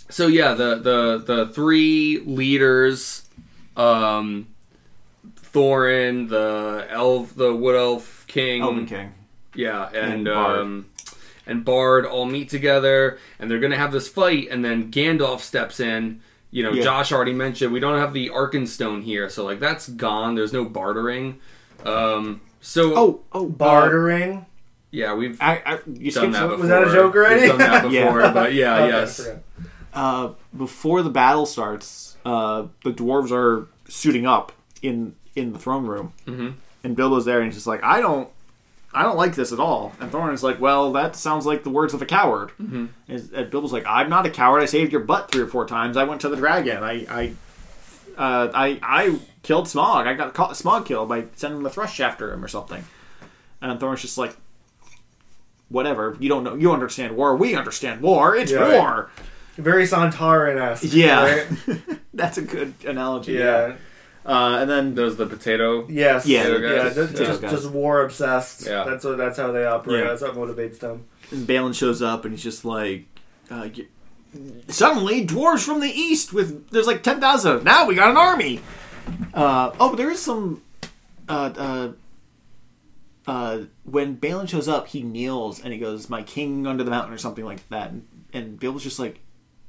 Speaker 1: so yeah, the the the three leaders, um, Thorin, the elf, the wood elf king,
Speaker 2: Elven King.
Speaker 1: Yeah, and,
Speaker 2: And Bard.
Speaker 1: um and Bard all meet together and they're gonna have this fight and then Gandalf steps in. You know,
Speaker 2: Yeah.
Speaker 1: Josh already mentioned we don't have the Arkenstone here, so like that's gone. There's no bartering. Um so
Speaker 2: Oh, oh, barter.
Speaker 4: Bartering.
Speaker 1: yeah, we've
Speaker 2: I, I, you
Speaker 1: done
Speaker 2: skipped
Speaker 1: that
Speaker 2: some-
Speaker 1: before.
Speaker 4: Was that a joke already?
Speaker 1: We've done that
Speaker 2: Yeah.
Speaker 1: before, but yeah,
Speaker 4: Okay, Oh, I
Speaker 1: yes.
Speaker 4: forgot.
Speaker 2: uh, before the battle starts, uh, the dwarves are suiting up in in the throne room, mm-hmm. and Bilbo's there, and he's just like, "I don't, I don't like this at all." And Thorin's like, "Well, that sounds like the words of a coward." Mm-hmm. And, and Bilbo's like, "I'm not a coward. I saved your butt three or four times. I went to the dragon. I, I, uh, I, I killed Smog. I got caught Smog killed by sending the thrush after him or something." And Thorin's just like, "Whatever. You don't know. You understand war. We understand war. It's
Speaker 4: Yeah, right.
Speaker 2: war."
Speaker 4: Very Santarin esque.
Speaker 2: Yeah. That's a good analogy.
Speaker 4: Yeah.
Speaker 2: Uh, and then
Speaker 1: There's the potato
Speaker 4: Yes.
Speaker 2: Yeah,
Speaker 1: they're
Speaker 4: Yeah.
Speaker 1: guys.
Speaker 4: Just,
Speaker 1: Yeah.
Speaker 4: just, just war obsessed.
Speaker 1: Yeah.
Speaker 4: That's what. That's how they operate.
Speaker 2: Yeah.
Speaker 4: That's what motivates them.
Speaker 2: Balin shows up and he's just like, uh, y- suddenly dwarves from the east with there's like ten thousand. of them. Now we got an army. Uh, oh, but there is some. Uh, uh, uh, when Balin shows up, he kneels and he goes, "My king under the mountain" or something like that. And, and Bilbo's just like,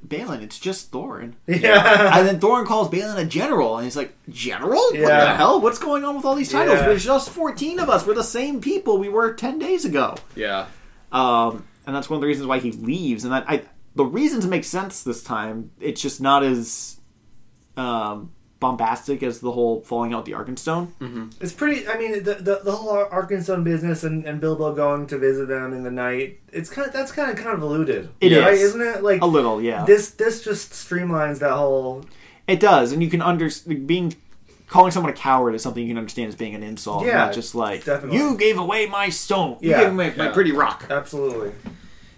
Speaker 2: "Balin, it's just Thorin."
Speaker 4: Yeah.
Speaker 2: and then Thorin calls Balin a general, and he's like, "General? What the
Speaker 4: Yeah.
Speaker 2: hell? What's going on with all these titles?
Speaker 4: Yeah.
Speaker 2: There's just fourteen of us. We're the same people we were ten days ago."
Speaker 1: Yeah.
Speaker 2: Um, and that's one of the reasons why he leaves. And that I, the reasons make sense this time. It's just not as um, bombastic as the whole falling out with the Arkenstone.
Speaker 4: It's pretty. I mean, the the, the whole Ar- Arkansas business and, and Bilbo going to visit them in the night. It's kind. Of, that's kind of convoluted.
Speaker 2: It
Speaker 4: right?
Speaker 2: is.
Speaker 4: isn't it? Like
Speaker 2: A little, yeah.
Speaker 4: This this just streamlines that whole.
Speaker 2: It does, and you can under being calling someone a coward is something you can understand as being an insult.
Speaker 4: Yeah,
Speaker 2: not just like
Speaker 4: definitely.
Speaker 2: you gave away my stone.
Speaker 4: Yeah.
Speaker 2: You gave away my
Speaker 1: Yeah.
Speaker 2: pretty rock.
Speaker 4: Absolutely.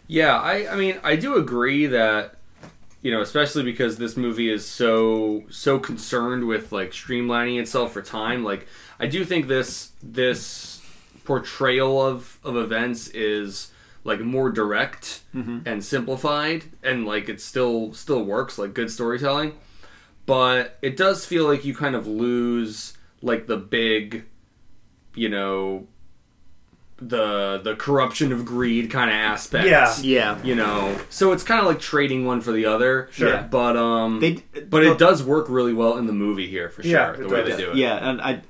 Speaker 1: Yeah, I, I mean, I do agree that you know, especially because this movie is so so concerned with like streamlining itself for time. Like, I do think this this portrayal of of events is like more direct and simplified, and like it still still works like good storytelling. But it does feel like you kind of lose like the big, you know, the the corruption of greed kind of aspect
Speaker 4: Yeah.
Speaker 2: Yeah.
Speaker 1: you know so it's kind of like trading one for the other
Speaker 4: Sure.
Speaker 2: Yeah.
Speaker 1: but um
Speaker 2: They-
Speaker 1: but
Speaker 2: the-
Speaker 1: it does work really well in the movie here for sure
Speaker 4: Yeah,
Speaker 1: the
Speaker 4: it
Speaker 1: way
Speaker 4: does.
Speaker 1: they do it
Speaker 2: Yeah, and I,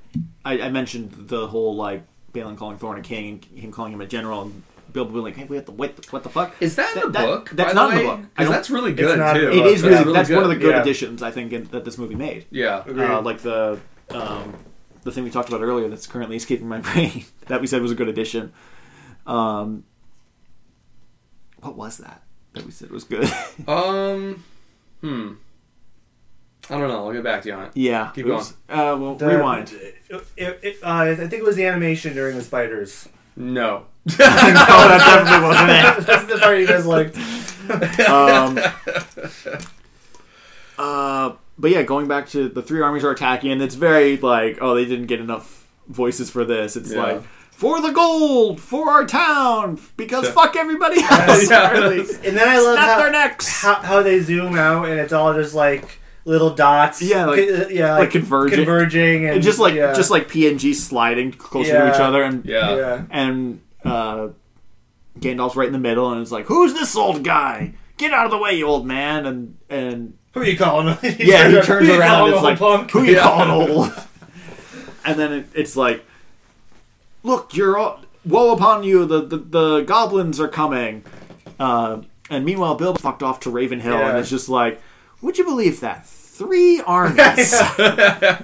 Speaker 2: I, I mentioned the whole like Balin calling Thorn a king, and him calling him a general, and Bilbo being like, "Hey, we have to what? the- What the fuck?"
Speaker 1: is that in the book
Speaker 2: That's
Speaker 1: by
Speaker 2: not
Speaker 1: the
Speaker 2: in the
Speaker 1: way?
Speaker 2: book.
Speaker 1: 'Cause that's really good
Speaker 4: not in
Speaker 1: too
Speaker 4: the
Speaker 2: It is
Speaker 4: book.
Speaker 1: Oh, That's
Speaker 2: really that's one of the good
Speaker 4: Yeah.
Speaker 2: additions I think in, that this movie made.
Speaker 1: yeah
Speaker 2: Uh, like the um, the thing we talked about earlier that's currently escaping my brain that we said was a good addition. Um, what was that that we said was good?
Speaker 1: um hmm I don't know. I'll get back to you on it.
Speaker 2: Yeah.
Speaker 1: Keep
Speaker 2: oops. Uh, well, rewind.
Speaker 4: It, it, uh, I think it was the animation during the spiders.
Speaker 1: No.
Speaker 2: no, that
Speaker 4: That's the part you guys liked.
Speaker 2: definitely wasn't it. Um, uh, but yeah, going back to the three armies are attacking, and it's very like, oh, they didn't get enough voices for this. It's
Speaker 1: Yeah.
Speaker 2: like for the gold, for our town, because
Speaker 1: Sure.
Speaker 2: fuck everybody else.
Speaker 1: Yeah.
Speaker 4: And then I love
Speaker 2: Snap their
Speaker 4: how,
Speaker 2: necks.
Speaker 4: how, how they zoom out and it's all just like little dots.
Speaker 2: Yeah, like-
Speaker 4: Con- yeah,
Speaker 2: like converging.
Speaker 4: converging and
Speaker 2: And just like
Speaker 4: yeah.
Speaker 2: just like PNG sliding closer to
Speaker 4: Yeah.
Speaker 2: each other, and
Speaker 1: Yeah.
Speaker 4: yeah.
Speaker 2: and uh, Gandalf's right in the middle, and it's like, "Who's this old guy? Get out of the way, you old man!" And and
Speaker 4: Who are you calling? He
Speaker 2: yeah, he turns
Speaker 4: "Who you
Speaker 2: around, and
Speaker 4: calling,
Speaker 2: it's
Speaker 4: old
Speaker 2: like,
Speaker 4: punk?
Speaker 2: "Who you calling old?" and then it, it's like, "Look, you're all, woe upon you! The, the the goblins are coming." Uh, and meanwhile, Bill fucked off to Ravenhill, and
Speaker 4: Yeah.
Speaker 2: it's just like, "Would you believe that?" Three armies.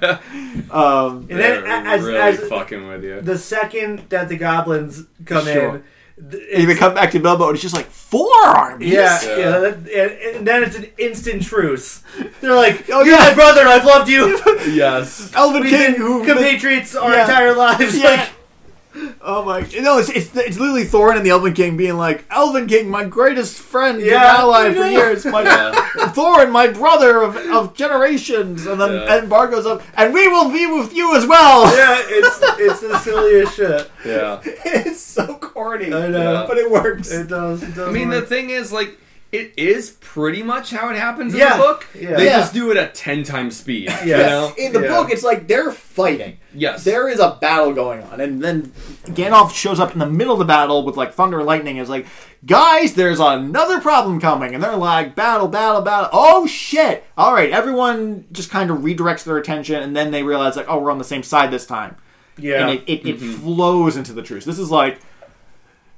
Speaker 2: um,
Speaker 4: And then
Speaker 1: They're
Speaker 4: as,
Speaker 1: really
Speaker 4: as
Speaker 1: fucking with you.
Speaker 4: the second that the goblins come
Speaker 2: Sure.
Speaker 4: in, th-
Speaker 2: and we
Speaker 4: it's-
Speaker 2: come back to Bilbo, and it's just like four armies.
Speaker 4: yeah,
Speaker 1: Yeah.
Speaker 4: yeah. that- and, and then it's an instant truce. They're like,
Speaker 2: Oh,
Speaker 4: "Oh,
Speaker 2: yeah.
Speaker 4: you're my brother. I've loved you.
Speaker 1: yes.
Speaker 2: Elvin
Speaker 4: We've
Speaker 2: King,
Speaker 4: been
Speaker 2: who
Speaker 4: compatriots our
Speaker 2: Yeah.
Speaker 4: entire lives."
Speaker 2: Yeah.
Speaker 4: Like,
Speaker 2: oh my, no, it's, it's it's literally Thorin and the Elven King being like, Elven King, my greatest friend and
Speaker 4: Yeah.
Speaker 2: ally for
Speaker 4: Yeah.
Speaker 2: years, my
Speaker 1: Yeah.
Speaker 2: Thorin, my brother of, of generations, and then
Speaker 1: Yeah.
Speaker 2: and Bar goes up, and we will be with you as well.
Speaker 4: yeah, it's it's the silliest shit.
Speaker 1: Yeah.
Speaker 2: it's so corny,
Speaker 4: I know.
Speaker 1: Yeah.
Speaker 2: but it works.
Speaker 4: It does. It does
Speaker 1: I mean, the
Speaker 4: work.
Speaker 1: thing is, like, it is pretty much how it happens in
Speaker 4: Yeah.
Speaker 1: the book.
Speaker 4: Yeah.
Speaker 1: They
Speaker 4: Yeah.
Speaker 1: just do it at ten times speed. You
Speaker 4: Yes.
Speaker 1: know?
Speaker 8: In the
Speaker 4: Yeah.
Speaker 8: book, it's like they're fighting.
Speaker 1: Yes.
Speaker 8: There is a battle going on, and then
Speaker 2: Gandalf shows up in the middle of the battle with like thunder and lightning. Is like, guys, there's another problem coming, and they're like, battle, battle, battle. Oh shit! All right, everyone just kind of redirects their attention, and then they realize like, oh, we're on the same side this time,
Speaker 4: yeah,
Speaker 2: and it it, it flows into the truce. This is like,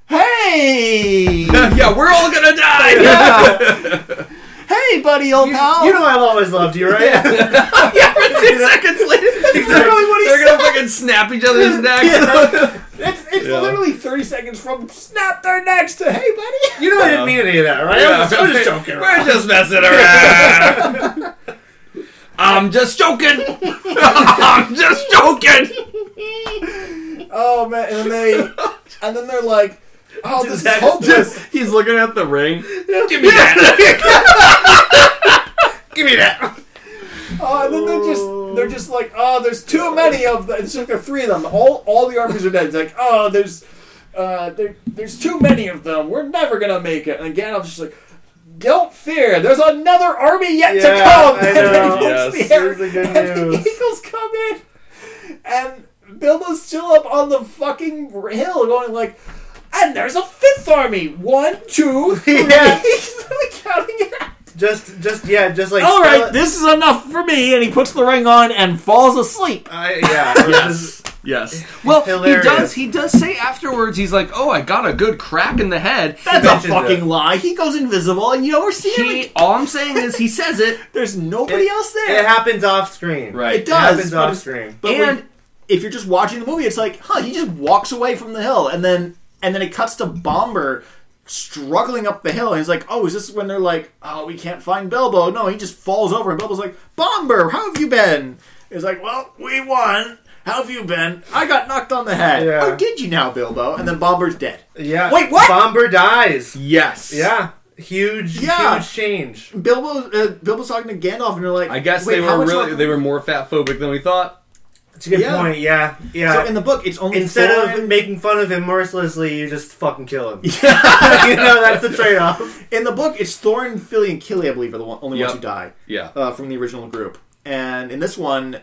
Speaker 2: hey,
Speaker 1: yeah, we're all gonna die.
Speaker 2: Yeah. hey, buddy, old pal.
Speaker 4: you know I've always loved you, right?
Speaker 1: Two seconds later,
Speaker 2: literally what he
Speaker 1: they're gonna fucking snap each other's necks.
Speaker 2: it's it's
Speaker 1: Yeah.
Speaker 2: literally thirty seconds from snap their necks to hey, buddy.
Speaker 4: You know I didn't mean any of that, right? I was, I was just joking.
Speaker 1: We're just messing around. I'm just joking. I'm just joking.
Speaker 2: Oh man, and they and then they're like, oh, this is
Speaker 4: Zach is
Speaker 2: hopeless.
Speaker 1: He's looking at the ring. Give me that. Give me that.
Speaker 2: Oh, and then they're just they're just like, oh, there's too many of them. It's like there are three of them. All all the armies are dead. It's like, oh, there's uh, there, there's too many of them. We're never gonna make it. And Gandalf's just like, don't fear. There's another army yet to
Speaker 4: Yeah,
Speaker 2: come.
Speaker 4: I
Speaker 2: and then he
Speaker 4: know.
Speaker 2: points
Speaker 1: Yes.
Speaker 2: the arrow,
Speaker 4: Here's the good
Speaker 2: and the
Speaker 4: news.
Speaker 2: eagles come in, and Bilbo's still up on the fucking hill, going like. And there's a fifth army. One, two, three.
Speaker 4: Yeah.
Speaker 2: He's like counting it out.
Speaker 4: Just, just yeah, just like
Speaker 2: All
Speaker 4: spell
Speaker 2: right,
Speaker 4: it-
Speaker 2: this is enough for me. And he puts the ring on and falls asleep.
Speaker 4: I, yeah, yes.
Speaker 1: Yes. Well, he does. He does say afterwards. He's like, "Oh, I got a good crack in the head."
Speaker 2: That's a
Speaker 4: mentions
Speaker 2: fucking
Speaker 4: it.
Speaker 2: lie. He goes invisible, and you know we're seeing.
Speaker 1: He, all I'm saying is, he says it.
Speaker 2: there's nobody
Speaker 4: It-
Speaker 2: else there.
Speaker 4: It happens off screen.
Speaker 1: Right.
Speaker 2: It
Speaker 4: It
Speaker 2: does.
Speaker 4: happens
Speaker 2: but
Speaker 4: off
Speaker 2: it's-
Speaker 4: screen.
Speaker 2: but when-
Speaker 1: And-
Speaker 2: if you're just watching the movie, it's like, huh? He just walks away from the hill, and then and then it cuts to Bomber struggling up the hill, and he's like, oh, is this when they're like, oh, we can't find Bilbo? No, he just falls over, and Bilbo's like, Bomber, how have you been? He's like, well, we won. How have you been? I got knocked on the head.
Speaker 4: Yeah.
Speaker 2: Oh, did you now, Bilbo? And then Bomber's dead.
Speaker 4: Yeah.
Speaker 2: Wait, what?
Speaker 4: Bomber dies.
Speaker 1: Yes.
Speaker 4: Yeah. Huge,
Speaker 2: Yeah.
Speaker 4: huge change.
Speaker 2: Bilbo, uh, Bilbo's talking to Gandalf, and they're like,
Speaker 1: I guess
Speaker 2: "Wait,
Speaker 1: they
Speaker 2: how
Speaker 1: were
Speaker 2: much
Speaker 1: really
Speaker 2: longer-"
Speaker 1: they were more fat phobic than we thought.
Speaker 4: It's a good
Speaker 2: Yeah.
Speaker 4: point. Yeah, yeah.
Speaker 2: So in the book, it's only
Speaker 4: Instead
Speaker 2: Thorin,
Speaker 4: of making fun of him mercilessly, you just fucking kill him. you know that's the trade-off.
Speaker 2: in the book, it's Thorin, Philly, and Killy, I believe, are the one, only ones
Speaker 1: Yep.
Speaker 2: who die
Speaker 1: Yeah.
Speaker 2: uh, from the original group. And in this one,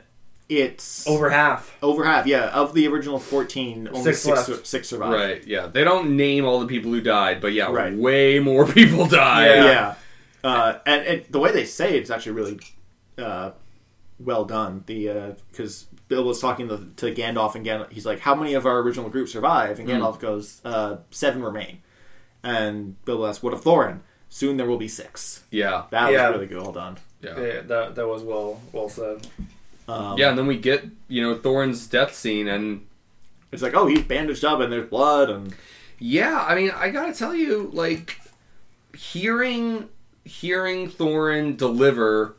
Speaker 2: it's
Speaker 4: Over half.
Speaker 2: over half. Yeah, of the original fourteen, only six
Speaker 4: Six
Speaker 2: six,
Speaker 4: left.
Speaker 2: survive.
Speaker 1: Right. Yeah. They don't name all the people who died, but yeah,
Speaker 2: Right.
Speaker 1: way more people died.
Speaker 2: Yeah. Uh, and, and the way they say it's actually really uh, well done. The because Bill was talking to, to Gandalf, and Gandalf, he's like, "How many of our original group survive?"
Speaker 4: Hmm.
Speaker 2: And Gandalf goes, uh, seven remain." And Bill asks, "What of Thorin?" Soon there will be six.
Speaker 1: Yeah.
Speaker 2: That
Speaker 4: Yeah.
Speaker 2: was really good. Well done.
Speaker 1: Yeah. yeah.
Speaker 4: Yeah, that that was well well said.
Speaker 2: Um,
Speaker 1: and then we get you know Thorin's death scene, and
Speaker 2: It's like, oh, he's bandaged up, and there's blood, and
Speaker 1: yeah, I mean, I gotta tell you, like, hearing hearing Thorin deliver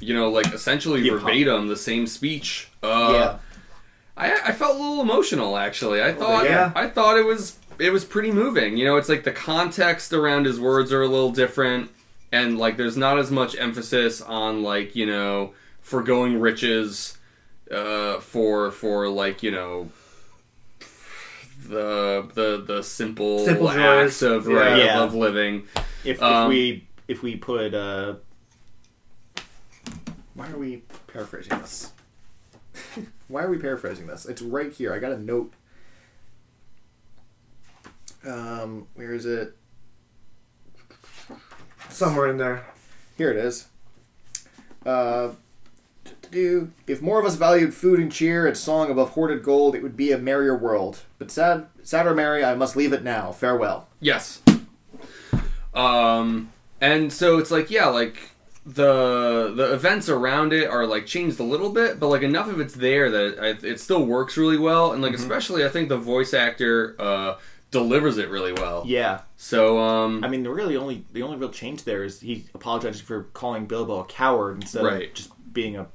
Speaker 1: you know, like essentially
Speaker 2: Yeah.
Speaker 1: verbatim the same speech. Uh,
Speaker 9: Yeah.
Speaker 1: I, I felt a little emotional actually. I thought
Speaker 4: yeah.
Speaker 1: I thought it was it was pretty moving. You know, it's like the context around his words are a little different, and like there's not as much emphasis on like you know foregoing riches uh, for for like you know the the the simple,
Speaker 4: Simple
Speaker 1: acts
Speaker 4: joys.
Speaker 1: of right,
Speaker 2: Yeah.
Speaker 1: of living.
Speaker 2: If,
Speaker 1: Um,
Speaker 2: if we if we put uh, why are we
Speaker 9: Paraphrasing this. Why are we paraphrasing this? It's right here. I got a note. Um, where is it?
Speaker 4: somewhere in there.
Speaker 9: Here it is. Uh, do if more of us valued food and cheer and song above hoarded gold, it would be a merrier world. But sad, sad or merry, I must leave it now. Farewell.
Speaker 1: Yes. Um, and so it's like, yeah, like the the events around it are like changed a little bit, but like enough of it's there that it, it still works really well, and like especially I think the voice actor uh, delivers it really well.
Speaker 2: yeah?
Speaker 1: So um,
Speaker 2: I mean, the really only the only real change there is he apologized for calling Bilbo a coward instead
Speaker 1: Right.
Speaker 2: of just being a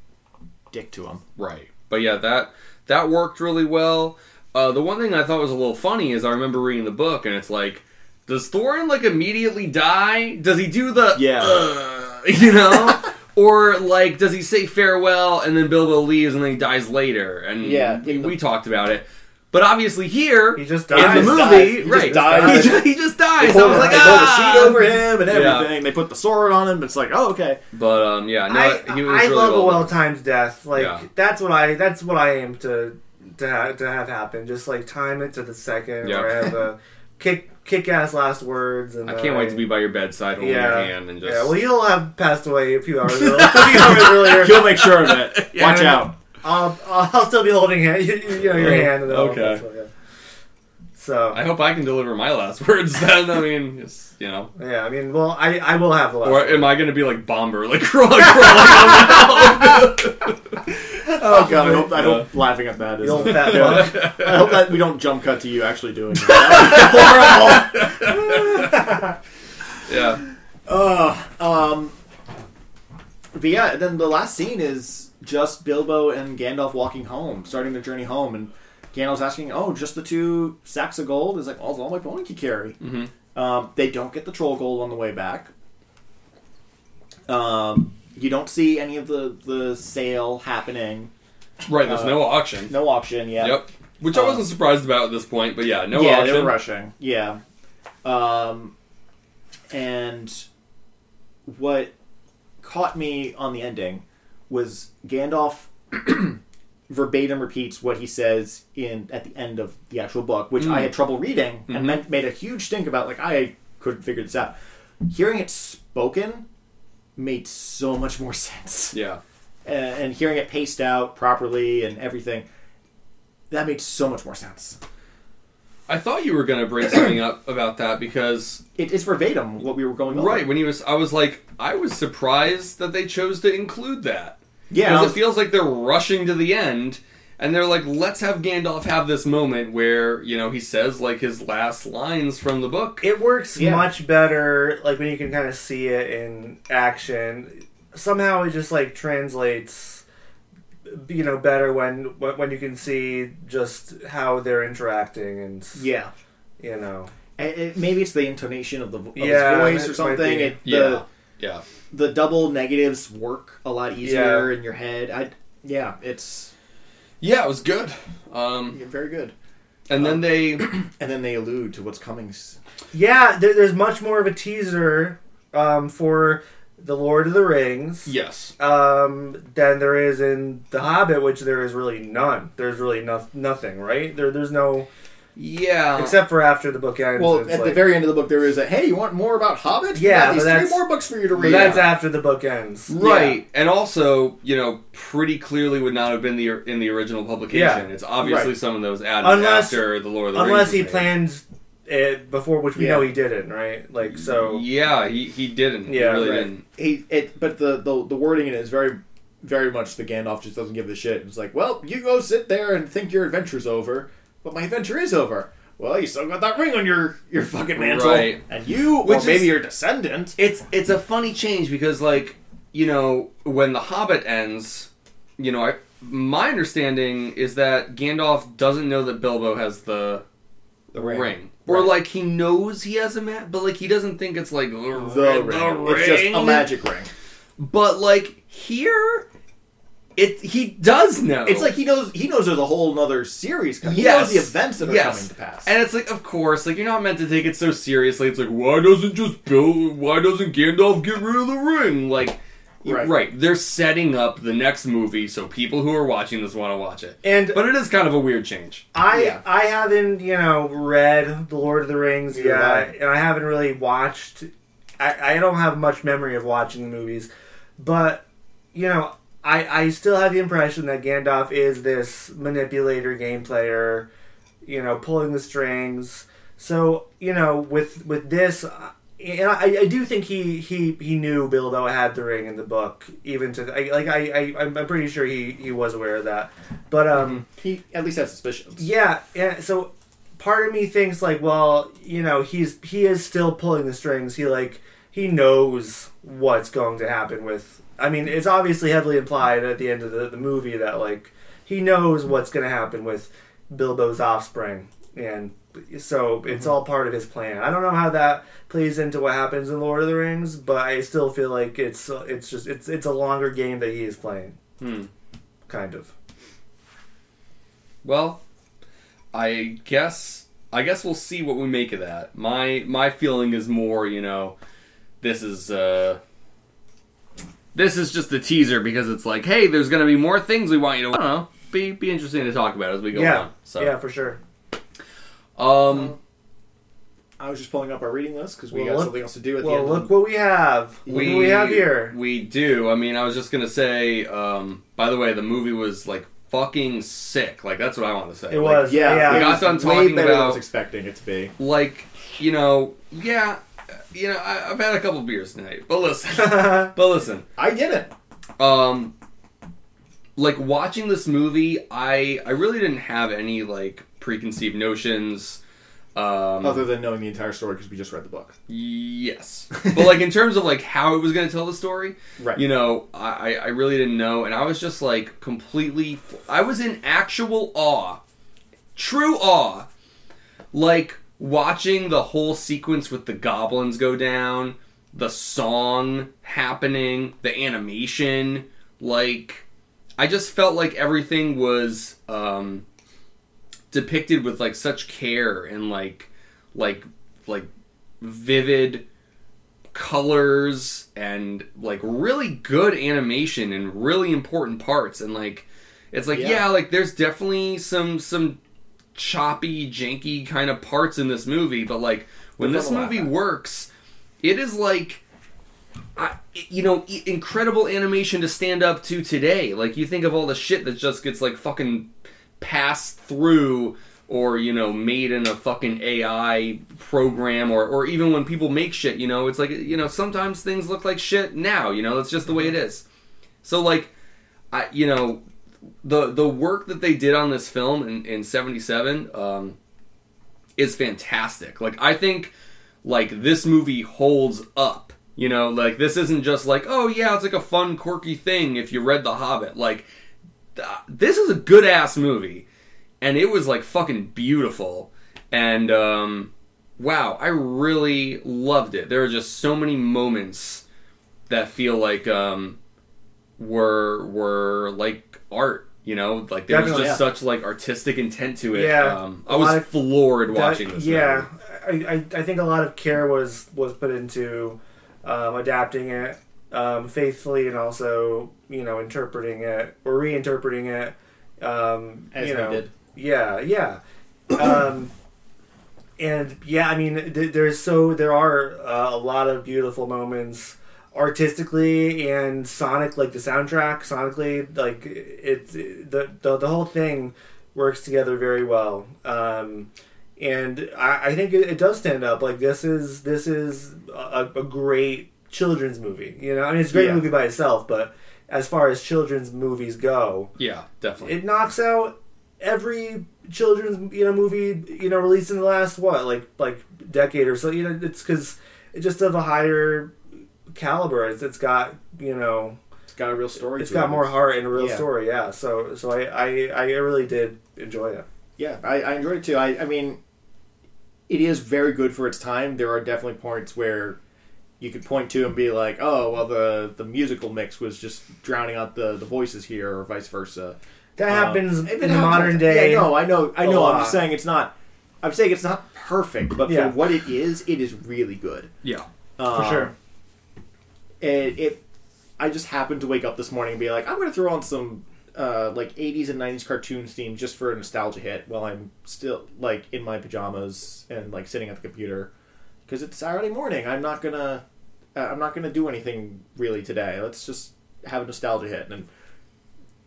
Speaker 2: dick to him.
Speaker 1: Right. But yeah, that that worked really well. Uh, the one thing I thought was a little funny is I remember reading the book and it's like, does Thorin like immediately die? Does he do the
Speaker 2: Yeah.
Speaker 1: "Ugh," you know? or like does he say farewell and then Bilbo leaves and then he dies later? And
Speaker 9: Yeah,
Speaker 1: we,
Speaker 9: in the-
Speaker 1: we talked about it. But obviously here
Speaker 4: He just
Speaker 1: in
Speaker 4: dies.
Speaker 1: the movie,
Speaker 9: He just
Speaker 1: right?
Speaker 9: dies.
Speaker 1: He, just, he just dies.
Speaker 9: They
Speaker 1: I
Speaker 9: pull
Speaker 1: was
Speaker 9: the-
Speaker 1: like,
Speaker 9: they
Speaker 2: pulled
Speaker 1: ah.
Speaker 2: a sheet over him and
Speaker 1: Yeah.
Speaker 2: everything. They put the sword on him. It's like, oh, okay.
Speaker 1: But um, yeah, no,
Speaker 4: I,
Speaker 1: he was
Speaker 4: I
Speaker 1: really
Speaker 4: love
Speaker 1: well
Speaker 4: a
Speaker 1: done.
Speaker 4: well-timed death. Like
Speaker 1: Yeah.
Speaker 4: that's what I that's what I aim to to have, to have happen. Just like time it to the second,
Speaker 1: Yeah.
Speaker 4: or have a kick kick ass last words. And
Speaker 1: I can't
Speaker 4: uh,
Speaker 1: wait to be by your bedside holding your hand and just
Speaker 4: yeah. Well, you'll have passed away a few hours, early, a few hours earlier.
Speaker 2: He'll make sure of it. Watch
Speaker 4: Yeah.
Speaker 2: out.
Speaker 4: I'll, I'll still be holding hand, you, you know, your hand. And all
Speaker 1: Oh, Okay.
Speaker 4: that stuff, yeah. So
Speaker 1: I hope I can deliver my last words then. I mean, just, you know.
Speaker 4: yeah, I mean, well, I, I will have the last.
Speaker 1: Or am I going to be like Bomber, like crawling, crawling
Speaker 2: Oh god, I hope, I
Speaker 1: Yeah.
Speaker 2: hope laughing at that is.
Speaker 4: The old fat
Speaker 2: Yeah.
Speaker 4: fuck.
Speaker 2: I hope that we don't jump cut to you actually doing that. That would be horrible.
Speaker 1: Yeah.
Speaker 2: Uh, um, but yeah, then the last scene is just Bilbo and Gandalf walking home, starting their journey home, and Gandalf's asking, "Oh, just the two sacks of gold?" Is like, "Oh, it's all my pony could carry."
Speaker 1: Mhm.
Speaker 2: Um, they don't get the troll gold on the way back. Um, you don't see any of the the sale happening.
Speaker 1: Right, there's
Speaker 2: Uh,
Speaker 1: no auction.
Speaker 2: No auction yet.
Speaker 1: Yep. Which I
Speaker 2: Uh,
Speaker 1: wasn't surprised about at this point, but yeah, no
Speaker 2: yeah, they
Speaker 1: auction.
Speaker 2: were rushing. Yeah. Um, and what caught me on the ending was Gandalf verbatim repeats what he says in at the end of the actual book, which
Speaker 1: Mm.
Speaker 2: I had trouble reading
Speaker 1: Mm-hmm.
Speaker 2: and meant, made a huge stink about. Like I couldn't figure this out. Hearing it spoken made so much more sense
Speaker 1: Yeah.
Speaker 2: uh, and hearing it paced out properly and everything that made so much more sense
Speaker 1: I thought you were going to bring something up about that because,
Speaker 2: it, it's verbatim what we were going over.
Speaker 1: right, when he was, I was like, I was surprised that they chose to include that.
Speaker 2: yeah, I
Speaker 1: Because
Speaker 2: was-
Speaker 1: it feels like they're rushing to the end, and they're like, let's have Gandalf have this moment where, you know, he says, like, his last lines from the book.
Speaker 4: It works
Speaker 2: Yeah.
Speaker 4: much better, like when you can kind of see it in action. Somehow, it just like translates, you know, better when when when you can see just how they're interacting and
Speaker 2: yeah.
Speaker 4: you know,
Speaker 2: And it- maybe it's the intonation of the of
Speaker 4: Yeah,
Speaker 2: his voice
Speaker 4: it
Speaker 2: or
Speaker 4: might
Speaker 2: something.
Speaker 4: be.
Speaker 2: It, the
Speaker 1: Yeah. Yeah.
Speaker 2: the double negatives work a lot easier in your head. I yeah, it's
Speaker 1: Yeah, it was good. Um,
Speaker 2: yeah, very good.
Speaker 1: and then they,
Speaker 2: And then they allude to what's coming. s-
Speaker 4: yeah. There, there's much more of a teaser um, for the Lord of the Rings.
Speaker 1: yes,
Speaker 4: um, than there is in The Hobbit, which there is really none. There's really no, nothing, right? There, there's no
Speaker 1: yeah,
Speaker 4: except for after the book ends.
Speaker 9: Uh, Well,
Speaker 4: it's
Speaker 9: at the
Speaker 4: like-
Speaker 9: very end of the book, there is a hey, you want more about hobbits? We
Speaker 4: Yeah,
Speaker 9: got
Speaker 4: but
Speaker 9: these three
Speaker 4: that's-
Speaker 9: more books for you to
Speaker 4: but
Speaker 9: read.
Speaker 4: that's after the book ends.
Speaker 1: right. And also, you know, pretty clearly would not have been the in the original publication.
Speaker 4: Yeah.
Speaker 1: It's obviously
Speaker 2: Right.
Speaker 1: someone that was added
Speaker 4: Unless-
Speaker 1: after the Lord of the
Speaker 4: Unless he
Speaker 1: Rings. was made.
Speaker 4: plans it before, which we
Speaker 2: Yeah.
Speaker 4: know he didn't, right? Like so,
Speaker 1: Yeah, he he didn't. he
Speaker 4: Yeah,
Speaker 1: really
Speaker 2: right.
Speaker 1: didn't.
Speaker 9: he it but the, the the wording in it is very very much the Gandalf just doesn't give a shit. It's like, well, you go sit there and think your adventure's over, but my adventure is over. Well, you still got that ring on your your fucking mantle,
Speaker 1: Right.
Speaker 9: and you
Speaker 1: Which
Speaker 9: or maybe
Speaker 1: is-
Speaker 9: your descendant.
Speaker 1: It's it's a funny change because like you know, when The Hobbit ends, you know, I, my understanding is that Gandalf doesn't know that Bilbo has the
Speaker 2: The
Speaker 1: ring.
Speaker 2: ring.
Speaker 1: Or
Speaker 2: Right.
Speaker 1: like he knows he has a map, but like he doesn't think it's like the,
Speaker 2: The
Speaker 1: ring.
Speaker 2: ring.
Speaker 1: The ring.
Speaker 2: It's just a magic ring.
Speaker 1: But like here, it he does know.
Speaker 2: It's like he knows he knows there's a whole other series coming.
Speaker 1: Yes.
Speaker 2: He knows the events that are
Speaker 1: Yes.
Speaker 2: coming to pass.
Speaker 1: And it's like, of course, like you're not meant to take it so seriously. It's like, why doesn't just Bill? Why doesn't Gandalf get rid of the ring? Like, you- right.
Speaker 2: Right.
Speaker 1: They're setting up the next movie so people who are watching this want to watch it.
Speaker 4: And
Speaker 1: But it is kind of a weird change.
Speaker 4: I
Speaker 2: Yeah.
Speaker 4: I haven't you know read the Lord of the Rings
Speaker 2: Neither
Speaker 4: yeah,
Speaker 2: have I.
Speaker 4: and I haven't really watched. I, I don't have much memory of watching the movies, but you know I I still have the impression that Gandalf is this manipulator, game player, you know, pulling the strings. So you know with with this. uh, And I, I do think he, he, he knew Bilbo had the ring in the book, even to I, like I, I I'm I'm pretty sure he, he was aware of that, but um,
Speaker 2: he at least has suspicions.
Speaker 4: yeah, yeah. So part of me thinks like, well, you know, he's he is still pulling the strings. He like he knows what's going to happen with. I mean, it's obviously heavily implied at the end of the, the movie that like he knows what's going to happen with Bilbo's offspring, and so
Speaker 1: Mm-hmm.
Speaker 4: it's all part of his plan. I don't know how that plays into what happens in Lord of the Rings, but I still feel like it's it's just it's it's a longer game that he is playing,
Speaker 1: Hmm.
Speaker 4: kind of.
Speaker 1: Well, I guess I guess we'll see what we make of that. My my feeling is more, you know, this is uh this is just a teaser because it's like, hey, there's gonna be more things we want you to. I don't know. Be be interesting to talk about as we go
Speaker 4: Yeah.
Speaker 1: on. So
Speaker 4: Yeah, for sure.
Speaker 1: um,
Speaker 2: I was just pulling up our reading list because we
Speaker 4: Well,
Speaker 2: got
Speaker 4: look-
Speaker 2: something else to do at the
Speaker 4: Well,
Speaker 2: end.
Speaker 4: look what we have. Look
Speaker 1: we
Speaker 4: what we have here.
Speaker 1: We do. I mean, I was just gonna say. Um, by the way, the movie was like fucking sick. Like that's what I want to say.
Speaker 4: It
Speaker 1: Like,
Speaker 4: was.
Speaker 2: yeah,
Speaker 4: Yeah.
Speaker 2: it
Speaker 1: got
Speaker 2: was
Speaker 1: done
Speaker 2: way
Speaker 1: talking
Speaker 2: better than I
Speaker 1: about-
Speaker 2: was expecting it to be.
Speaker 1: like you know yeah you know I, i've had a couple beers tonight but listen but listen
Speaker 2: I didn't.
Speaker 1: um like watching this movie i i really didn't have any like preconceived notions um
Speaker 2: Other than knowing the entire story because we just read the book.
Speaker 1: yes but like in terms of like how it was going to tell the story
Speaker 2: Right.
Speaker 1: you know I, I I really didn't know and i was just like completely i was in actual awe true awe like watching the whole sequence with the goblins go down the song happening the animation like i just felt like everything was um depicted with like such care and like like like vivid colors and like really good animation in really important parts and like it's like yeah,
Speaker 2: Yeah.
Speaker 1: like there's definitely some some choppy janky kind of parts in this movie but like when
Speaker 2: They're
Speaker 1: this
Speaker 2: fun to laugh
Speaker 1: movie
Speaker 2: at.
Speaker 1: works it is like I, you know i- incredible animation to stand up to today like you think of all the shit that just gets like fucking passed through or you know made in a fucking ai program or, or even when people make shit you know it's like you know sometimes things look like shit now you know that's just the way it is so like i you know the the work that they did on this film in, in 77 um is fantastic like i think like this movie holds up you know like this isn't just like oh yeah it's like a fun quirky thing if you read the hobbit like th- this is a good ass movie and it was like fucking beautiful and um wow i really loved it there are just so many moments that feel like um were were like art you know like there was
Speaker 4: Definitely,
Speaker 1: just
Speaker 2: yeah.
Speaker 1: such like artistic intent to it
Speaker 4: Yeah.
Speaker 1: um i
Speaker 4: A
Speaker 1: was
Speaker 4: lot of-
Speaker 1: floored
Speaker 4: That-
Speaker 1: watching this
Speaker 4: Yeah, I, I, I think a lot of care was was put into um, adapting it um, faithfully and also you know interpreting it or reinterpreting it. Um,
Speaker 2: As
Speaker 4: you
Speaker 2: they
Speaker 4: know,
Speaker 2: did.
Speaker 4: Yeah, yeah. um, and yeah, I mean, th- there's so there are uh, a lot of beautiful moments artistically and sonic like the soundtrack sonically like it's the, the the whole thing works together very well um and i, I think it, it does stand up like this is this is a, a great children's movie you know i mean it's a great
Speaker 2: Yeah.
Speaker 4: movie by itself but as far as children's movies go
Speaker 1: yeah definitely
Speaker 4: it knocks out every children's you know movie you know released in the last what like like decade or so you know it's because it's just of a higher caliber. It's, it's got you know,
Speaker 2: It's got a real story.
Speaker 4: it's
Speaker 2: to
Speaker 4: got
Speaker 2: it.
Speaker 4: more heart and a real
Speaker 2: Yeah.
Speaker 4: story. Yeah. So so I, I I really did enjoy it.
Speaker 2: Yeah, I, I enjoyed it too. I, I mean, it is very good for its time. There are definitely points where you could point to and be like, "Oh, well, the the musical mix was just drowning out the the voices here," or vice versa.
Speaker 4: That
Speaker 2: Um,
Speaker 4: happens
Speaker 2: if it
Speaker 4: in the
Speaker 2: happens-
Speaker 4: modern day.
Speaker 2: Yeah, no, I know, I
Speaker 4: a
Speaker 2: know. I'm
Speaker 4: lot.
Speaker 2: just saying it's not. I'm saying it's not perfect, but
Speaker 4: Yeah.
Speaker 2: for what it is, it is really good.
Speaker 1: Yeah.
Speaker 2: Um,
Speaker 4: for sure.
Speaker 2: it, it I just happened to wake up this morning and be like, I'm gonna throw on some uh, like 80s and 90s cartoons theme just for a nostalgia hit while I'm still like in my pajamas and like sitting at the computer because it's Saturday morning. I'm not gonna uh, I'm not gonna do anything really today. Let's just have a nostalgia hit and.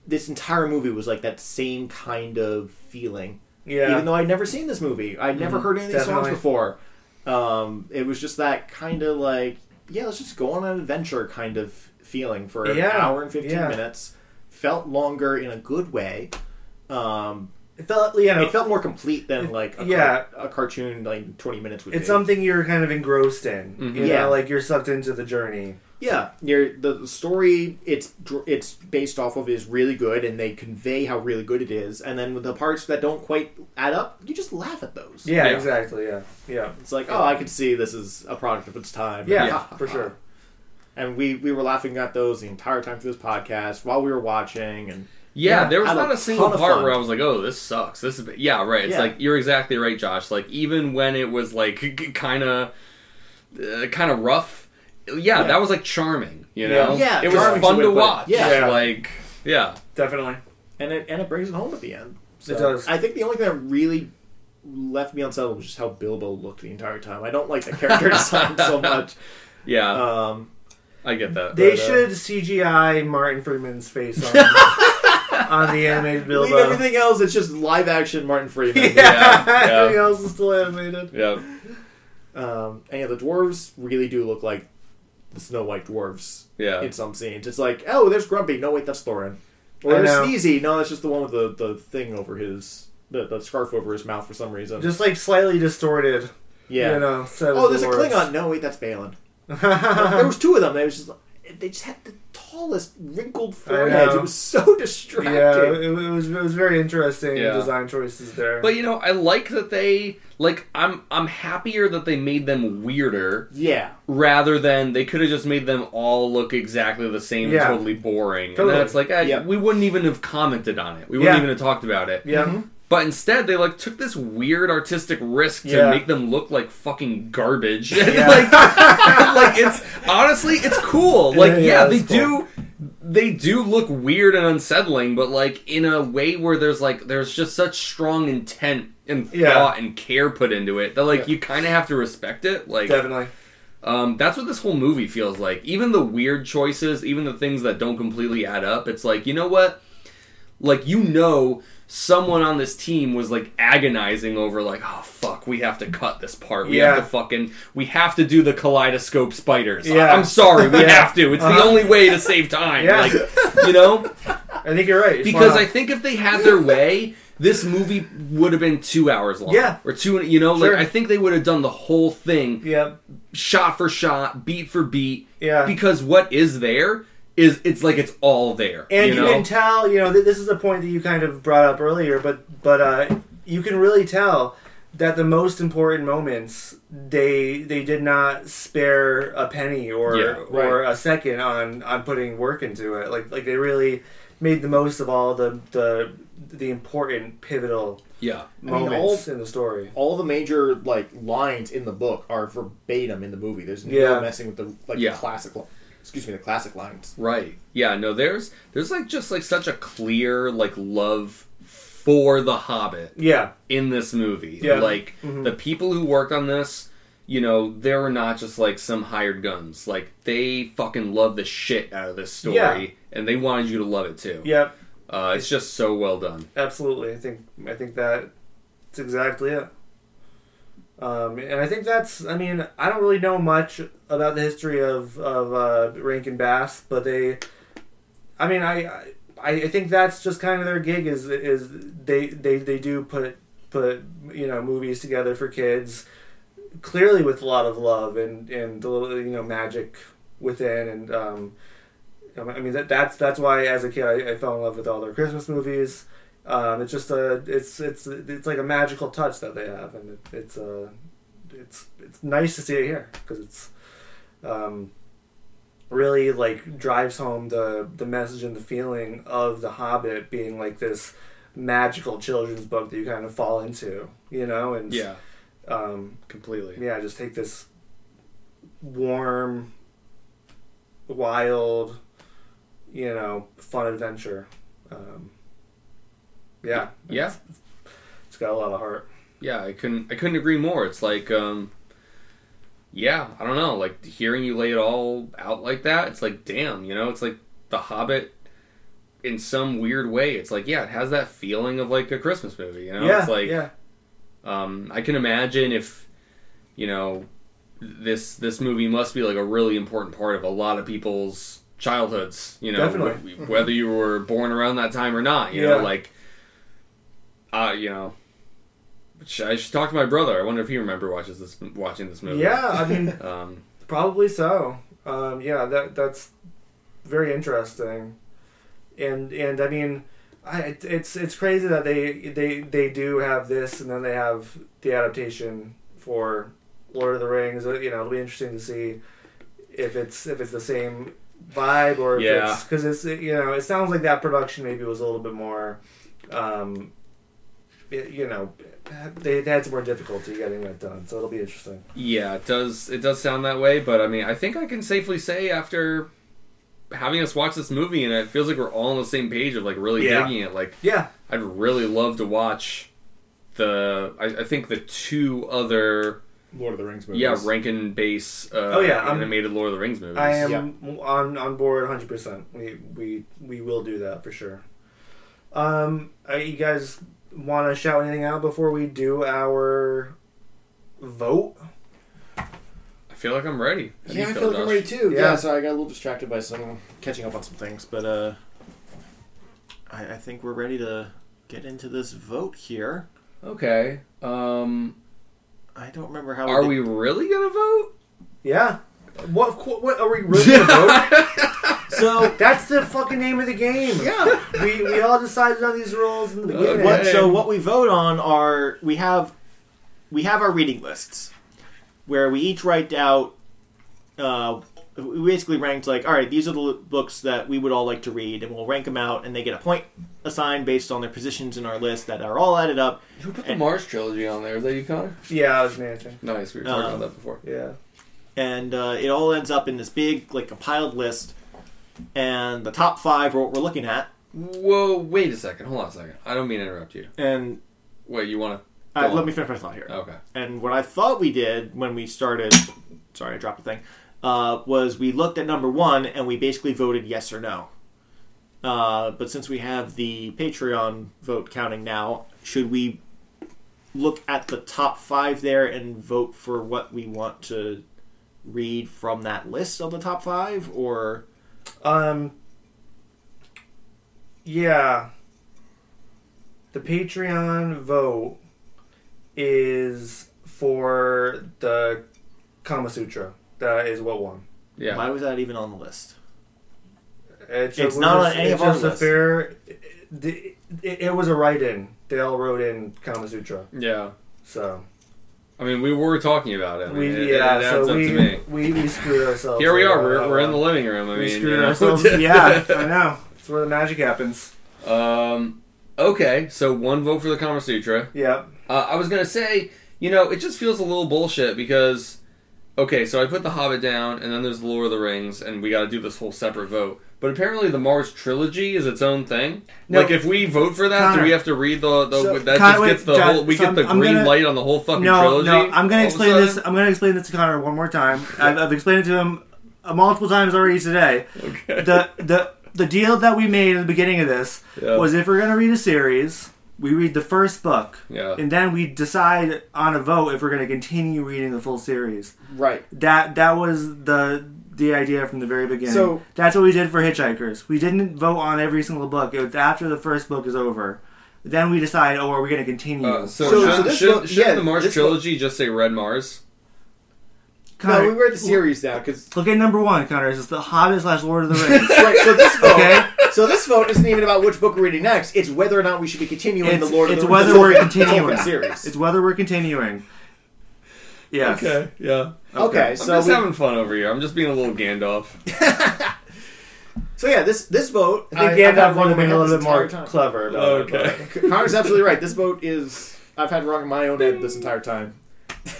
Speaker 2: This entire movie was like that same kind of feeling
Speaker 4: Yeah. Mm-hmm.
Speaker 2: even though I'd never seen this movie. I'd never heard any of these
Speaker 4: definitely.
Speaker 2: songs before. Um, it was just that kind of like, yeah, let's just go on an adventure kind of feeling for an
Speaker 4: Yeah,
Speaker 2: hour and 15
Speaker 4: yeah.
Speaker 2: minutes. Felt longer in a good way. Um,
Speaker 4: it felt you know
Speaker 2: it felt more complete than like a, car-
Speaker 4: Yeah.
Speaker 2: a cartoon like 20 minutes would
Speaker 4: it's
Speaker 2: be.
Speaker 4: something you're kind of engrossed in. You
Speaker 2: Mm-hmm. Yeah.
Speaker 4: know, like you're sucked into the journey.
Speaker 2: Yeah, you're, the the story it's dr- it's based off of is really good, and they convey how really good it is. And then with the parts that don't quite add up, you just laugh at those.
Speaker 4: Yeah,
Speaker 1: Yeah.
Speaker 4: exactly. Yeah, yeah,
Speaker 2: It's like, oh, I can see this is a product of its time.
Speaker 4: yeah, for sure.
Speaker 2: And we we were laughing at those the entire time through this podcast while we were watching, and
Speaker 1: Yeah,
Speaker 4: Yeah,
Speaker 1: there was
Speaker 2: had a
Speaker 1: not a single
Speaker 2: ton of
Speaker 1: part
Speaker 2: fun.
Speaker 1: where I was like, "Oh, this sucks." This is yeah, right. It's
Speaker 2: Yeah.
Speaker 1: like you're exactly right, Josh. Like even when it was like kind of uh, kind of rough, yeah, that was like charming. You
Speaker 4: Yeah.
Speaker 1: know,
Speaker 2: Yeah,
Speaker 1: it was
Speaker 2: charming's
Speaker 1: fun
Speaker 2: the
Speaker 1: to
Speaker 2: way to put it.
Speaker 1: watch.
Speaker 2: Yeah.
Speaker 4: Yeah.
Speaker 1: like yeah,
Speaker 4: Definitely.
Speaker 2: and it and it brings it home at the end. So
Speaker 4: It does.
Speaker 2: I think the only thing that really left me unsettled was just how Bilbo looked the entire time. I don't like that character design so much.
Speaker 1: yeah,
Speaker 2: Um,
Speaker 1: I get that.
Speaker 4: They
Speaker 2: But, uh,
Speaker 4: should CGI Martin Freeman's face on, on the animated
Speaker 2: leave
Speaker 4: Bilbo.
Speaker 2: everything else. It's just live action Martin Freeman.
Speaker 1: Yeah, yeah.
Speaker 4: everything else is still animated.
Speaker 1: yeah,
Speaker 2: Um, and yeah, the dwarves really do look like the Snow White dwarves
Speaker 1: yeah,
Speaker 2: in some scenes. It's like, oh, there's Grumpy. No, wait, that's Thorin. Or
Speaker 4: I
Speaker 2: there's
Speaker 4: know.
Speaker 2: Sneezy. No, that's just the one with the, the thing over his the, the scarf over his mouth for some reason.
Speaker 4: Just like slightly distorted.
Speaker 2: yeah.
Speaker 4: You know, set of
Speaker 2: oh, there's a
Speaker 4: dwarves.
Speaker 2: Klingon. No, wait, that's Balin. there was two of them. They was just they just had the tallest wrinkled foreheads.
Speaker 4: know.
Speaker 2: It was so
Speaker 4: Yeah,
Speaker 2: distracting.
Speaker 4: it, it was it was very interesting
Speaker 1: Yeah.
Speaker 4: design choices there.
Speaker 1: But you know, I like that they like. I'm I'm happier that they made them weirder
Speaker 2: Yeah.
Speaker 1: rather than they could have just made them all look exactly the same
Speaker 4: Yeah.
Speaker 1: and totally boring.
Speaker 4: Totally.
Speaker 1: And that's like, eh,
Speaker 2: Yep.
Speaker 1: we wouldn't even have commented on it. We wouldn't
Speaker 4: Yeah.
Speaker 1: even have talked about it.
Speaker 4: yeah,
Speaker 2: mm-hmm.
Speaker 1: But instead, they like took this weird artistic risk to
Speaker 4: Yeah.
Speaker 1: make them look like fucking garbage.
Speaker 4: Yeah.
Speaker 1: like, like it's honestly, it's cool. Like,
Speaker 4: Yeah,
Speaker 1: yeah,
Speaker 4: yeah,
Speaker 1: they
Speaker 4: it's cool.
Speaker 1: do. They do look weird and unsettling, but like in a way where there's like there's just such strong intent and
Speaker 4: Yeah.
Speaker 1: thought and care put into it that like you kind of have to respect it. Like,
Speaker 4: definitely.
Speaker 1: um, that's what this whole movie feels like. Even the weird choices, even the things that don't completely add up, it's like, you know what? Like, you know, someone on this team was like agonizing over, like, oh, fuck, we have to cut this part. We
Speaker 4: Yeah.
Speaker 1: have to fucking, we have to do the kaleidoscope spiders.
Speaker 4: Yeah.
Speaker 1: I- am sorry, we
Speaker 4: Yeah.
Speaker 1: have to. It's
Speaker 4: Uh-huh.
Speaker 1: the only way to save time.
Speaker 4: Yeah.
Speaker 1: Like, you know?
Speaker 4: I think you're right. It's
Speaker 1: because
Speaker 4: fine.
Speaker 1: I think if they had their way, this movie would have been two hours long.
Speaker 4: Yeah.
Speaker 1: Or two, you know,
Speaker 4: Sure.
Speaker 1: like, I think they would have done the whole thing
Speaker 4: yeah,
Speaker 1: shot for shot, beat for beat.
Speaker 4: Yeah.
Speaker 1: Because what is there is it's like it's all there.
Speaker 4: and you,
Speaker 1: you, know?
Speaker 4: can tell you know th- this is a point that you kind of brought up earlier but but uh you can really tell that the most important moments they they did not spare a penny or
Speaker 1: Yeah,
Speaker 2: right.
Speaker 4: or a second on on putting work into it like like they really made the most of all the the the important pivotal
Speaker 1: yeah.
Speaker 2: mean,
Speaker 4: moments in the story
Speaker 2: All the major like lines in the book are verbatim in the movie. There's no
Speaker 4: Yeah.
Speaker 2: messing with the like
Speaker 1: Yeah.
Speaker 2: the classic. li- Excuse me, the classic lines.
Speaker 1: Right. Yeah, no, there's there's like just like such a clear like love for the Hobbit.
Speaker 4: yeah
Speaker 1: in this movie.
Speaker 4: Yeah. Mm-hmm.
Speaker 1: Like the people who worked on this, you know, they were not just like some hired guns. Like they fucking love the shit out of this story,
Speaker 4: Yeah.
Speaker 1: and they wanted you to love it too.
Speaker 4: yeah
Speaker 1: Uh, it's just so well done.
Speaker 4: absolutely i think i think that it's exactly it um, and i think that's i mean i don't really know much about the history of of uh, rankin bass but they i mean I, I i think that's just kind of their gig is is they they they do put put you know movies together for kids clearly with a lot of love and and a little you know magic within and um, I mean that, that's that's why as a kid I, I fell in love with all their Christmas movies. Um, it's just a it's it's it's like a magical touch that they have, and it, it's uh, it's it's nice to see it here because it's um, really like drives home the the message and the feeling of the Hobbit being like this magical children's book that you kind of fall into, you know, and
Speaker 10: Yeah,
Speaker 4: um,
Speaker 10: completely.
Speaker 4: yeah, just take this warm, wild, you know, fun adventure. Um, yeah,
Speaker 1: Yeah,
Speaker 4: it's got a lot of heart.
Speaker 1: yeah. I couldn't. I couldn't agree more. It's like, um, yeah. I don't know. Like hearing you lay it all out like that. It's like, damn. You know. It's like The Hobbit. In some weird way, it's like yeah, it has that feeling of like a Christmas movie. You know,
Speaker 4: yeah,
Speaker 1: it's like
Speaker 4: yeah,
Speaker 1: Um, I can imagine if, you know, this this movie must be like a really important part of a lot of people's childhoods. You know,
Speaker 4: Definitely.
Speaker 1: wh- whether you were born around that time or not. You know,
Speaker 4: Yeah.
Speaker 1: like, uh, you know, sh- I should talk to my brother. I wonder if he remember watches this watching this movie.
Speaker 4: yeah. I mean,
Speaker 1: Um,
Speaker 4: probably so. Um, yeah, that that's very interesting, and and I mean, I, it- it's it's crazy that they they they do have this, and then they have the adaptation for Lord of the Rings. Uh, You know, it'll be interesting to see if it's if it's the same vibe or if
Speaker 1: Yeah.
Speaker 4: it's because it's you know it sounds like that production maybe was a little bit more, um, it- you know, they, they had some more difficulty getting that done. So it'll be interesting.
Speaker 1: yeah, it does it does sound that way, but I mean, I think I can safely say after having us watch this movie, and it feels like we're all on the same page of like really
Speaker 4: Yeah.
Speaker 1: digging it. Like,
Speaker 4: Yeah,
Speaker 1: I'd really love to watch the I, I think the two other
Speaker 10: Lord of the Rings movies.
Speaker 1: yeah Rankin Bass uh,
Speaker 4: Oh, yeah, I'm-
Speaker 1: animated Lord of the Rings movies.
Speaker 4: I am on on board 100. percent We we we will do that for sure. Um, uh, you guys want to shout anything out before we do our vote?
Speaker 1: I feel like I'm ready. How do
Speaker 2: Yeah,
Speaker 1: you
Speaker 2: I feel like I'm
Speaker 1: Josh?
Speaker 2: ready too.
Speaker 4: Yeah.
Speaker 2: Yeah. sorry, I got a little distracted by some catching up on some things, but uh, I, I think we're ready to get into this vote here.
Speaker 1: Okay. Um,
Speaker 2: I don't remember how.
Speaker 1: are
Speaker 2: did-
Speaker 1: we really gonna vote?
Speaker 4: Yeah. What qu- what are we really gonna vote?
Speaker 2: So
Speaker 4: That's the fucking name of the game.
Speaker 2: yeah. Uh,
Speaker 4: We we all decided on these rules in the beginning.
Speaker 1: Okay.
Speaker 2: What, so what we vote on are we have we have our reading lists where we each write out. Uh, we basically ranked like all right these are the books that we would all like to read and we'll rank them out and they get a point assigned based on their positions in our list that are all added up
Speaker 1: Who put
Speaker 2: the
Speaker 1: the Mars trilogy on there? Is that you, Connor?
Speaker 4: Yeah, I was managing.
Speaker 1: Nice. We were talking
Speaker 2: Um,
Speaker 1: about that before.
Speaker 4: Yeah.
Speaker 2: and uh, it all ends up in this big like compiled list and the top five are what we're looking at
Speaker 1: Whoa! Wait a second. Hold on a second. I don't mean to interrupt you.
Speaker 2: and
Speaker 1: Wait, you want
Speaker 2: uh,
Speaker 1: Go on. Oh.
Speaker 2: let me finish my thought here
Speaker 1: to? Okay.
Speaker 2: and what i thought we did when we started sorry i dropped a thing uh, was we looked at number one and we basically voted yes or no uh, but since we have the patreon vote counting now should we look at the top five there and vote for what we want to read from that list of the top five or
Speaker 4: Um. Yeah. The Patreon vote is for the Kama Sutra. That is what won.
Speaker 1: Yeah.
Speaker 2: why was that even on the list
Speaker 4: It's,
Speaker 2: It's not on any
Speaker 4: it's
Speaker 2: of our
Speaker 4: just a
Speaker 2: lists.
Speaker 4: fair. It, it, it was a write-in. They all wrote in Kama Sutra.
Speaker 1: yeah.
Speaker 4: So
Speaker 1: I mean, we were talking about it. I mean,
Speaker 4: we
Speaker 1: it,
Speaker 4: yeah.
Speaker 1: it adds up to
Speaker 4: so
Speaker 1: me.
Speaker 4: we, we we screwed ourselves.
Speaker 1: Here we
Speaker 4: on
Speaker 1: are.
Speaker 4: that
Speaker 1: We're,
Speaker 4: one.
Speaker 1: we're in the living room. I
Speaker 4: Uh, we
Speaker 1: mean, you
Speaker 4: screwed
Speaker 1: know.
Speaker 4: ourselves. yeah, I know. It's where the magic happens.
Speaker 1: Um, okay, so one vote for the Kama Sutra.
Speaker 4: Yep.
Speaker 1: Uh, I was gonna say, you know, it just feels a little bullshit because, okay, so I put the Hobbit down, and then there's the Lord of the Rings, and we got to do this whole separate vote. But apparently, the Mars trilogy is its own thing.
Speaker 4: No.
Speaker 1: like, if we vote for that, do
Speaker 11: Connor.
Speaker 1: we have to read the, the
Speaker 11: So-
Speaker 1: that
Speaker 11: Connor,
Speaker 1: just gets the
Speaker 11: wait,
Speaker 1: whole we
Speaker 11: so
Speaker 1: get the
Speaker 11: I'm- I'm
Speaker 1: green
Speaker 11: gonna-
Speaker 1: light on the whole fucking
Speaker 11: no,
Speaker 1: trilogy?
Speaker 11: no. I'm
Speaker 1: all
Speaker 11: gonna
Speaker 1: of a
Speaker 11: explain this.
Speaker 1: sudden?
Speaker 11: I'm gonna explain this to Connor one more time. I've, I've explained it to him uh, multiple times already today.
Speaker 1: Okay.
Speaker 11: The the the deal that we made in the beginning of this
Speaker 1: Yeah.
Speaker 11: was if we're gonna read a series, we read the first book,
Speaker 1: Yeah.
Speaker 11: and then we decide on a vote if we're gonna continue reading the full series.
Speaker 12: Right.
Speaker 11: That that was the the idea from the very beginning.
Speaker 12: So-
Speaker 11: that's what we did for Hitchhikers. We didn't vote on every single book. It was after the first book is over. Then we decide, oh, are we going
Speaker 4: um,
Speaker 11: to continue?
Speaker 1: Uh, so,
Speaker 12: So- so
Speaker 1: should,
Speaker 12: this
Speaker 1: should,
Speaker 12: vote-
Speaker 1: shouldn't
Speaker 12: yeah,
Speaker 1: the Mars
Speaker 12: this vote-
Speaker 1: trilogy just say Red Mars?
Speaker 4: Connor,
Speaker 13: no, we read the series now because
Speaker 4: look at number one, Connor. It's the Hobbit slash Lord of the Rings.
Speaker 2: Right, so this vote,
Speaker 4: Okay.
Speaker 2: so this vote isn't even about which book we're reading next. It's whether or not we should be continuing
Speaker 4: It's-
Speaker 2: the Lord
Speaker 4: it's
Speaker 2: of the
Speaker 4: whether
Speaker 2: the
Speaker 4: we're
Speaker 2: Tolkien-
Speaker 4: continuing.
Speaker 2: Tolkien series.
Speaker 4: it's whether we're continuing. Yes.
Speaker 1: Okay, yeah.
Speaker 2: Okay,
Speaker 1: I'm
Speaker 2: so
Speaker 1: just
Speaker 2: we,
Speaker 1: having fun over here. I'm just being a little Gandalf.
Speaker 2: so yeah, this this vote.
Speaker 14: I think
Speaker 2: I-
Speaker 14: Gandalf
Speaker 2: I've had
Speaker 14: would have
Speaker 2: wrong
Speaker 14: been
Speaker 2: in my
Speaker 14: a
Speaker 2: head
Speaker 14: little
Speaker 2: this
Speaker 14: bit more
Speaker 2: entire time.
Speaker 14: clever. About It,
Speaker 1: Okay.
Speaker 13: Connor's absolutely right. This vote is I've had wrong in my own head this entire time.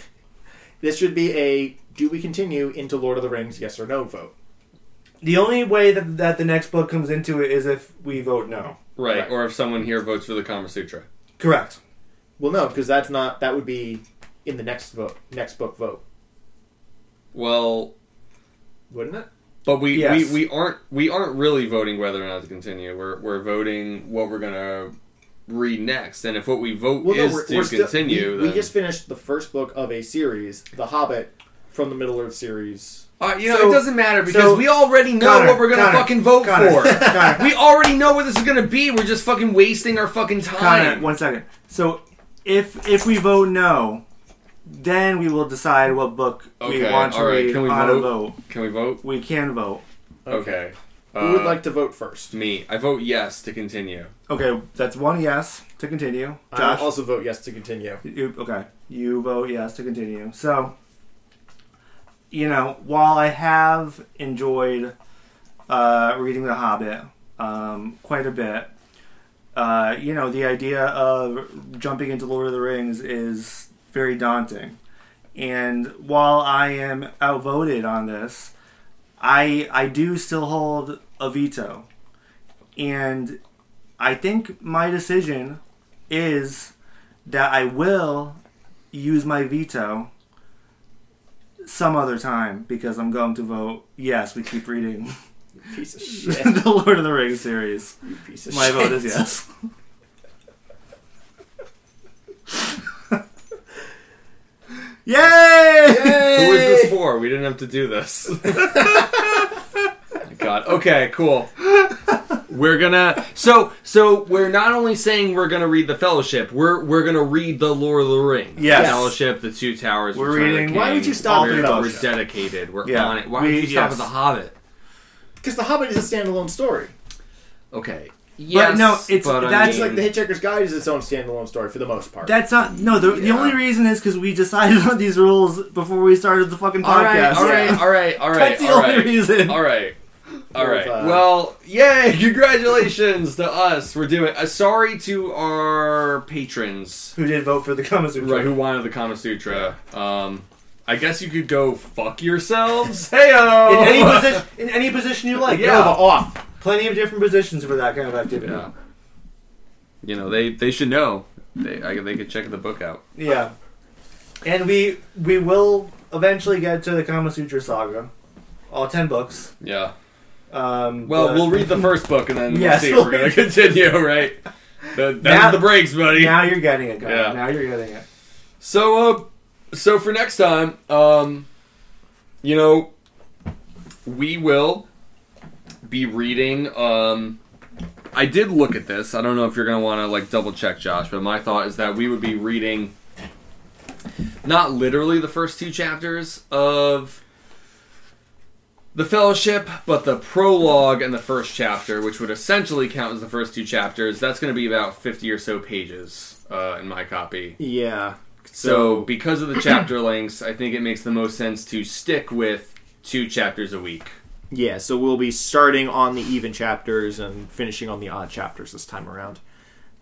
Speaker 2: This should be a do we continue into Lord of the Rings? Yes or no vote.
Speaker 14: The only way that, that the next book comes into it is if we vote no.
Speaker 1: Right, or if someone here votes for the Kama Sutra.
Speaker 14: Correct.
Speaker 2: Well, no, because that's not that would be in the next vote, next book vote,
Speaker 1: Well,
Speaker 2: wouldn't it?
Speaker 1: but we,
Speaker 14: Yes.
Speaker 1: we, we aren't we aren't really voting whether or not to continue. We're we're voting what we're gonna read next, and if what we vote
Speaker 2: Well,
Speaker 1: is
Speaker 2: no, we're,
Speaker 1: to
Speaker 2: we're still-
Speaker 1: continue,
Speaker 2: we- we,
Speaker 1: then
Speaker 2: just finished the first book of a series, The Hobbit, from the Middle Earth series.
Speaker 1: Uh, you know
Speaker 14: So-
Speaker 1: it doesn't matter because
Speaker 14: so-
Speaker 1: we already know
Speaker 14: Connor,
Speaker 1: what we're gonna
Speaker 14: Connor,
Speaker 1: fucking vote
Speaker 14: Connor,
Speaker 1: for.
Speaker 14: Connor.
Speaker 1: we already know where this is gonna be. We're just fucking wasting our fucking
Speaker 4: Connor,
Speaker 1: time.
Speaker 4: one second. So if if we vote no, then we will decide what book we
Speaker 1: Okay,
Speaker 4: want to
Speaker 1: all right.
Speaker 4: read
Speaker 1: Can we
Speaker 4: on a
Speaker 1: vote?
Speaker 4: vote.
Speaker 1: Can we vote?
Speaker 4: We can vote.
Speaker 1: Okay.
Speaker 2: Who would
Speaker 1: Uh,
Speaker 2: like to vote first?
Speaker 1: me? I vote yes to continue.
Speaker 4: Okay, that's one yes to continue.
Speaker 2: I
Speaker 4: Josh,
Speaker 2: will also vote yes to continue.
Speaker 4: you, okay, you vote yes to continue. So, you know, while I have enjoyed uh, reading The Hobbit um, quite a bit, uh, you know, the idea of jumping into Lord of the Rings is very daunting. And while I am outvoted on this, I I do still hold a veto, and I think my decision is that I will use my veto some other time because I'm going to vote yes. We keep reading
Speaker 2: Piece of shit.
Speaker 4: the Lord of the Rings series.
Speaker 2: you piece of
Speaker 4: My
Speaker 2: shit.
Speaker 4: vote is yes. Yay!
Speaker 1: Who is this for? We didn't have to do this. God. Okay, cool. We're gonna so so we're not only saying we're gonna read the Fellowship, we're we're gonna read the Lord of the Rings.
Speaker 4: Yes.
Speaker 1: The Fellowship, the Two Towers.
Speaker 4: We're
Speaker 1: Return of the
Speaker 4: reading-
Speaker 1: King.
Speaker 4: Why
Speaker 2: would you stop
Speaker 1: We're,
Speaker 2: at the
Speaker 1: we're
Speaker 2: Fellowship?
Speaker 1: dedicated. We're
Speaker 4: Yeah.
Speaker 1: on it. Why
Speaker 4: We-
Speaker 1: would you stop at
Speaker 4: yes.
Speaker 1: the Hobbit?
Speaker 2: Because The Hobbit is a standalone story.
Speaker 1: Okay. Yes,
Speaker 4: no, it's-
Speaker 1: but I
Speaker 4: that's
Speaker 2: It's like
Speaker 1: mean-
Speaker 2: The Hitchhiker's Guide is its own standalone story for the most part.
Speaker 4: That's not no. The, the
Speaker 1: Yeah.
Speaker 4: only reason is because we decided on these rules before we started the fucking podcast.
Speaker 1: all right, all right,
Speaker 2: Yeah.
Speaker 1: all right, all right.
Speaker 4: That's the
Speaker 1: all
Speaker 4: only
Speaker 1: right.
Speaker 4: reason.
Speaker 1: All right. All right.
Speaker 2: Well, uh,
Speaker 1: Well, yay! Congratulations to us. We're doing. Uh, sorry to our patrons,
Speaker 14: Who did vote for the Kama Sutra?
Speaker 1: right? Who wanted the Kama Sutra? Um, I guess you could go fuck yourselves. Heyo.
Speaker 14: In any position, in any position you like.
Speaker 1: Yeah.
Speaker 14: No,
Speaker 2: off.
Speaker 14: plenty of different positions for that kind of activity.
Speaker 1: Yeah. You know they they should know. They I, they could check the book out.
Speaker 14: Yeah. And we we will eventually get to the Kama Sutra saga, all ten books.
Speaker 1: Yeah.
Speaker 14: Um,
Speaker 1: Well,
Speaker 14: but
Speaker 1: we'll read the first book and then
Speaker 14: Yes,
Speaker 1: we'll see.
Speaker 14: we'll
Speaker 1: We're gonna
Speaker 14: read-
Speaker 1: continue, right? The, that
Speaker 14: Now-
Speaker 1: was the breaks, buddy.
Speaker 14: now you're getting it, guys.
Speaker 1: Yeah.
Speaker 14: Now you're getting it.
Speaker 1: So, uh, so for next time, um, you know, we will be reading. Um, I did look at this. I don't know if you're gonna want to like double check, Josh, but my thought is that we would be reading not literally the first two chapters of the fellowship but the prologue and the first chapter which would essentially count as the first two chapters that's going to be about 50 or so pages uh, in my copy
Speaker 2: Yeah.
Speaker 1: so, because of the chapter lengths, I think it makes the most sense to stick with two chapters a week.
Speaker 2: Yeah, so we'll be starting on the even chapters and finishing on the odd chapters this time around.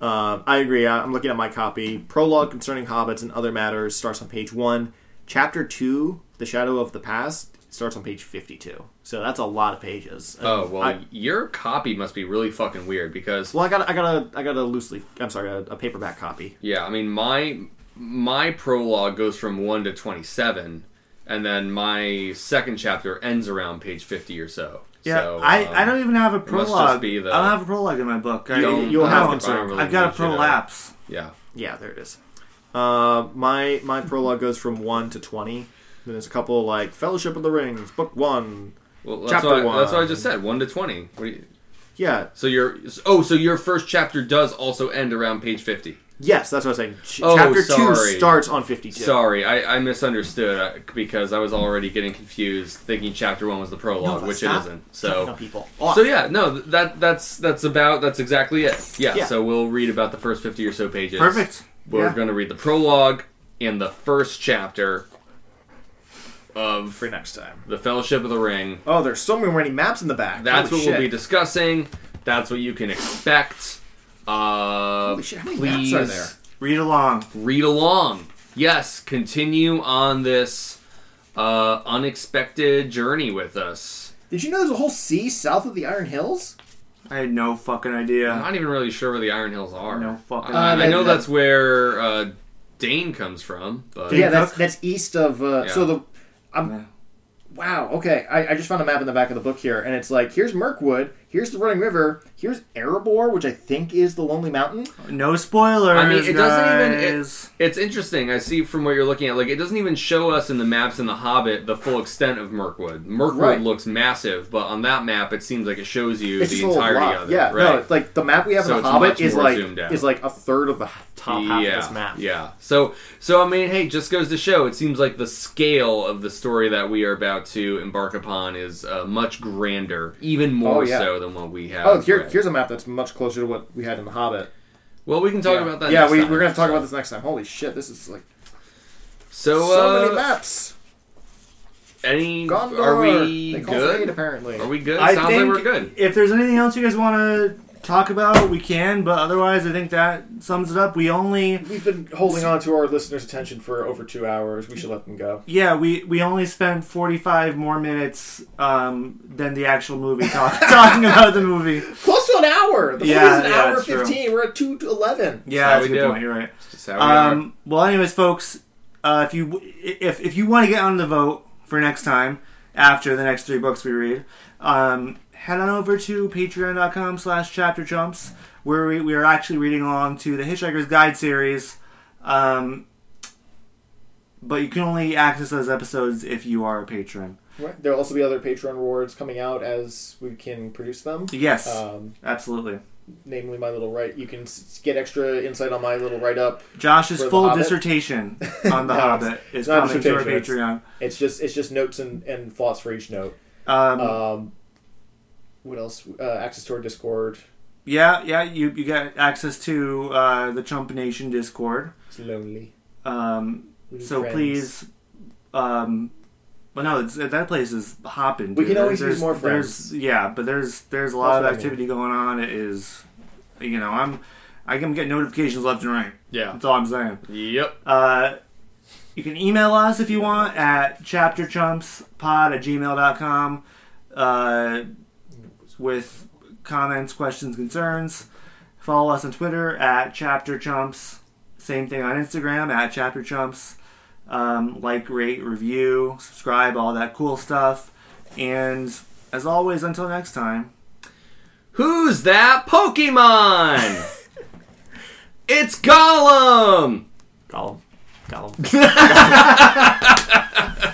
Speaker 2: Um, I agree. I- I'm looking at my copy. Prologue concerning hobbits and other matters starts on page one. Chapter two, The Shadow of the Past, starts on page 52. So that's a lot of pages. And
Speaker 1: Oh well,
Speaker 2: I,
Speaker 1: your copy must be really fucking weird because
Speaker 2: well, I got, a, I got a, I got a loose leaf. I'm sorry, a, a paperback copy.
Speaker 1: yeah, I mean my my prologue goes from one to twenty seven, and then my second chapter ends around page fifty or so.
Speaker 4: Yeah,
Speaker 1: so,
Speaker 4: I,
Speaker 1: um,
Speaker 4: I don't even have a
Speaker 1: must just
Speaker 4: prologue.
Speaker 1: be the-
Speaker 4: I don't have a prologue in my book. I,
Speaker 1: don't-
Speaker 2: you'll
Speaker 1: I
Speaker 2: have
Speaker 1: don't-
Speaker 2: concern.
Speaker 1: I don't really
Speaker 4: I've got a
Speaker 1: need you to-
Speaker 4: prolapse.
Speaker 1: Yeah.
Speaker 2: Yeah, there it is. Uh, my my prologue goes from one to twenty. Then there's a couple like Fellowship of the Rings, book one.
Speaker 1: Well, that's
Speaker 2: Chapter
Speaker 1: what I, That's what I
Speaker 2: one.
Speaker 1: just said. One to twenty. What do you,
Speaker 2: Yeah,
Speaker 1: so your oh, so your first chapter does also end around page fifty.
Speaker 15: Yes, that's what I was saying. Ch-
Speaker 1: Oh,
Speaker 15: chapter
Speaker 1: sorry.
Speaker 15: two starts on fifty-two.
Speaker 1: Sorry, I, I misunderstood uh, because I was already getting confused, thinking chapter one was the prologue,
Speaker 15: No,
Speaker 1: which
Speaker 15: stop.
Speaker 1: it
Speaker 15: Jumping
Speaker 1: isn't. So,
Speaker 15: on people. Off.
Speaker 1: so yeah, no, th- that that's that's about that's exactly it. Yeah,
Speaker 15: Yeah.
Speaker 1: so we'll read about the first fifty or so pages.
Speaker 4: Perfect.
Speaker 1: We're
Speaker 4: Yeah.
Speaker 1: going to read the prologue and the first chapter of
Speaker 15: for next time.
Speaker 1: the Fellowship of the Ring.
Speaker 15: Oh, there's so many maps in the back.
Speaker 1: That's
Speaker 15: Holy
Speaker 1: what
Speaker 15: shit.
Speaker 1: we'll be discussing. That's what you can expect. Uh,
Speaker 15: Holy shit, how many
Speaker 1: please
Speaker 15: maps are there?
Speaker 4: Read along.
Speaker 1: read along. Yes, continue on this uh, unexpected journey with us.
Speaker 15: Did you know there's a whole sea south of the Iron Hills?
Speaker 4: I had no fucking idea.
Speaker 1: I'm not even really sure where the Iron Hills are.
Speaker 4: No fucking-
Speaker 1: I, I
Speaker 2: Uh, that-
Speaker 1: know
Speaker 2: that-
Speaker 1: that's where uh, Dane comes from, but
Speaker 4: Dane
Speaker 2: yeah, that's
Speaker 4: Cook?
Speaker 2: that's east of. Uh,
Speaker 1: Yeah.
Speaker 2: So the I'm
Speaker 4: Yeah.
Speaker 2: wow. Okay, I, I just found a map in the back of the book here, and it's like here's Mirkwood, here's the Running River, here's Erebor, which I think is the Lonely Mountain.
Speaker 4: No spoilers.
Speaker 1: I mean, it doesn't even- it-
Speaker 4: guys.
Speaker 1: It's interesting. I see from what you're looking at. Like, it doesn't even show us in the maps in The Hobbit the full extent of Mirkwood. Mirkwood
Speaker 2: Right.
Speaker 1: looks massive, but on that map, it seems like it shows you
Speaker 2: It's
Speaker 1: the
Speaker 2: just a little
Speaker 1: entirety
Speaker 2: rough.
Speaker 1: of it.
Speaker 2: Yeah, no,
Speaker 1: right?
Speaker 2: it's like the map we have
Speaker 1: So
Speaker 2: in
Speaker 1: it's
Speaker 2: the Hobbit
Speaker 1: much
Speaker 2: is
Speaker 1: more
Speaker 2: like
Speaker 1: zoomed out.
Speaker 2: is like a third of the top half of this map.
Speaker 1: Yeah. So, so I mean, hey, just goes to show. It seems like the scale of the story that we are about to embark upon is uh, much grander, even more
Speaker 2: Oh, yeah.
Speaker 1: so than what we have.
Speaker 2: Oh, here,
Speaker 1: read.
Speaker 2: here's a map that's much closer to what we had in the Hobbit.
Speaker 1: Well, we can talk
Speaker 2: yeah.
Speaker 1: about that.
Speaker 2: Yeah,
Speaker 1: next
Speaker 2: we,
Speaker 1: time.
Speaker 2: we're gonna have to talk about this next time. Holy shit, this is like
Speaker 1: So,
Speaker 2: so
Speaker 1: uh,
Speaker 2: many maps.
Speaker 1: any?
Speaker 2: Gondor.
Speaker 1: Are we
Speaker 2: they call for aid,
Speaker 1: good?
Speaker 2: apparently.
Speaker 1: Are we good?
Speaker 4: I
Speaker 1: Sounds
Speaker 4: think
Speaker 1: like we're good.
Speaker 4: if there's anything else you guys want to talk about, we can. But otherwise, I think that sums it up. We only,
Speaker 2: We've been holding on to our listeners' attention for over two hours. We should let them go.
Speaker 4: yeah, we we only spent 45 more minutes um, than the actual movie talk, talking about the movie.
Speaker 2: Close to an hour. The
Speaker 4: Yeah,
Speaker 2: yeah, an
Speaker 4: yeah,
Speaker 2: hour
Speaker 4: that's true.
Speaker 2: fifteen. We're at two to eleven.
Speaker 4: Yeah,
Speaker 1: how
Speaker 4: that's a
Speaker 1: we
Speaker 4: good
Speaker 1: do.
Speaker 4: point. You're right.
Speaker 1: Just how we are.
Speaker 4: Um, well, anyways, folks, uh, if you if if you want to get on the vote for next time after the next three books we read, um, head on over to patreon.com slash chapter chumps where we, we are actually reading along to the Hitchhiker's Guide series. Um, but you can only access those episodes if you are a patron.
Speaker 2: Right. There'll also be other Patreon rewards coming out as we can produce them.
Speaker 4: Yes,
Speaker 2: Um,
Speaker 4: absolutely.
Speaker 2: namely, my little write. You can s- get extra insight on my little write up.
Speaker 4: Josh's
Speaker 2: for The
Speaker 4: full
Speaker 2: Hobbit?
Speaker 4: dissertation on the
Speaker 2: No, it's-
Speaker 4: Hobbit is
Speaker 2: it's not a
Speaker 4: coming to our
Speaker 2: dissertation,
Speaker 4: Patreon.
Speaker 2: It's just it's just notes and, and thoughts for each note.
Speaker 4: Um,
Speaker 2: Um, what else? Uh, access to our Discord.
Speaker 4: Yeah, yeah, you you get access to uh, the Chump Nation Discord.
Speaker 2: It's lonely.
Speaker 4: Um,
Speaker 2: We need
Speaker 4: so
Speaker 2: Mm, friends.
Speaker 4: please, um, well, no, it's, that place is hopping.
Speaker 2: We
Speaker 4: dude.
Speaker 2: can always
Speaker 4: There's-
Speaker 2: use more
Speaker 4: there's- Yeah, but there's there's a lot
Speaker 2: That's what I
Speaker 4: of
Speaker 2: mean.
Speaker 4: activity going on. It is, you know, I'm I can get notifications left and right.
Speaker 1: yeah.
Speaker 4: That's all I'm saying.
Speaker 1: Yep.
Speaker 4: Uh, you can email us if you want at chapterchumpspod at gmail.com uh, with comments, questions, concerns. Follow us on Twitter at chapterchumps. Same thing on Instagram at chapterchumps. Um, like, rate, review, subscribe, all that cool stuff. And as always, until next time.
Speaker 1: Who's that Pokemon? it's Gollum.
Speaker 16: Gollum. Gollum.